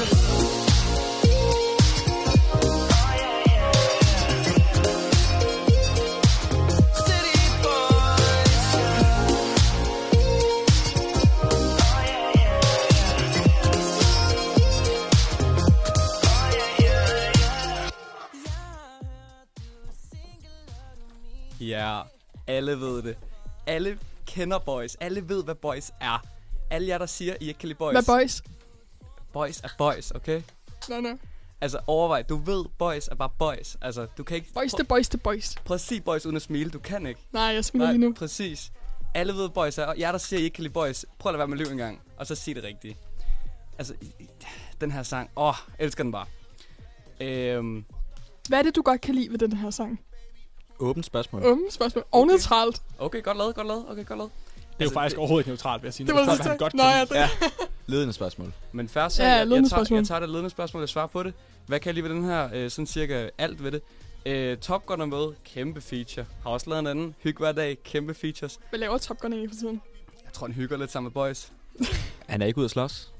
City boys,
Ja, alle ved det. Alle kender boys. Alle ved, hvad boys er. Alle jer, der siger, I ikke kan lide boys.
Hvad boys?
Boys er boys, okay?
Nej, nej.
Altså overvej, du ved, boys er bare boys. Altså, du kan ikke...
Boys, det boys, det boys.
Præcis boys uden at smile, du kan ikke.
Nej, jeg smiler lige nu.
præcis. Alle ved, boys er, og jer, der siger, I ikke kan lide boys, prøv at lade være med at lyve engang, og så sig det rigtigt. Altså, i- i- den her sang, åh, jeg elsker den bare. Øhm,
Hvad er det, du godt kan lide ved den her sang?
Åbent spørgsmål.
Åbent spørgsmål. Og neutralt.
okay, godt lavet, godt lavet, okay, godt lavet. Altså,
er
Det
jo faktisk overhovedet ikke neutralt, vil jeg sige.
Det var Neutralt, det, hvad han jeg godt sagde. kan
ja.
Ledende spørgsmål.
Men færre sag,
Ja,
ja, jeg, jeg,
ledende
tager,
spørgsmål.
jeg tager det ledende spørgsmål, jeg svarer på det. Hvad kan jeg lide ved den her? Øh, sådan cirka alt ved det. Øh, Top Gun er med, kæmpe feature. Har også lavet en anden, hyg hver dag, kæmpe features.
Hvad laver Top Gun egentlig for tiden?
Jeg tror, han hygger lidt sammen med boys. (laughs)
Han er ikke ude at slås.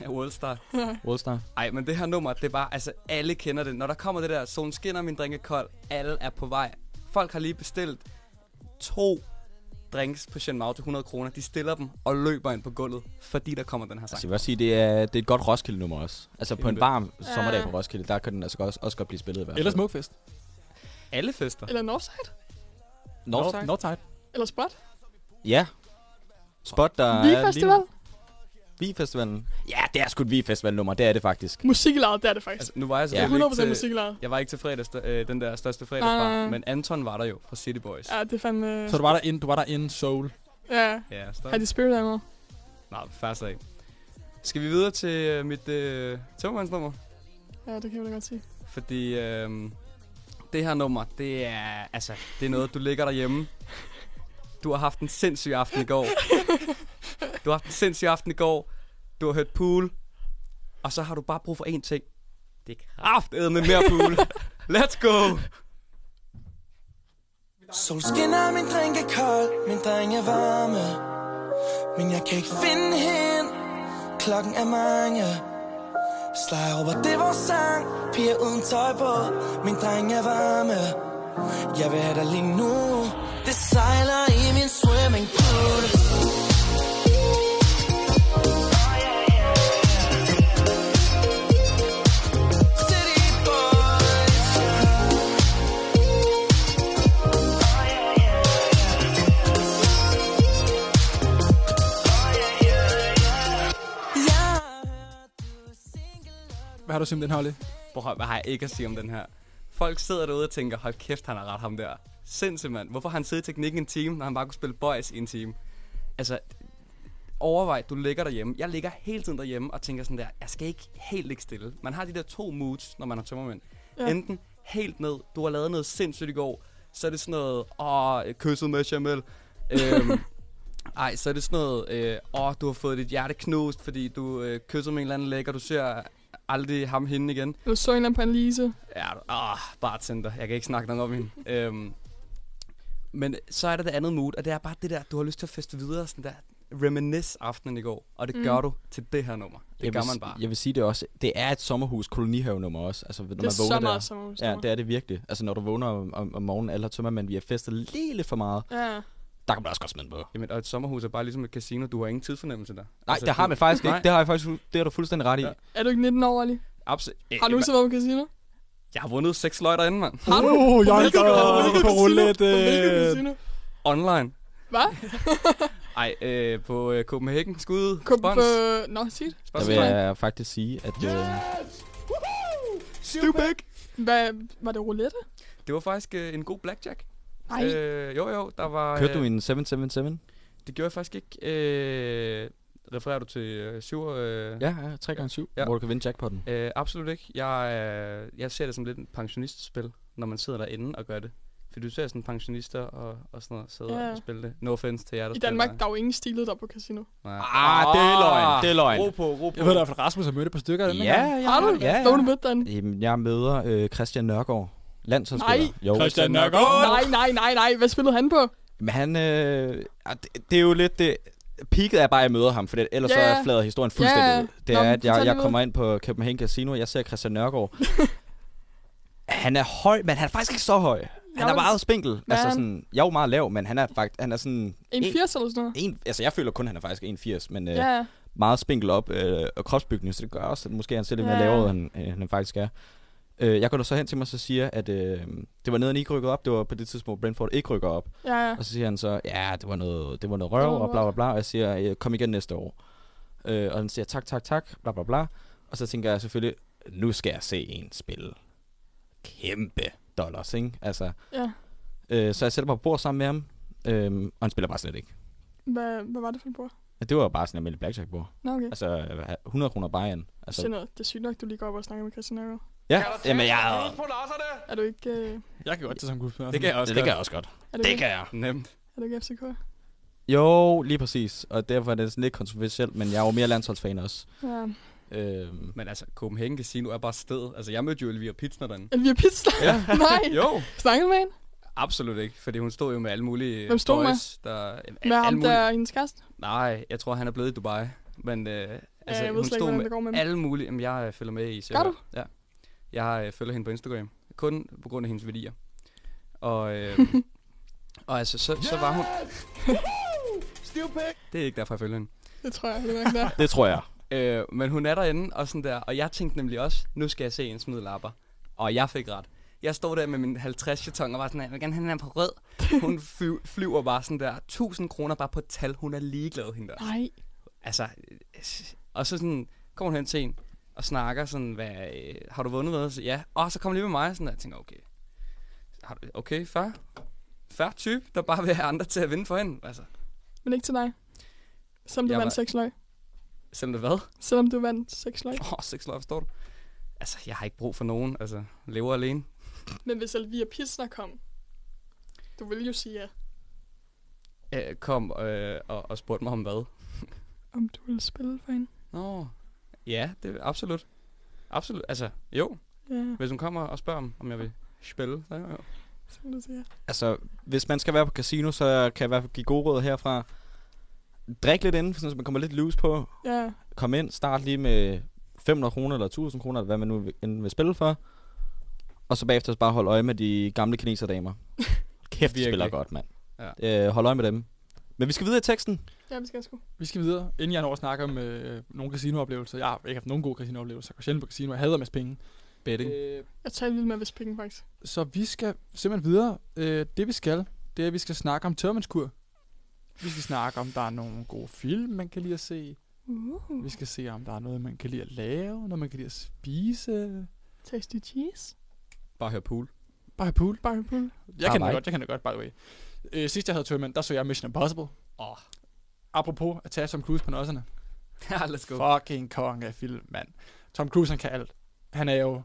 Ja, Worldstar.
Nej.
Worldstar.
Ej, men det her nummer, det er bare, altså alle kender det. Når der kommer det der, solen skinner, min drink er kold, alle er på vej. Folk har lige bestilt to drinks på Shen Mao til 100 kroner. De stiller dem og løber ind på gulvet, fordi der kommer den her sang.
Altså, jeg vil også sige, det er, det er et godt Roskilde-nummer også. Altså, på en
Kæmpe.
varm
Ja.
sommerdag på Roskilde, der kan den altså også, også godt blive spillet i hvert fald.
Eller Smukfest.
Alle fester.
Eller Northside?
Northside.
Northside.
Eller Spot?
Ja. Spot, der
Vi
er
Festival?
Vi Festivalen. Ja, det er sgu et Vi Festival nummer, det er det faktisk.
Musiklejet, det er det faktisk.
Altså, nu var jeg
Det er
selvfølgelig
100%
ikke til,
musiklejet.
Jeg var ikke til fredags, øh, den der største fredagsbar,
Nej.
men Anton var der jo fra City Boys.
Ah. Ja, det er fandme...
Så du var der inden, du var der inden Soul.
Ja.
Ja, stadig.
Har de spirit animal?
Nej, fast af. Skal vi videre til øh, mit øh, tømmermandsnummer?
Ja, det kan jeg vel godt sige.
Fordi øh, det her nummer, det er, altså, det er noget, du ligger derhjemme. Du har haft en sindssyg aften i går. Du har haft en sindssyg aften i går. Du har hørt pool. Og så har du bare brug for én ting. Det er kraftedeme mere pool. Let's go!
Solskinner, min drink er kold, min dreng er varme Men jeg kan ikke finde hende, klokken er mange Slager råber, det er vores sang, piger uden tøj på Min dreng er varme, jeg vil have dig lige nu Det sejler i min swimming pool City boys
Hvad har du simpelthen holdt?
Prøv, hvad har jeg ikke at sige om den her? Folk sidder derude og tænker, hold kæft, han har ret ham der. Sindssygt, mand. Hvorfor har han siddet i teknikken en time, når han bare kunne spille boys i en time? Altså, overvej, du ligger derhjemme. Jeg ligger hele tiden derhjemme og tænker sådan der, jeg skal ikke helt ligge stille. Man har de der to moods, når man har tømmermænd.
Ja.
Ja. Enten helt ned, du har lavet noget sindssygt i går, så er det sådan noget, åh, kysset med Jamel. øhm, ej, så er det sådan noget, øh, åh, du har fået dit hjerte knust, fordi du øh, kysser med en eller anden lækker, du ser aldrig ham hende igen.
Eller så en eller anden på Annelise.
Ja, du- ah, bartender. Jeg kan ikke snakke nok om hende. øhm, men så er der det andet mood, og det er bare det der, du har lyst til at feste videre, sådan der reminisce aftenen i går, og det
Mm.
mm. gør du til det her nummer. Det
jeg
gør
vil,
man
s-
bare.
Jeg vil sige det også. Det er et sommerhus kolonihavenummer også. Altså, når
er
man
så
vågner
meget
der,
sommerhusnummer.
Ja, det er det virkelig. Altså, når du vågner om, om, om morgenen, alle har tømmer, men vi har festet lige lidt for meget.
Ja.
Der kan man også godt smide den på.
Jamen, og et sommerhus er bare ligesom et casino, du har ingen tidsfornemmelse der. Nej,
Nej, det har man faktisk ikke. Det har jeg faktisk, det har du fuldstændig ret i.
Ja.
Er du ikke 19 år, Ali?
Absolut.
Har du så været på casino?
Jeg har vundet seks løjter inden, mand.
Har du? Uh, På jeg hvilket- går på hvilket
på casino? roulette. På
hvilket casino?
Online. (laughs)
Hvad?
Ej, øh, på øh, Copenhagen. Skud.
Kom
Spons.
på... Nå, sig det.
Der vil jeg faktisk sige, at... Øh,
Stupid.
Hvad, var det roulette?
Det var faktisk øh, en god blackjack.
Ej.
Øh, jo, jo, der var...
kørte du
øh,
en 777?
Det gjorde jeg faktisk ikke. Øh, refererer du til øh, 7? Øh,
Ja, ja, 3 gange 7 hvor du kan vinde jackpotten.
Øh, absolut ikke. Jeg, øh, jeg ser det som lidt en pensionistspil, når man sidder derinde og gør det. For du ser sådan pensionister og, og sådan noget sidde
Ja.
og spille det. No offense til jer, der
I
spiller.
Danmark, der er jo ingen stilet der på casino.
Nej.
Ah, det er løgn, det er løgn.
Ro på, ro på.
Jeg ved i hvert fald, Rasmus har mødt et par stykker af den
Ja,
her.
ja,
Har du?
ja, ja.
Hvad var du mødt derinde?
Jamen, jeg møder øh, Christian Nørgaard, landsholdsspiller.
Nej. Nej, nej, nej, nej. Hvad spillede han på?
Men han, øh, ah, det, det er jo lidt det... Peaket er bare, at jeg møder ham, for det, ellers
Ja,
yeah.
ja.
så flader historien
Ja, ja.
fuldstændig yeah. ud. Det
Nå,
er,
men
at jeg,
fortæl
jeg
lige
kommer ind på Copenhagen Casino, jeg ser Christian Nørgaard.
(laughs)
han er høj, men han er faktisk ikke så høj. Han
men-
er meget spinkel.
Hvad er
altså
han?
sådan, jeg er jo meget lav, men han er faktisk, han er sådan...
En 80 eller sådan noget?
En, altså, jeg føler kun, at han er faktisk 1,80, men øh,
Ja, ja.
meget spinkel op øh, og kropsbygning, så det gør også, at måske han ser lidt mere
Ja.
lavere, ud, end øh, han faktisk er. Øh, jeg går da så hen til mig og så siger, at øh, det var nederen ikke rykker op. Det var på det tidspunkt, Brentford ikke rykker op.
Ja, ja.
Og så siger han så, ja, det var noget, det var noget røv,
Det var
og bla bla
lort.
bla. Og jeg siger, "Øh, kom igen næste år. Øh, og han siger, tak, tak, tak, bla bla bla. Og så tænker jeg selvfølgelig, nu skal jeg se en spille. Kæmpe dollars, ikke? Altså,
Ja.
øh, så jeg sætter mig på bord sammen med ham, øh, og han spiller bare slet ikke.
Hvad, hvad var det for en bord?
Det var jo bare sådan en almindelig blackjack-bord.
Nå, okay.
Altså, 100 kroner bare en.
Altså...
Altså,
Det er sygt nok, du lige går op og snakker med Christian Nørgaard.
ja, jamen jeg...
Er du ikke, øh,
Jeg kan godt til som gudsmøder.
Det kan jeg også
Det kan jeg
også godt.
Er det
Det kan
ikke?
jeg.
Nemt.
er du ikke FCK?
Jo, lige præcis. Og derfor er det sådan lidt kontroversielt, men jeg er jo mere landsholdsfan også.
Ja.
Øhm.
Men altså, Copenhagen Casino er bare sted. Altså, jeg mødte jo Elvira Pitsner derinde.
Elvia Pitsler?
Ja.
(laughs) nej.
Jo.
Snakkede du med hende?
Absolut ikke, fordi hun stod jo med alle mulige
Hvem stod
boys, med? der...
Med
alle
ham,
mulige-
der er hendes kæreste?
Nej, jeg tror, han er blevet i Dubai. Men øh, altså,
jeg ved
hun
slet ikke,
stod
hvordan
med,
det går med dem.
alle mulige... Jamen, jeg øh, følger med i
Gør du?
Ja. Jeg øh, følger hende på Instagram.
(laughs)
Kun på grund af hendes værdier. Og, øh, og altså, så, så var hun...
Still pick.
Det er ikke derfor, jeg følger hende.
Det tror jeg, det er der.
Det tror jeg.
Øh, men hun er derinde, og sådan der. Og jeg tænkte nemlig også, nu skal jeg se en smide lapper. Og jeg fik ret. Jeg stod der med min 50 jeton og var sådan, jeg vil gerne have den her på
(laughs)
rød. Hun fly- flyver bare sådan der, 1000 kroner bare på et tal. Hun er ligeglad, hende der.
Nej.
Altså, øh, og så sådan, kommer hun hen til en og snakker sådan, hvad, øh, har du vundet noget? Så, ja, og så kommer lige med mig, og sådan der. jeg tænker, okay, har du, okay, far, far type, der bare vil have andre til at vinde for hende. Altså,
Men ikke til dig. Selvom du
Jeg
vandt
var-
seks løg.
selvom det hvad?
Selvom du vandt seks løg.
Åh, (laughs) oh, sex love, står du? Altså, jeg har ikke brug for nogen, altså, lever alene.
Men hvis Elvira Pilsner kom, du ville jo sige ja,
øh, kom øh, og, og spurgte mig om hvad.
om du ville spille for hende.
Nå. Ja, det absolut. Absolut, altså jo.
Ja.
Hvis hun kommer og spørger, om, om jeg vil spille, så jo.
Så ville du sige ja.
Altså, hvis man skal være på casino, så kan jeg i hvert fald give gode råd herfra. Drik lidt inden, så man kommer lidt loose på.
Ja.
Kom ind, start lige med 500 kroner eller 1000 kroner, eller hvad man nu vil- enten vil spille for. Og så bagefter bare holde øje med de gamle kineserdamer. (laughs) Kæft, de spiller
Virkelig.
godt, mand.
Ja.
Øh, hold øje med dem. Men vi skal videre i teksten.
Ja, vi skal sgu.
Vi skal videre, inden jeg når at snakke om øh, nogle casinooplevelser. Jeg har ikke haft nogen gode casinooplevelser. Jeg går sjældent på casino. Jeg hader en masse penge.
Betting.
Øh,
Jeg tager lidt med hvis penge, faktisk.
så vi skal simpelthen videre. Øh, det vi skal, det er, at vi skal snakke om tørmandskur. Vi skal snakke om, der er nogle gode film, man kan lide at se.
Uh.
Vi skal se, om der er noget, man kan lide at lave, noget, man kan lide at spise.
Tasty cheese.
Bare høre pool.
Bare have pool.
Bare have pool.
Jeg
Bare
kan det
mig.
godt, jeg kan det godt, by the way. Øh, sidst jeg havde tørmand, der så jeg Mission Impossible.
Åh.
Apropos at tage Tom Cruise på nosserne.
(laughs) Ja, let's go.
Fucking kong af film, mand. Tom Cruise, han kan alt. Han er jo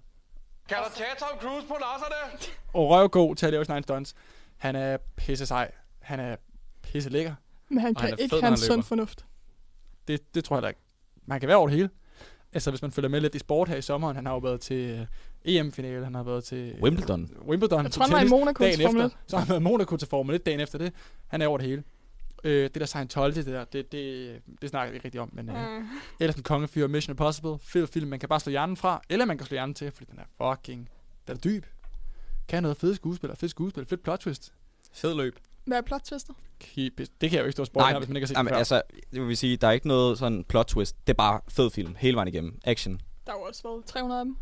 Kan du tage Tom Cruise på nosserne?
og røvgod til at lave sine egne stunts. Han er pisse sej. Han er pisse lækker.
Men han
Og
kan
han er
ikke
fed,
have en
når han
sund
løber.
fornuft.
Det, det tror jeg da ikke. Man kan være over det hele. Altså, hvis man følger med lidt i sport her i sommeren, han har jo været til øh, EM-finale, han har været til... øh,
Wimbledon.
Wimbledon.
Jeg
til
tror, han var i
tennis
Monaco til
dagen
Formel
efter.
et.
Så har han været i Monaco til Formel 1 dagen efter det. Han er over det hele. Øh, det der Scientology, det der, det, det, det snakker vi ikke rigtig om, men øh,
Mm.
ellers en kongefyr, Mission Impossible, fed film, man kan bare slå hjernen fra, eller man kan slå hjernen til, fordi den er fucking, den er dyb. Kan noget fede skuespiller, fed skuespil, fedt plot twist.
Fed løb.
Hvad er plot twister?
Keep it. Det kan jeg jo ikke stå og spørge her, hvis man ikke har set den
jamen,
før.
altså, det vil sige, der er ikke noget sådan plot twist. Det er bare fed film, hele vejen igennem. Action.
Der har jo også været 300 af dem.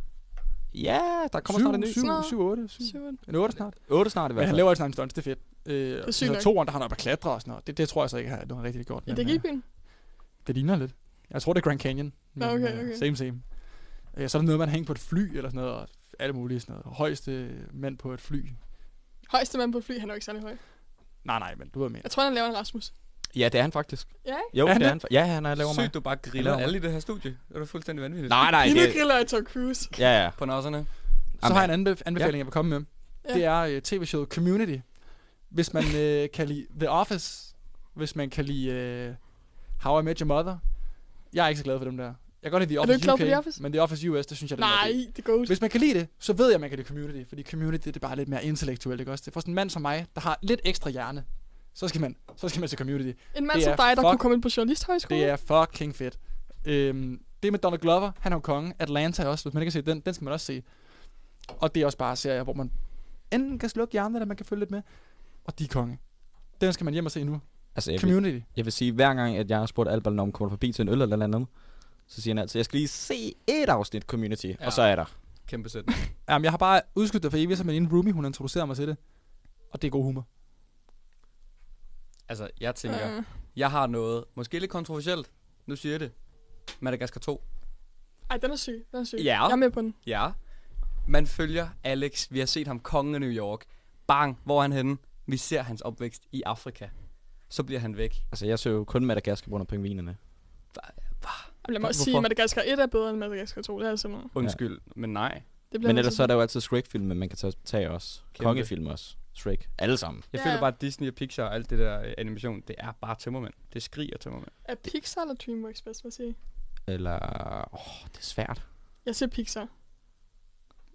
Ja, der kommer
Syv,
snart en ny.
syv, syv, otte, syv. En 8 snart.
8 snart i
Men
hvert
han
fald.
laver altid en stunts, det er fedt. Øh, og
sygt
så
nok.
toeren, der har noget at klatre og sådan noget. Det, det tror jeg så ikke, at har rigtig godt.
Ja, det
men,
er
øh,
Gibben.
det ligner lidt. Jeg tror, det er Grand Canyon.
Nå, okay,
øh,
okay.
Same, same. Øh, så er der noget, man hænger på et fly eller sådan noget, og alt muligt sådan noget. Højeste mand på et fly.
Højeste mand på et fly, han er jo ikke særlig høj.
Nej, nej, men du ved mere.
Jeg tror, han laver en Rasmus.
Ja, det er han faktisk.
Ja, ikke?
(laughs)
Jo,
Er han
det er
det?
han. fa- Ja, han er laver mig.
Sygt, du bare griller alle i det her studie. Det er da fuldstændig vanvittigt.
Nej, nej,
Hende
det...
griller i Tom Cruise.
Ja, ja.
På nosserne.
Så har jeg en anbe- anbefaling, ja. jeg vil komme med.
Ja.
Ja. Det er øh, tv-showet Community. Hvis man øh, (laughs) kan lide The Office, hvis man kan lide øh, How I Met Your Mother. Jeg er ikke så glad for dem der. Jeg kan godt lide The
Er du
Office
ikke glad
UK,
for The Office?
men The Office US, det synes jeg, det
Nej, det er godt.
Hvis man kan lide det, så ved jeg, at man kan lide Community, fordi Community det er bare lidt mere intellektuelt, ikke også? Det er for sådan en mand som mig, der har lidt ekstra hjerne, så skal man, så skal man til Community.
En mand
Det
som
er
dig, der
fuck-
kunne komme ind på journalisthøjskole.
det er fucking fedt. Øhm, det med Donald Glover, han er jo konge. Atlanta også, hvis man ikke har set den, den skal man også se. Og det er også bare serier, hvor man enten kan slukke hjernen, eller man kan følge lidt med. Og de er konge. Den skal man hjem og se nu.
Altså, jeg
Community.
Vil, jeg vil sige, hver gang, at jeg har spurgt Albert, når han kommer forbi til en øl eller andet, så siger han altid, jeg skal lige se et afsnit Community, ja. og så er der.
Kæmpe sætning.
Jamen, jeg har bare udskudt det for evigt, som en inden roomie, hun introducerede mig til det. Og det er god humor.
Altså, jeg tænker,
Øh.
jeg har noget, måske lidt kontroversielt. Nu siger jeg det. Madagaskar 2.
Ej, den er syg. Den er syg.
Ja.
Øh, Jeg er med på den.
Ja. Man følger Alex. Vi har set ham kongen af New York. Bang. Hvor er han henne? Vi ser hans opvækst i Afrika. Så bliver han væk.
Altså, jeg så jo kun Madagaskar på grund af pingvinerne.
Jamen, lad mig også
Hvorfor?
sige, at Madagaskar 1 er bedre end Madagaskar 2. Det er altså noget.
Undskyld, ja. men nej.
Det bliver
Men
man
ellers
så-
så er der jo altid Shrek-filmen, man kan tage, tage også.
Kæmpe.
Kongefilm også. Shrek. Alle sammen.
Jeg
Ja.
føler bare, at Disney og Pixar og alt det der øh, animation, det er bare tømmermænd. Det skriger tømmermænd.
Er Pixar eller DreamWorks bedst, må jeg sige?
Eller... Åh, det er svært.
Jeg siger Pixar.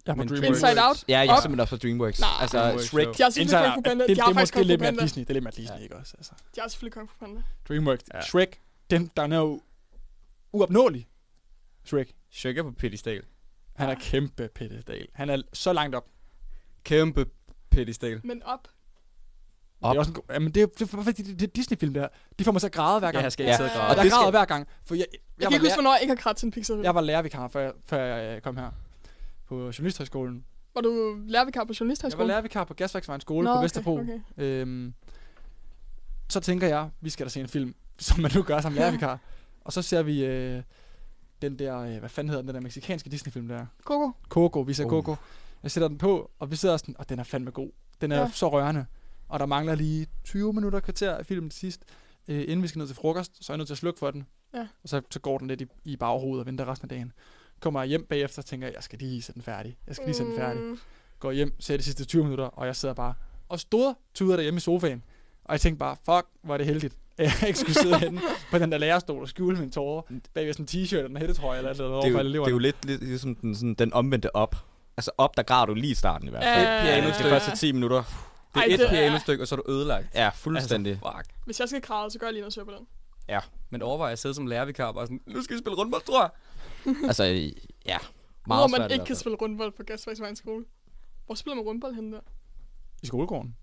Jeg
Men
DreamWorks. Inside Out?
Ja, jeg er
Op?
simpelthen også på DreamWorks.
Nej.
Altså,
DreamWorks,
Shrek.
jo. De har også lidt
Inside
Kung
Out,
Fu Panda.
det-
De
det
har
er måske
faktisk Kung Fu
lidt mere
Panda.
Disney. Det er lidt mere Disney, ikke også? Altså.
De har selvfølgelig Kung Fu Panda.
DreamWorks. Ja. Shrek, den, der er jo uopnåelig. Shrek.
Shrek er på pedestal.
Han er kæmpe pedestal. Han er så langt op.
Kæmpe pedestal.
Men op.
Op. Det er også en god, jamen, det er, det er, det er, det er Disney-film, der. De får mig til at græde hver gang.
Ja, jeg skal ikke sidde og græde.
Og
Og
jeg
det
græder
skal-
hver gang. For jeg, jeg,
Jeg
var
kan ikke huske,
lærer-
hvornår jeg ikke har grædt til en pixar
Jeg var lærervikar, før jeg, før jeg øh, kom her på Journalisthøjskolen.
Var du lærervikar på
Jeg var
Journalisthøjskolen?
lærervikar på Gasværksvejens skole
Nå,
på
okay,
Vesterbro.
okay.
Øhm, så tænker jeg, vi skal da se en film, (laughs) som man nu gør som lærervikar. og så ser vi øh, den der, øh, hvad fanden hedder den, den der meksikanske Disney-film der?
Coco.
Coco, vi ser
Uh.
Coco. Jeg sætter den på, og vi sidder sådan, og den er fandme god. Den er
Ja.
ja. så rørende. Og der mangler lige 20 minutter kvarter af filmen til sidst. Øh, inden vi skal ned til frokost, så er jeg nødt til at slukke for den.
Ja.
Og så, så går den lidt i, i baghovedet og venter resten af dagen. Kommer jeg hjem bagefter og tænker, jeg skal lige sætte den færdig. Jeg skal lige sætte den færdig.
Mm.
Går hjem, ser de sidste 20 minutter, og jeg sidder bare og store tuder derhjemme i sofaen. Og jeg tænkte bare, fuck, hvor er det heldigt, at jeg ikke skulle sidde henne på den der lærerstol og skjule mine tårer bagved sådan en t-shirt og en hættetrøje eller et eller andet
Det er,
overfor alle
jo,
eleverne.
det er jo lidt, lidt ligesom den, sådan, den omvendte op. Altså op, der græder du lige i starten i hvert
Ja,
fald.
ja, ja, ja.
De første 10 minutter.
Det er Ej, et det er-
pianostykke, og så er du ødelagt.
Ja, fuldstændig.
Altså, fuck.
Hvis jeg skal græde, så gør jeg lige noget søger på den.
Ja.
Men overvej at sidde som lærervikar og bare sådan, nu skal vi spille rundbold, tror jeg.
altså, ja.
Meget
Hvor
svært i
man
hvert
ikke kan
fald.
spille rundbold på Gasværksvejens skole. Hvor spiller man rundbold henne der?
I skolegården.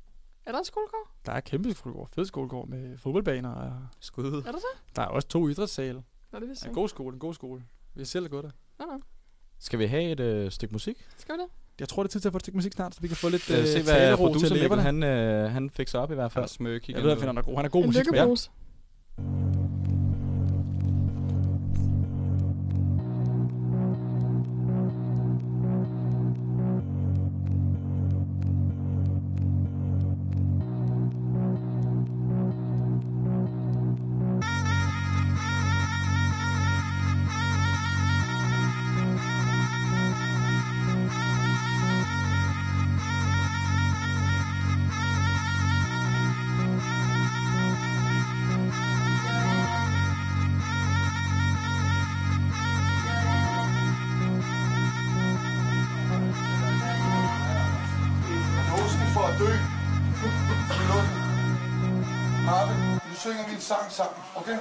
Er der en skolegård?
Der er kæmpe skolegård, fed skolegård med fodboldbaner og
skud.
Er der så?
Der er også to idrætssale.
Nå, det vidste
Ja,
jeg
en
ikke.
god skole, en god skole. Vi har selv gået der.
Nå, nå.
Skal vi have et øh, stykke musik?
Skal vi det?
Jeg tror, det er tid til at få et stykke musik snart, så vi kan få lidt
Øh,
øh,
se, hvad
talero til
producer
læberne.
han, øh, han fik sig op i hvert fald.
Han er smøk
Jeg
igen
ved, at
nu.
finder, han er god. Han er god
En
musik.
lykkepose.
Rosen for at dø. Min onkel. Arve, nu synger vi en sang sammen, okay?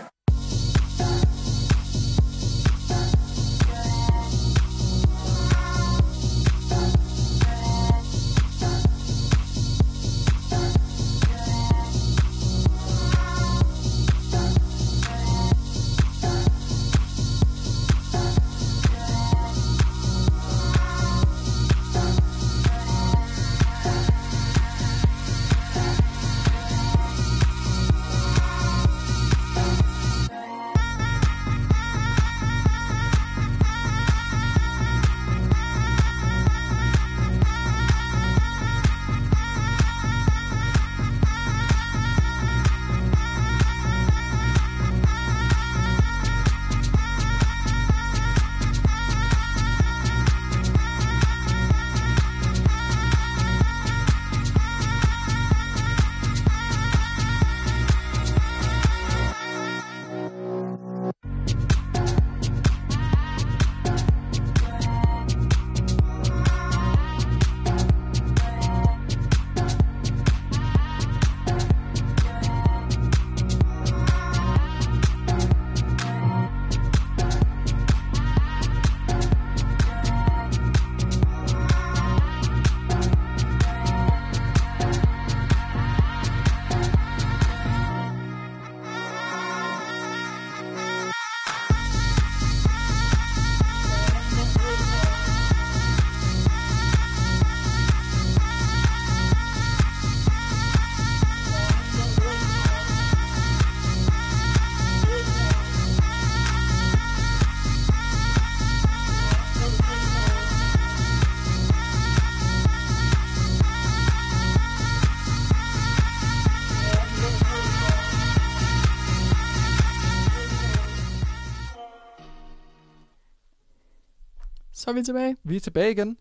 Så er vi tilbage.
Vi er tilbage igen.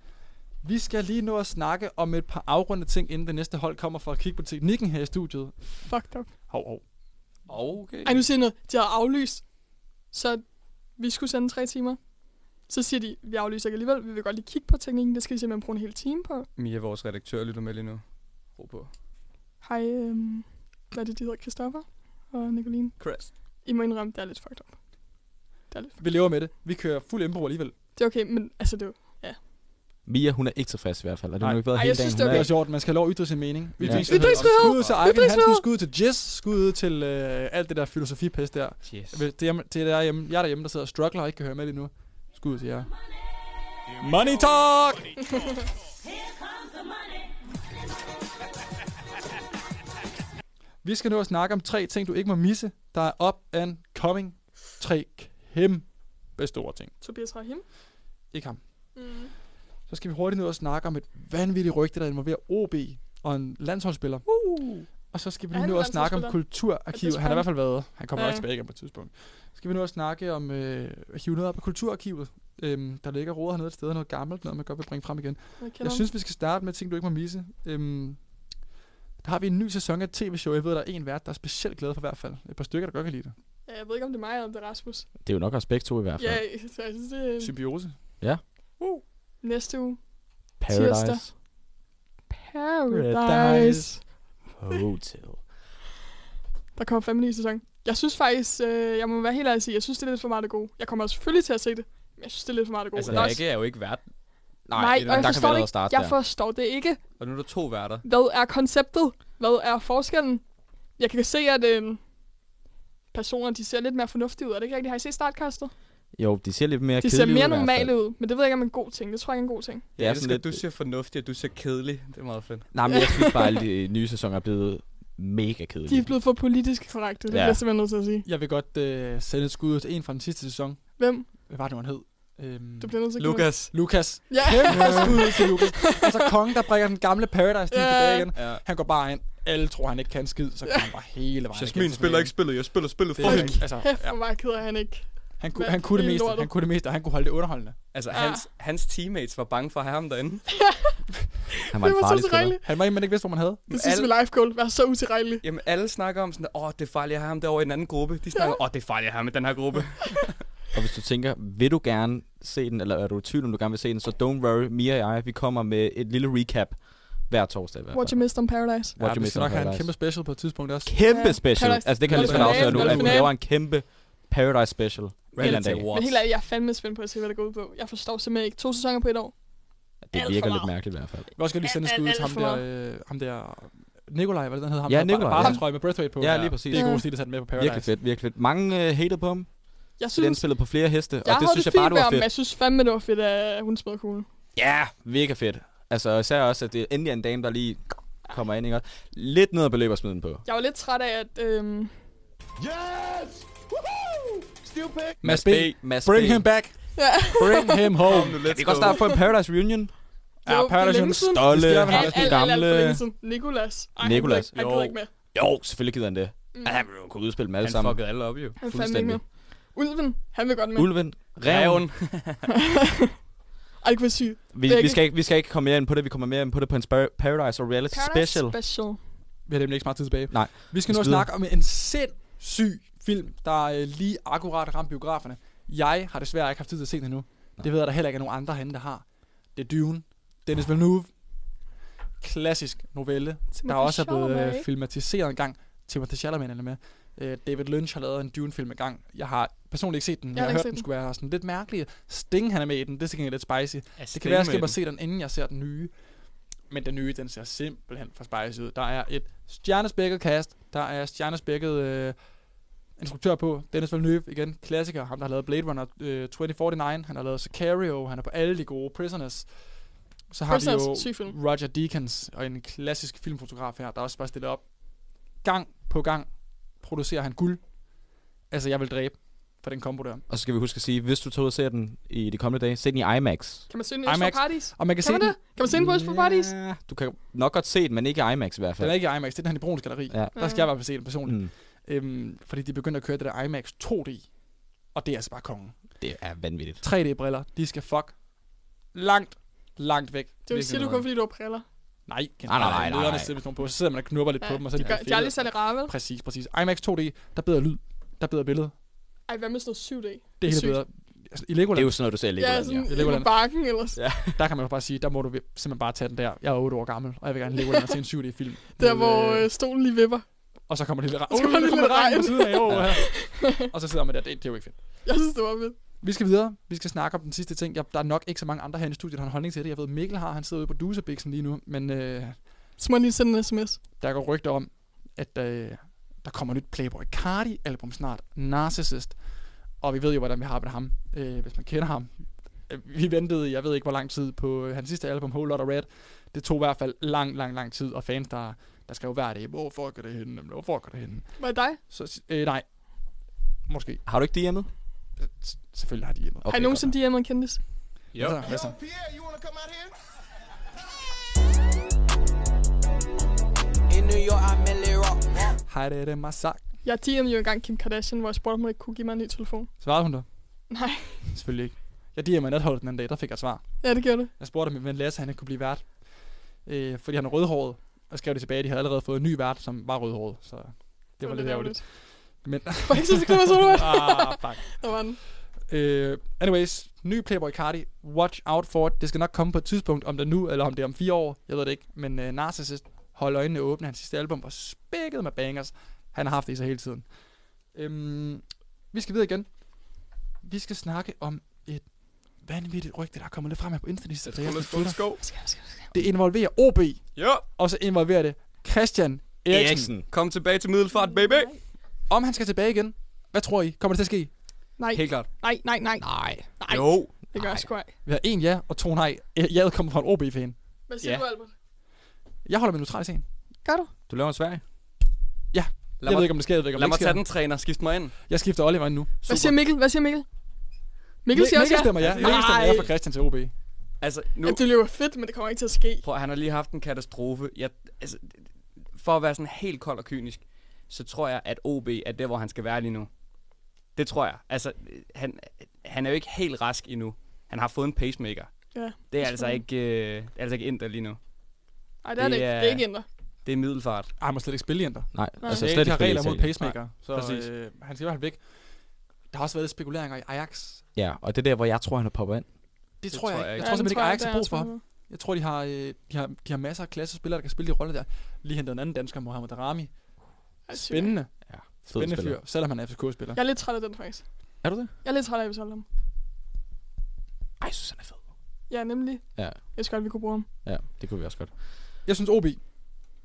Vi skal lige nå at snakke om et par afrundende ting, inden det næste hold kommer for at kigge på teknikken her i studiet.
Fuck dog.
Hov, hov.
Okay.
Ej, nu siger jeg noget. De har aflyst. Så vi skulle sende tre timer. Så siger de, vi aflyser ikke alligevel. Vi vil godt lige kigge på teknikken. Det skal I simpelthen bruge en hel time på.
Mia, vores redaktør, lytter med lige nu. Ro på.
Hej, øhm, hvad er det, de hedder? Christoffer og Nicoline.
Chris.
I må indrømme, det er lidt fucked up.
Vi lever med det. Vi kører fuld impro alligevel.
Det er okay, men altså det er jo- ja.
Mia, hun er ikke tilfreds i hvert fald, og det har hun
Nej.
ikke været
Ej,
hele
jeg synes, det
dagen.
er
Hun
okay. Det er sjovt, man skal have lov at ytre sin mening.
Ja.
Ytringsfrihed!
Skud til Eivind
Ytringsfrihed!
Hansen, skud til Jess, skud til øh, alt det der filosofipest der.
Yes.
Hvis Det er, det er derhjemme, jeg er derhjemme, der sidder og struggler og ikke kan høre med lige nu. Skud til jer. Money talk! Vi skal nu at snakke om tre ting, du ikke må misse, der er up and coming. Tre kæmpe store ting.
Tobias Rahim.
Ikke ham.
Mm.
Så skal vi hurtigt ned og snakke om et vanvittigt rygte, der involverer OB og en landsholdsspiller. Uh. Og så skal vi
Er
lige
han
nu
en
og snakke om
landsholdsspiller? Er det
kulturarkivet.
så
Han har i hvert fald
spændende?
været. Han kommer
Ja,
nok
ja.
tilbage igen på et tidspunkt. Så skal vi nu og snakke om øh, at hive noget op af kulturarkivet. Øhm, der ligger roder hernede et sted, noget gammelt, noget man godt vil bringe frem igen.
Jeg
Jeg
kender
synes, vi skal starte med ting, du ikke må misse. Øhm, der har vi en ny sæson af et tv-show. Jeg ved, der er en vært, der er specielt glad for i hvert fald. Et par stykker, der godt kan lide det.
Ja, jeg ved ikke, om det er mig eller om det er Rasmus.
Det er jo nok også begge to i hvert fald.
Ja, så jeg synes, det er
Symbiose.
Ja.
uh, næste uge.
Paradise.
Tirsdag. Paradise.
Hotel.
Der kommer fandme en ny sæson. Jeg synes faktisk, øh, jeg må være helt ærlig og sige, jeg synes, det er lidt for meget det gode. Jeg kommer selvfølgelig til at se det, men jeg synes, det er lidt for meget det gode.
Altså,
Der er
der
også-
ikke er jo ikke vært.
Nej, Nej og jeg
der kan vi
forstår, det
allerede
ikke.
starte
jeg
der.
forstår det ikke.
Og nu er der to værter.
Hvad er konceptet? Hvad er forskellen? Jeg kan se, at øh, personer, de ser lidt mere fornuftige ud. Er det ikke rigtigt? Har I set startkastet?
Jo, de ser lidt mere
De
kedelige
ser
ud i
mere
hvert
normale ud, men det ved jeg ikke, om er en god ting. Det tror jeg ikke er en god ting.
Det er sådan lidt...
Du ser fornuftig, og du ser kedelig. Det er meget fedt.
Nej, men jeg synes bare, at
(laughs)
alle de øh, nye sæsoner er blevet mega
De
kedelige.
er blevet for politisk korrekte, det
Ja.
ja. er jeg simpelthen nødt til at sige.
Jeg vil godt øh, sende et skud ud til en fra den sidste sæson. Øh,
Hvem?
Hvad var det, nu, han hed? Øhm,
Du bliver nødt til at
Lukas.
Lukas.
Ja.
Kæmpe skud ud til Lukas. Altså kongen, der bringer den gamle Paradise lige
Ja.
tilbage igen.
Ja.
Han går bare ind. Alle tror, han ikke kan skide, så går han bare hele vejen igen.
Jasmin spiller ikke spillet. Jeg spiller spillet
Det
for
er
hende.
ikke-
Altså, Hæft, hvor meget keder han ikke.
Han, kunne,
Hvad
han kunne det
i
meste.
lortet?
Han kunne det meste, og han kunne holde det underholdende.
Altså,
Ja.
hans, hans teammates var bange for at have ham
(laughs)
derinde.
han
var en Det var så farlig spiller. tilregneligt.
Han var en, man ikke vidste, hvor man havde.
Det sidste med live goal var så utilregneligt.
Jamen, alle snakker om sådan, åh, oh, det er farligt at have ham derovre i en anden gruppe. De snakker, åh, oh, det er farligt at have ham i den her
(laughs)
gruppe.
Og hvis du tænker, vil du gerne se den, eller er du i tvivl, om du gerne vil se den, så don't worry, Mia og jeg, vi kommer med et lille recap hver torsdag i hvert fald.
What you missed on Paradise.
What You
vi
Missed
skal
on
nok have en
Paradise.
kæmpe special på et tidspunkt også.
Kæmpe
Ja.
special.
Paradise-
Altså, det kan jeg lige så godt
Paradise-
afsløre nu, at vi
Paradise-
laver en kæmpe Paradise special. en eller anden dag.
Men helt ærligt, jeg er fandme spændt på at se, hvad der går ud på. Jeg forstår simpelthen ikke. To sæsoner på et år.
Det virker lidt mærkeligt i hvert fald.
Jeg vil også godt lige sende et skud
Alt,
ud
alt,
til ham
alt for
der, øh, ham der Nikolaj, hvad det han hed, ham
Ja,
der bare-
Nikolaj,
bare
ja.
hans trøje med Breathway på.
Ja, lige præcis.
Det er
Ja.
god stil at sætte med på Paradise.
Virkelig fedt, virkelig fedt. Mange øh, hated på ham.
Jeg
Fordi han
synes-
spillede på flere heste, og
Jeg
det
havde
synes
det
jeg bare,
fint
det
med
var
ham, men
fedt.
jeg synes fandme, det var fedt, at hun smed kuglen.
Ja, mega fedt. Altså, især også, at det er endelig en dame, der lige kommer ind, ikke? også? Lidt ned ad beløbersmiden på.
Jeg var lidt træt af, at... Øhm...
Yes! Woohoo! Steel pick!
Mads B. Mads
Bring
B.
him back.
Ja.
Bring him home.
Kan vi godt starte på en Paradise Reunion?
Jo,
Ja,
det er
Paradise
længe
Reunion,
siden.
Stolle,
Det er
ham der
alt,
spiller
alt, alt, alt for længe
gamle...
siden. Nicolas. Ej, han
Nikolas.
gider ikke- Han gider ikke med.
Jo, selvfølgelig gider han det. Mm. Han ville jo kunne udspille dem alle
Han
sammen.
fuckede alle op, jo.
Han er fandme ikke med. Ulven, han vil godt med.
Ulven. Ræven.
(laughs) Ej, det kunne være sygt.
Vi, vi, skal ikke, vi skal ikke komme mere ind på det. Vi kommer mere ind på det på en spar- Paradise og Reality
Paradise
Special.
special.
Vi har nemlig ikke så meget tid tilbage.
Nej.
Vi skal nu
videre.
snakke om en sindssyg film, der øh, lige akkurat ramte biograferne. Jeg har desværre ikke haft tid til at se den endnu. Det ved jeg, der heller ikke er nogen andre herinde, der har. Det er Dune. Dennis Villeneuve. Klassisk novelle,
Timothy
der også er blevet øh,
Chalamet.
filmatiseret en gang. Timothy Chalamet er med. Øh, David Lynch har lavet en Dune-film en gang. Jeg har personligt ikke set den, men
Jeg
jeg
har
har
ikke
hørt,
set
den
den.
skulle være sådan lidt mærkelig. Sting, han er med i den. Det er til gengæld lidt spicy. det
Sting
kan være, jeg
med i
skal bare
den?
se den, inden jeg ser den nye. Men den nye, den ser simpelthen for spicy ud. Der er et stjernespækket cast. Der er stjernespækket øh, instruktør på. Dennis Villeneuve, igen, klassiker. Ham, der har lavet Blade Runner øh, 2049. Han har lavet Sicario. Han er på alle de gode Prisoners. Så har
Prisoners,
vi
syg
jo
film.
Roger Deakins, og en klassisk filmfotograf her, der også bare stiller op. Gang på gang producerer han guld. Altså, jeg vil dræbe for den kombo der.
Og så skal vi huske at sige, hvis du tager ud og ser den i de kommende dage, se den i IMAX.
Kan man se den i Øst for Paradis?
Og man kan, se
man
den.
det? Kan man se den på Øst for Paradis? Ja.
Du kan nok godt se den, men ikke i IMAX i hvert fald.
Den er ikke i IMAX, det er den her i Bruns Galeri.
Ja.
Ja. Der skal jeg i hvert fald se den personligt.
Mm.
Mm. Øhm, fordi de begyndte at køre det der IMAX 2D, og det er altså bare kongen.
Det er vanvittigt.
3D-briller, de skal fuck langt, langt væk.
Det vil sige, du kun fordi du har briller.
Nej,
Nej, nej, nej, nej.
Lederne sidder med sådan nogle på, så sidder man og knupper lidt
Ja,
på dem, og så
de
er
gør-
lidt
de er aldrig
fede.
særlig rare, vel?
Præcis, præcis. IMAX 2D, der er bedre lyd, der er bedre billede.
Ej, hvad med sådan noget 7D?
Det er helt
sygt.
bedre. Altså, I Legoland.
Det er jo sådan noget, du ser i Legoland,
Ja, sådan
I
ja.
Legoland.
på bakken ellers.
Ja.
Der kan man jo bare sige, der må du vi- simpelthen bare tage den der. Jeg er 8 år gammel, og jeg vil gerne i Legoland og se en 7D-film.
Der, hvor øh, stolen lige vipper.
Og så kommer det lidt regn.
Så kommer det lidt regn.
på siden af. Åh, her. Og så sidder man der. Det, det er jo ikke fedt.
Jeg synes, det var fedt.
Vi skal videre. Vi skal snakke om den sidste ting. Jeg, der er nok ikke så mange andre her i studiet, der har en holdning til det. Jeg ved, Mikkel har. Han sidder ude på Duserbiksen lige nu. Men øh,
Så må jeg lige sende en sms.
der går rygter om, at øh, der kommer nyt Playboy Cardi-album snart. Narcissist. Og vi ved jo, hvordan vi har det med ham, øh, hvis man kender ham. Øh, Vi ventede, jeg ved ikke hvor lang tid, på øh, hans sidste album, Whole Lotta Red. Det tog i hvert fald lang, lang, lang tid, og fans, der, der skrev hver dag, hvor fuck er det henne, hvor fuck er det henne.
Var det dig?
Så, øh, nej, måske.
Har du ikke DM'et?
S- Selvfølgelig har de hjemmet.
Okay, har I nogensinde DM'et en kendis?
Jo. Hvad så? Hvad så?
In New York, I merely rock.
Hej, det er det, Masak.
Jeg DM'ede jo engang Kim Kardashian, hvor jeg spurgte, om hun ikke kunne give mig en ny telefon.
Svarede hun dig?
Nej.
Selvfølgelig ikke. Jeg DM'ede natholdet den anden dag, der fik jeg et svar.
Ja, det gjorde det.
Jeg spurgte min ven Lasse, han ikke kunne blive vært. Øh, fordi han er rødhåret. Og skrev det tilbage, at de havde allerede fået en ny vært, som var rødhåret. Så det, det var lidt ærgerligt. Men...
Fuck, jeg synes, det kommer så hurtigt.
(laughs) ah, fuck.
Der var den.
Øh, anyways, ny Playboy Cardi. Watch out for it. Det skal nok komme på et tidspunkt, om det er nu, eller om det er om fire år. Jeg ved det ikke. Men øh, Narcissist, hold øjnene åbne. Hans sidste album var spækket med bangers. Han har haft det i sig hele tiden. Øhm, vi skal videre igen. Vi skal snakke om et vanvittigt rygte, der er kommet lidt frem her på internet. Let's
let's go, let's go.
Det involverer OB.
Ja.
Og så involverer det Christian Eriksen.
Eriksen. Kom tilbage til Middelfart, baby.
Om han skal tilbage igen. Hvad tror I? Kommer det til at ske?
Nej.
Helt klart.
Nej, nej, nej.
Nej.
Nej.
Jo.
Det gør jeg sgu ej.
Vi har en ja og to nej. Jeg kommer fra en OB-fan.
Hvad siger du, Albert?
Jeg holder min neutrale scene.
Gør du?
Du laver en Sverige?
Ja. jeg ved ikke, om det sker, jeg ved ikke, om
Lad
det
mig
ikke
tage
sker.
den, træner. Skift mig ind.
Jeg skifter Oliver ind nu.
Hvad siger Mikkel? Hvad siger Mikkel? Mikkel
Mi-
siger også
Mikkel stemmer ja. Mikkel stemmer ja fra Christian til OB.
Altså, nu...
Nu. At det løber fedt, men det kommer ikke til at ske.
Prøv, han har lige haft en katastrofe. Jeg, altså, for at være sådan helt kold og kynisk, så tror jeg, at OB er der, hvor han skal være lige nu. Det tror jeg. Altså, han, han er jo ikke helt rask endnu. Han har fået en pacemaker.
Ja,
det
det
er
tror
altså
jeg.
ikke, øh, det er altså ikke Inter lige nu.
Ej, det er det ikke. Det er ikke Inter.
Det er middelfart.
Ej, han må slet ikke spille Inter.
Nej,
Nej. altså
Det er
slet
de
ikke
har
spille i
regler mod
Italien.
pacemaker,
Nej,
så
præcis.
øh, han skal i hvert fald væk. Der har også været lidt spekuleringer i Ajax.
Ja, og det er der, hvor jeg tror, han er popper ind.
Det, tror jeg, ikke. Jeg
ikke.
tror
Ja,
simpelthen
det
ikke, Ajax
tror
har
jeg,
brug
det
for
er
ham. Jeg tror, de har, øh, de har, de har masser af klassespillere, der kan spille de roller der. Lige hentet en anden dansker, Mohamed Darami. Spændende.
Ja,
Spændende
spiller.
fyr, selvom han er FCK-spiller.
Jeg er lidt træt af den, faktisk.
Er du det?
Jeg er lidt træt af, at vi solgte ham.
Ej, jeg synes, han er fed.
Ja, nemlig.
Ja.
Jeg skal godt, vi kunne bruge ham.
Ja, det kunne vi også godt.
Jeg synes, OB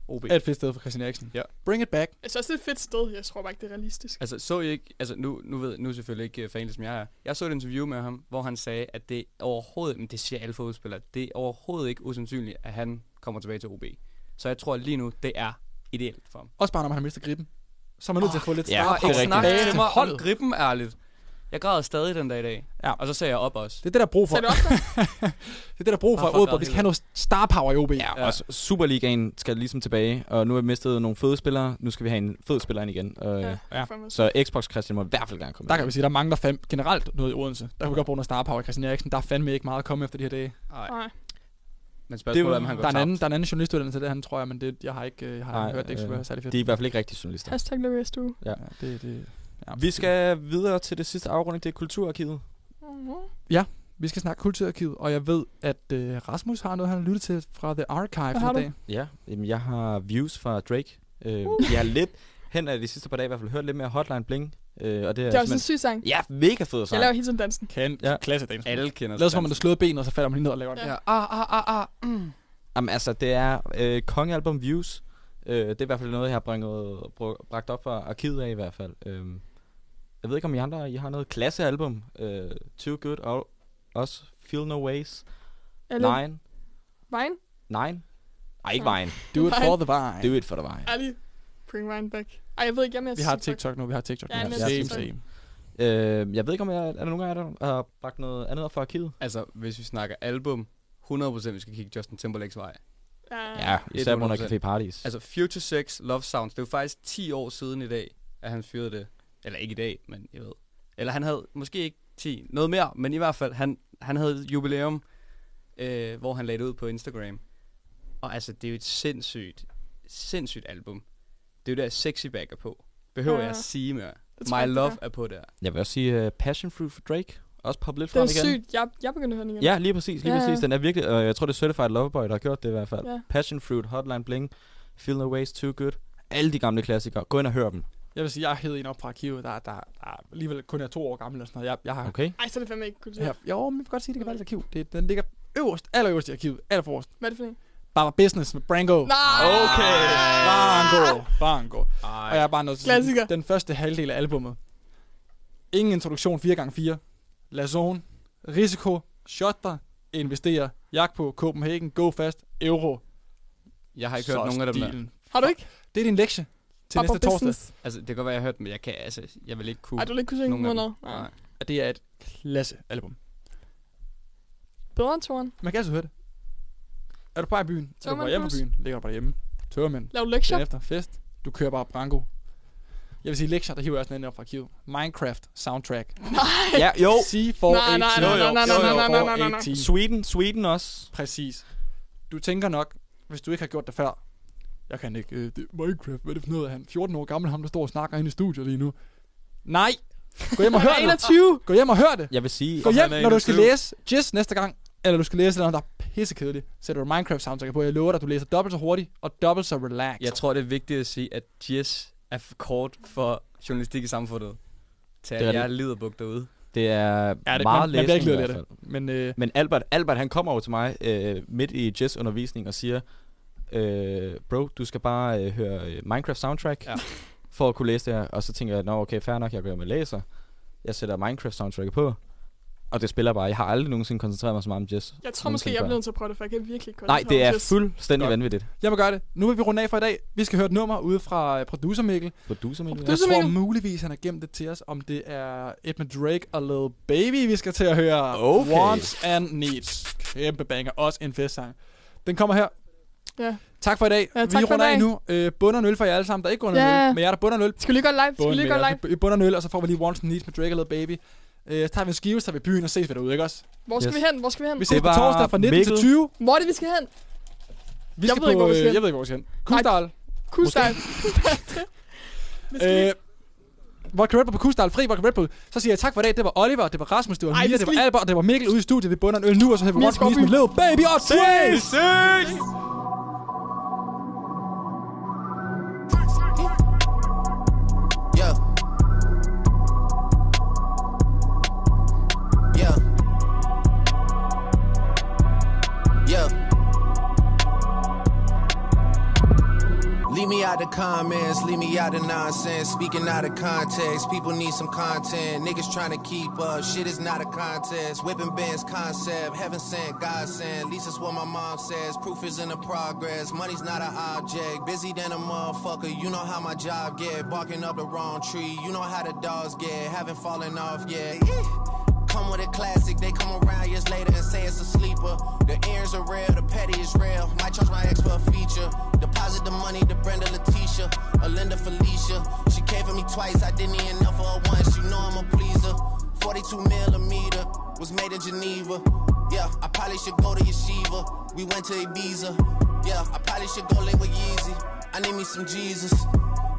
OB.
er et fedt sted for Christian Eriksen.
Ja.
Bring it back.
Jeg synes også, det er et fedt sted. Jeg tror bare ikke, det er realistisk.
Altså, så I ikke, altså nu, nu ved nu er jeg selvfølgelig ikke øh, fan, som jeg er. Jeg så et interview med ham, hvor han sagde, at det overhovedet, men det siger alle fodboldspillere, det er overhovedet ikke usandsynligt, at han kommer tilbage til OB. Så jeg tror lige nu, det er ideelt for ham.
Også bare, når man har mistet griben. Så er man nødt til at få lidt
ja,
star
og ikke snak
tilbage
til mig om
holdet.
grippen, ærligt. Jeg græder stadig den dag i dag.
Ja.
Og så ser jeg op også.
Det er det, der er brug for.
Sagde du
(laughs)
også
(laughs) det er det, der er brug for.
Hvorfor
Odborg,
græd
vi skal
hele
have noget star power i OB. Ja,
Og s- Superligaen skal ligesom tilbage, og nu har vi mistet nogle fede spillere. Nu skal vi have en fed spiller ind igen. Og,
Ja,
ja,
ja.
Så Xbox Christian må i hvert fald gerne komme
Der kan vi sige, der mangler fam- generelt noget i Odense. Der kan vi godt bruge noget star power i Christian Eriksen. Der er fandme ikke meget at komme efter de her dage.
Nej.
Men
Det
spørgsmålet
var-
er, om han
Der
går
er, en
tabt.
anden, der er en anden journalistuddannelse der, han tror jeg, men det, jeg har ikke øh, jeg har
Nej,
hørt, det ikke skulle
øh,
være særlig fedt.
De er i hvert fald ikke rigtige journalister.
Hashtag The Race Duo.
Ja.
Ja, det, det, ja.
Vi skal videre til det sidste afrunding, det er Kulturarkivet.
ja, vi skal snakke kulturarkivet, og jeg ved, at øh, Rasmus har noget, han har lyttet til fra The Archive
har
for
du?
dag.
Ja, jamen, jeg har views fra Drake. Øh,
Uh.
jeg har lidt hen af de sidste par dage i hvert fald hørt lidt mere Hotline Bling. Øh, og det, er
Det er også
simpelthen-
en syg sang.
Ja, mega fed
Jeg
sang.
laver hele tiden dansen.
Kan,
Ja.
klasse dans.
Alle kender
Lad som om man har slået benet, og så falder man lige ned og laver det.
Ja.
Ah, ah, ah, ah. Mm.
Jamen altså, det er øh, kongealbum Views. Øh, det er i hvert fald noget, jeg har bringet, br- bragt op fra arkivet af i hvert fald. Øh, jeg ved ikke, om I andre I har noget klassealbum. Øh, Too Good, og også Feel No Ways.
Alle-
Nine.
Vejen?
Nine? Nej, ikke
Nej.
vejen.
Do it
Nej.
for the vibe.
Do it for the vejen.
Ali. Bring Vejen back. Ej, jeg ved ikke, jeg er
Vi har TikTok nu, vi har TikTok nu.
Ja,
næsten.
same,
TikTok.
same.
Øh, jeg ved ikke, om jeg er der nogen af jer, der har bragt noget andet op fra arkivet.
Altså, hvis vi snakker album, 100% vi skal kigge Justin Timberlakes vej.
Ah.
Ja, især på grund af
100%.
Café Paradis.
Altså, Future Sex, Love Sounds, det er jo faktisk 10 år siden i dag, at han fyrede det. Eller ikke i dag, men jeg ved. Eller han havde måske ikke 10, noget mere, men i hvert fald, han, han havde et jubilæum, øh, hvor han lagde det ud på Instagram. Og altså, det er jo et sindssygt, sindssygt album. Det er jo der Sexy Back er på. Behøver
Ja.
ja. jeg at sige mere?
Det tror jeg,
My
det
Love
gør.
er på der.
Jeg vil også sige uh, Passion Fruit for Drake. Også poppe lidt
Det
frem
er
igen.
sygt. Jeg, jeg begynder at høre den igen.
Ja, lige præcis, lige
Ja, ja.
præcis. Den er virkelig, og jeg tror, det er Certified Loverboy, der har gjort det i hvert fald.
Ja.
Passion Fruit, Hotline Bling, Feel No Ways, Too Good. Alle de gamle klassikere. Gå ind og hør dem.
Jeg vil sige, jeg hed en op fra arkivet, der, der, der alligevel kun er to år gammel eller sådan noget. Jeg, jeg har, okay.
Ej, så er det fandme ikke kultur.
Jeg, jo, men jeg kan godt sige, det kan være et arkiv. Det, den ligger øverst, allerøverst i arkivet, allerforrest.
Hvad er det for en?
Bare Business med Brango.
Nej!
Okay. Brango. Brango. Og jeg er bare nødt til at sige,
Klassiker.
den første halvdel af albummet. Ingen introduktion 4x4. La Zone. Risiko. Shot dig. Investere. Jagt på Copenhagen. Go fast. Euro.
Jeg har ikke hørt nogen af dem der.
Har du ikke?
Det er din lektie til
Upper
næste torsdag.
business.
Altså, det kan godt være, jeg har hørt dem, men jeg, kan, altså, jeg vil ikke kunne...
Ej, du vil ikke kunne synge
nogen af
noget,
dem.
nej.
Nej.
Og det er et klasse album.
Bedre end toren.
Man kan altid høre det. Er du på vej i byen? Er du på
Tømmermænd
vej hjem fra
Cruise.
byen? Ligger du bare hjemme? Tørmænd.
Lav lektier.
Dagen efter fest. Du kører bare branko. Jeg vil sige lektier, der hiver jeg også den op fra arkivet. Minecraft soundtrack. Nej.
Ja,
(laughs)
jo.
C418.
Nej, nej, nej, nej, nej, nej, nej, nej, nej, nej, nej.
Sweden, Sweden også. Præcis. Du tænker nok, hvis du ikke har gjort det før, jeg kan ikke, øh, det, Minecraft, hvad er det for noget? Han er 14 år gammel, ham der står og snakker inde i studiet lige nu. Nej! Gå hjem og
(laughs)
Han
hør
er
det.
21.
Gå hjem og hør det.
Jeg vil sige...
Gå
Og
hjem,
han er
når du skal
21.
læse Jizz næste gang, eller du skal læse noget, der er pissekedeligt. Sætter du Minecraft soundtrack på, jeg lover dig, du læser dobbelt så hurtigt og dobbelt så relax.
Jeg tror, det er vigtigt at sige, at Jess er for kort for journalistik i samfundet. Til
Det er
at jeg
rigtigt.
lider buk derude.
Det er,
Ja,
ja,
det-
det,
man-
meget
man bliver
læsning
ikke led
i
af
hvert
det,
fald.
men, øh,
men Albert, Albert, han kommer over til mig øh, midt i jazzundervisning og siger, øh, bro, du skal bare øh, høre øh, Minecraft soundtrack ja. (laughs) for at kunne læse det her. Og så tænker jeg, nå okay, fair nok, jeg går hjem og læser. Jeg sætter Minecraft soundtracket på, og det spiller bare. Jeg har aldrig nogensinde koncentreret mig så meget om jazz.
Jeg tror måske, jeg er
nogensinde
nødt til at prøve det, for jeg kan virkelig ikke
før.
godt
Nej,
lide
det er
Horses.
fuldstændig vanvittigt.
Jeg må gøre det. Nu vil vi runde af for i dag. Vi skal høre et nummer ude fra øh, producer Mikkel.
Producer Mikkel.
Jeg
Producer
tror
Mikkel.
muligvis, han har gemt det til os, om det er et med Drake og Lil Baby, vi skal til at høre.
Okay.
Wants and Needs. Kæmpe banger. Også en festsang. Den kommer her.
Ja.
Tak for i dag.
Ja, tak
vi
for i
runder af
dag.
nu. Øh, bunder en øl for jer alle sammen, der ikke bunder en
Ja.
øl. Men jeg der bunder en øl.
Skal vi lige gå live? Skal vi lige gå live?
Vi bunder en øl, og så får vi lige Wants and Needs med Drake og Lil Baby. Øh, så tager vi en skive, så tager vi i byen og ses ved derude, ikke også?
Hvor skal yes. vi hen? Hvor skal vi hen?
Vi ses på torsdag fra 19 til 20.
Hvor er det, vi skal hen?
Vi
Jeg
skal
ved ikke,
på,
hvor vi skal
øh,
hen.
Jeg ved ikke, hvor vi skal hen. Kustal.
Kustal. (laughs)
Øh, Vodka Red Bull på Kustal, fri Vodka Red Bull. Så siger jeg tak for i dag. Det var Oliver, det var Rasmus, det var
Ej, vi
Mia, det
skal
var
lige-
Albert, og det var Mikkel ude i studiet. Vi bunder en øl nu, og så har vi
Mia
rundt med Little Baby og Ses!
Ses!
Yeah. Yeah.
Yeah. Leave me out the comments, leave me out the nonsense. Speaking out of context, people need some content. Niggas trying to keep up, shit is not a contest. Whipping bands concept, heaven sent, God sent. At least it's what my mom says. Proof is in the progress, money's not an object. Busy than a motherfucker, you know how my job get. Barking up the wrong tree, you know how the dogs get. Haven't fallen off yet. Eh. Come with a classic, they come around years later and say it's a sleeper. The earrings are real, the petty is real. Might charge my ex for a feature. Deposit the money to Brenda Letitia, Alinda Felicia. She came for me twice, I didn't even know for her once. You know I'm a pleaser. 42 millimeter was made in Geneva. Yeah, I probably should go to Yeshiva. We went to Ibiza. Yeah, I probably should go link with Yeezy. I need me some Jesus.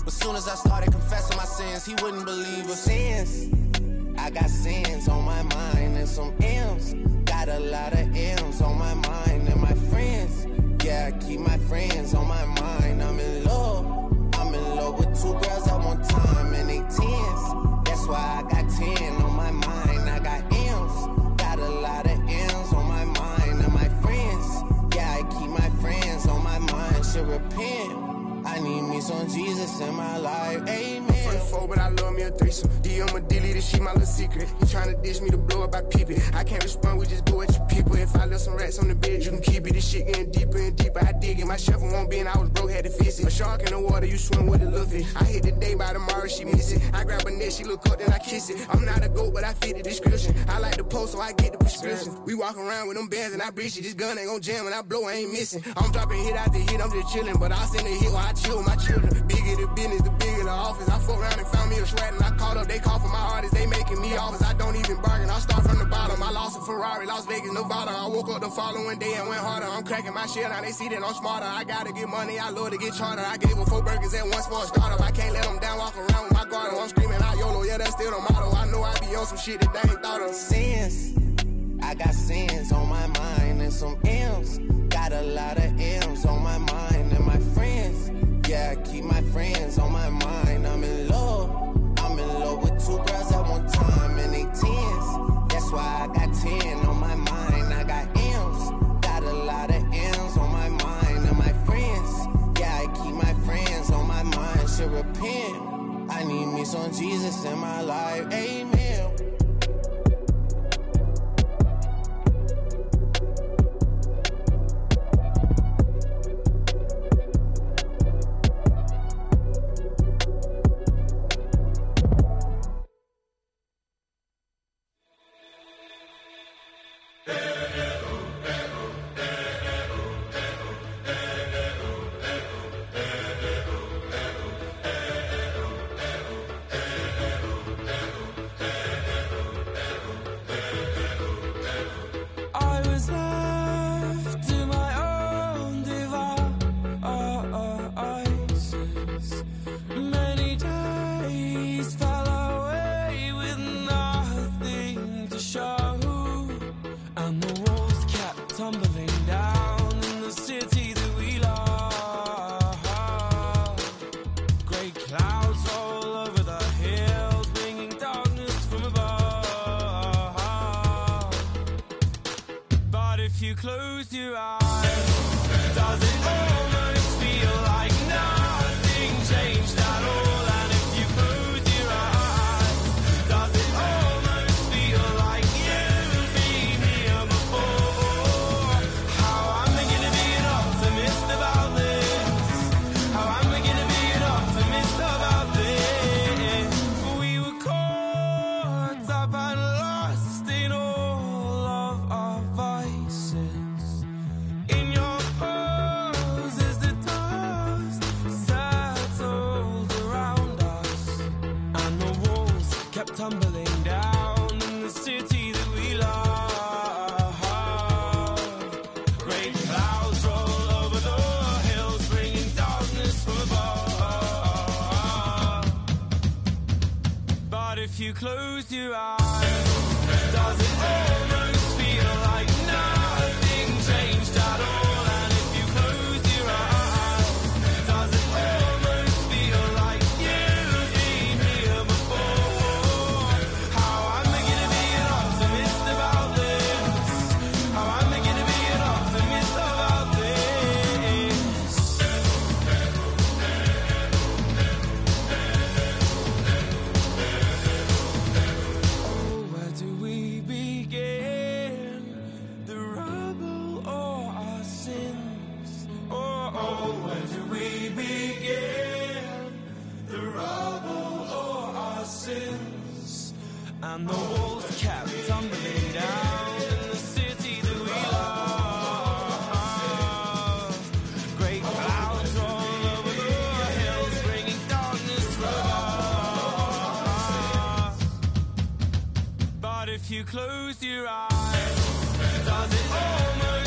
But soon as I started confessing my sins, he wouldn't believe us. Sins. I got sins on my mind and some M's. Got a lot of M's on my mind and my friends. Yeah, I keep my friends on my mind. I'm in love. I'm in love with two girls at one time and they tens. That's why I got ten on my mind. I got M's. Got a lot of M's on my mind and my friends. Yeah, I keep my friends on my mind. Should repent. I need me some Jesus in my life. Amen.
I'm from the four, but I love me a threesome. D, I'ma delete this shit, my little secret. You tryna dish me to blow up, I peep it. I can't respond, we just go at your people. If I left some rats on the bed, you can keep it. This shit getting deeper and deeper. I dig it. My shovel won't be, and I was broke, had to fix it. A shark in the water, you swim with a little fish. I hit the day by tomorrow, she miss it. I grab her neck, she look up, then I kiss it. I'm not a goat, but I fit the description. I like the post, so I get the prescription. We walk around with them bands and I breach it. This gun ain't gon' jam when I blow, I ain't missing. I'm dropping hit after hit, I'm just chilling. But I send a hit while I chill with my children. Bigger the business, the bigger the office. I fuck around and found me a sweat and I called up. They call for my artists, they making me offers. I don't even bargain, I start from the bottom. I lost a Ferrari, Las Vegas, Nevada. I woke up the following day and went harder. I'm cracking my shit, now they see that I'm smarter. I gotta get money, I love to get charter. I gave her four burgers at once for a startup. I can't let them down, walk around with my guard. up. I'm screaming out YOLO, yeah, that's still the motto. I know I be on some shit that they ain't thought of.
Sins. I got sins on my mind and some M's. Got a lot of M's on my mind and my friends. Yeah, I keep my friends on my mind. I'm in love. repent. I need me some Jesus in my life. Amen.
I was left to my own devices. Many days fell away with nothing to show, and the walls kept tumbling down in the city that we love. Great clouds all over the hills, bringing darkness from above. But if you close your eyes, does it almost feel like nothing changed at all? And if you close your eyes, does it almost feel like you've been here before? How am I gonna be an optimist about this? How am I gonna be an optimist about this? We were caught up and lost in all of our vices. In your pose as the dust settled around us, and the walls kept tumbling down in the city that we love. Great clouds roll over the hills, bringing darkness from above. But if you close your eyes, does it almost feel like nothing changed at all? And if you close your eyes, does it almost feel like you've been here before? How am I gonna be an optimist about this? How am I gonna be an optimist about this? Oh, where do we begin? The rubble or our sins? Oh, oh, where do we begin? The rubble or our sins? And the walls kept tumbling down in the city that we love. Great clouds roll over the hills, bringing darkness from above. But if you close your eyes, does it almost